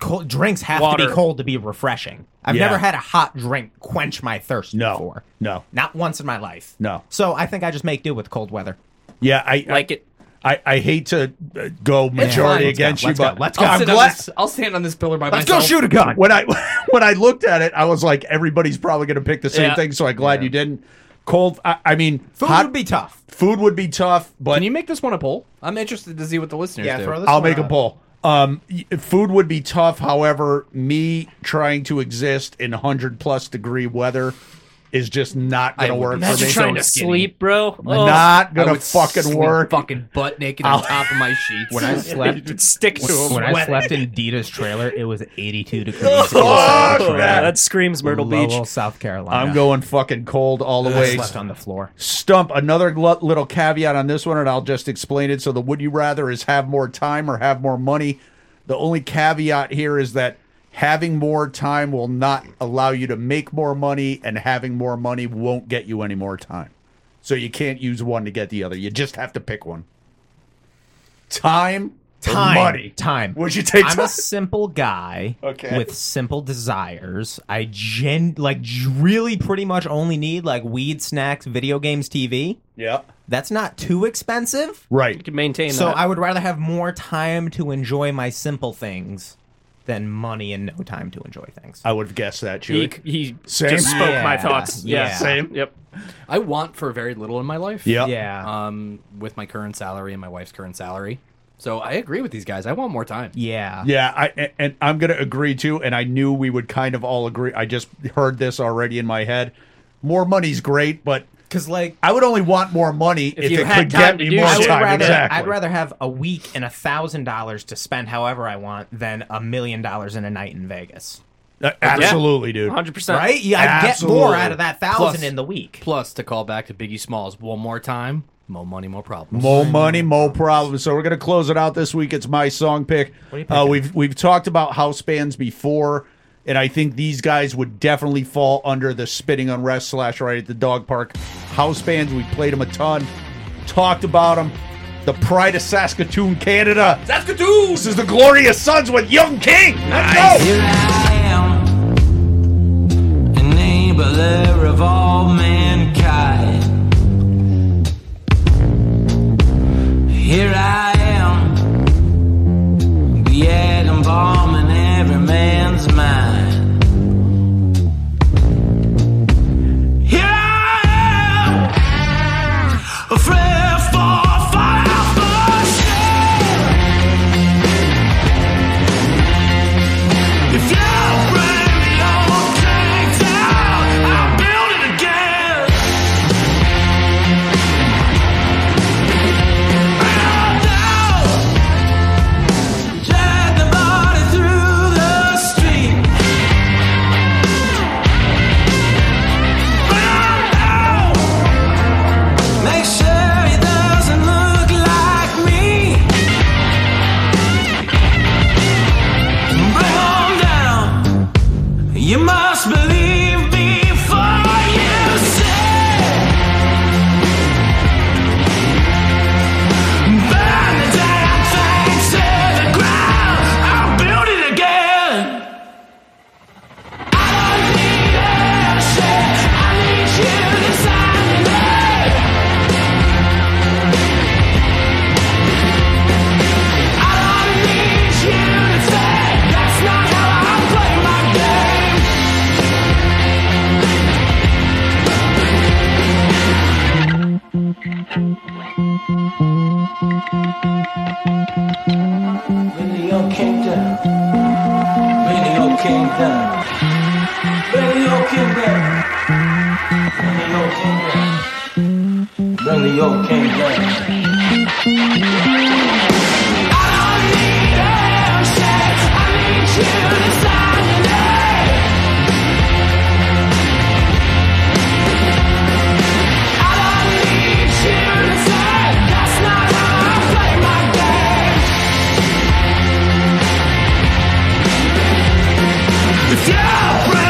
[SPEAKER 1] cold drinks have to
[SPEAKER 3] Water.
[SPEAKER 1] be cold to be refreshing. I've
[SPEAKER 4] Yeah.
[SPEAKER 1] never had a hot drink quench my thirst
[SPEAKER 4] No.
[SPEAKER 1] before.
[SPEAKER 4] No.
[SPEAKER 1] Not once in my life.
[SPEAKER 4] No.
[SPEAKER 1] So I think I just make do with cold weather.
[SPEAKER 4] Yeah, I
[SPEAKER 3] like it.
[SPEAKER 4] I, I hate to uh, go majority
[SPEAKER 1] fine. Let's go,
[SPEAKER 4] against you,
[SPEAKER 1] let's go,
[SPEAKER 4] but
[SPEAKER 1] let's go.
[SPEAKER 2] I'll,
[SPEAKER 4] I'm
[SPEAKER 2] sit on
[SPEAKER 4] glad.
[SPEAKER 2] this, I'll stand on this pillar by
[SPEAKER 1] Let's go
[SPEAKER 2] myself.
[SPEAKER 1] shoot a gun.
[SPEAKER 4] When I [LAUGHS] when I looked at it, I was like, everybody's probably going to pick the same
[SPEAKER 3] Yeah.
[SPEAKER 4] thing. So I'm glad you didn't. Cold. I, I mean,
[SPEAKER 1] Food
[SPEAKER 4] hot
[SPEAKER 1] would be
[SPEAKER 4] [LAUGHS]
[SPEAKER 1] tough.
[SPEAKER 4] food would be tough, but
[SPEAKER 2] Can you make this one a poll? I'm interested to see what the listeners do.
[SPEAKER 4] I'll make a poll. Um, y- food would be tough. However, me trying to exist in hundred plus degree weather is just not going
[SPEAKER 2] I
[SPEAKER 4] to
[SPEAKER 2] would
[SPEAKER 4] work for
[SPEAKER 3] Imagine
[SPEAKER 4] me.
[SPEAKER 2] so
[SPEAKER 3] trying to
[SPEAKER 2] skinny.
[SPEAKER 3] sleep, bro. Oh,
[SPEAKER 4] not
[SPEAKER 2] I
[SPEAKER 4] going to
[SPEAKER 2] would
[SPEAKER 4] fucking
[SPEAKER 2] sleep
[SPEAKER 4] work.
[SPEAKER 2] Fucking butt naked on top of my
[SPEAKER 4] [LAUGHS]
[SPEAKER 2] sheets.
[SPEAKER 1] When I slept,
[SPEAKER 3] [LAUGHS] Dude, [LAUGHS] stick to him.
[SPEAKER 1] when I
[SPEAKER 3] Sweat.
[SPEAKER 1] slept in Dita's trailer, it was 82
[SPEAKER 4] [LAUGHS]
[SPEAKER 1] degrees.
[SPEAKER 4] Fuck
[SPEAKER 3] Oh,
[SPEAKER 4] that.
[SPEAKER 3] that screams Myrtle Beach.
[SPEAKER 1] Lowell, South Carolina.
[SPEAKER 4] I'm going fucking cold all the
[SPEAKER 1] I
[SPEAKER 4] way.
[SPEAKER 1] slept on the floor.
[SPEAKER 4] Stump, another gl- little caveat on this one, and I'll just explain it. So, the would you rather is have more time or have more money. The only caveat here is that having more time will not allow you to make more money, and having more money won't get you any more time. So, you can't use one to get the other. You just have to pick one. Time, or
[SPEAKER 1] Time.
[SPEAKER 4] money.
[SPEAKER 1] Time.
[SPEAKER 4] Would you take
[SPEAKER 1] I'm
[SPEAKER 4] time?
[SPEAKER 1] a simple guy
[SPEAKER 4] Okay.
[SPEAKER 1] with simple desires. I gen like j- really pretty much only need like weed, snacks, video games, TV.
[SPEAKER 4] yeah.
[SPEAKER 1] That's not too expensive.
[SPEAKER 4] Right.
[SPEAKER 3] Can maintain
[SPEAKER 1] So
[SPEAKER 3] that.
[SPEAKER 1] I would rather have more time to enjoy my simple things than money and no time to enjoy things.
[SPEAKER 4] I would have guessed that,
[SPEAKER 3] he,
[SPEAKER 4] Chewy.
[SPEAKER 3] he
[SPEAKER 4] Same.
[SPEAKER 3] just spoke
[SPEAKER 1] Yeah,
[SPEAKER 3] my thoughts. Yeah.
[SPEAKER 1] yeah.
[SPEAKER 4] Same.
[SPEAKER 3] Yep.
[SPEAKER 2] I want for very little in my life.
[SPEAKER 4] Yeah.
[SPEAKER 1] yeah.
[SPEAKER 4] Uh,
[SPEAKER 2] Um, with my current salary and my wife's current salary. So I agree with these guys. I want more time.
[SPEAKER 1] yeah.
[SPEAKER 4] Yeah, I and- and I'm going to agree too. And I knew we would kind of all agree. I just heard this already in my head. More money's great, but
[SPEAKER 1] Cause like
[SPEAKER 4] I would only want more money if,
[SPEAKER 3] you
[SPEAKER 4] it
[SPEAKER 3] had
[SPEAKER 4] could
[SPEAKER 3] time
[SPEAKER 4] get
[SPEAKER 3] to
[SPEAKER 4] me
[SPEAKER 3] do
[SPEAKER 4] more
[SPEAKER 1] I
[SPEAKER 3] shit.
[SPEAKER 1] would
[SPEAKER 4] time.
[SPEAKER 1] rather
[SPEAKER 4] exactly.
[SPEAKER 1] I'd rather have a week and a thousand dollars to spend however I want than a million dollars in a night in Vegas.
[SPEAKER 4] Uh, absolutely, dude.
[SPEAKER 3] 100%.
[SPEAKER 1] Right? Yeah, I get more
[SPEAKER 4] Absolutely.
[SPEAKER 1] out of that thousand
[SPEAKER 2] Plus-
[SPEAKER 1] in the week.
[SPEAKER 2] Plus, to call back to Biggie Smalls one more time, more money, more problems.
[SPEAKER 4] More money, more problems. So we're gonna close it out this week. It's my song pick. Uh, we've we've talked about house bands before, and I think these guys would definitely fall under the spitting unrest slash right at the dog park house bands. We played them a ton, talked about them. The pride of Saskatoon, Canada. Saskatoon. This is the glorious Sons with Young King. Let's go.
[SPEAKER 7] Here I am, enabler of all mankind. Here I am, the atom bomb in every man's mind. Here I am, afraid for fire, for shame. If you bring the old thing down, I'll build it again. came down. Benny O came down. Benny O came down. Benny O came down. If you're brave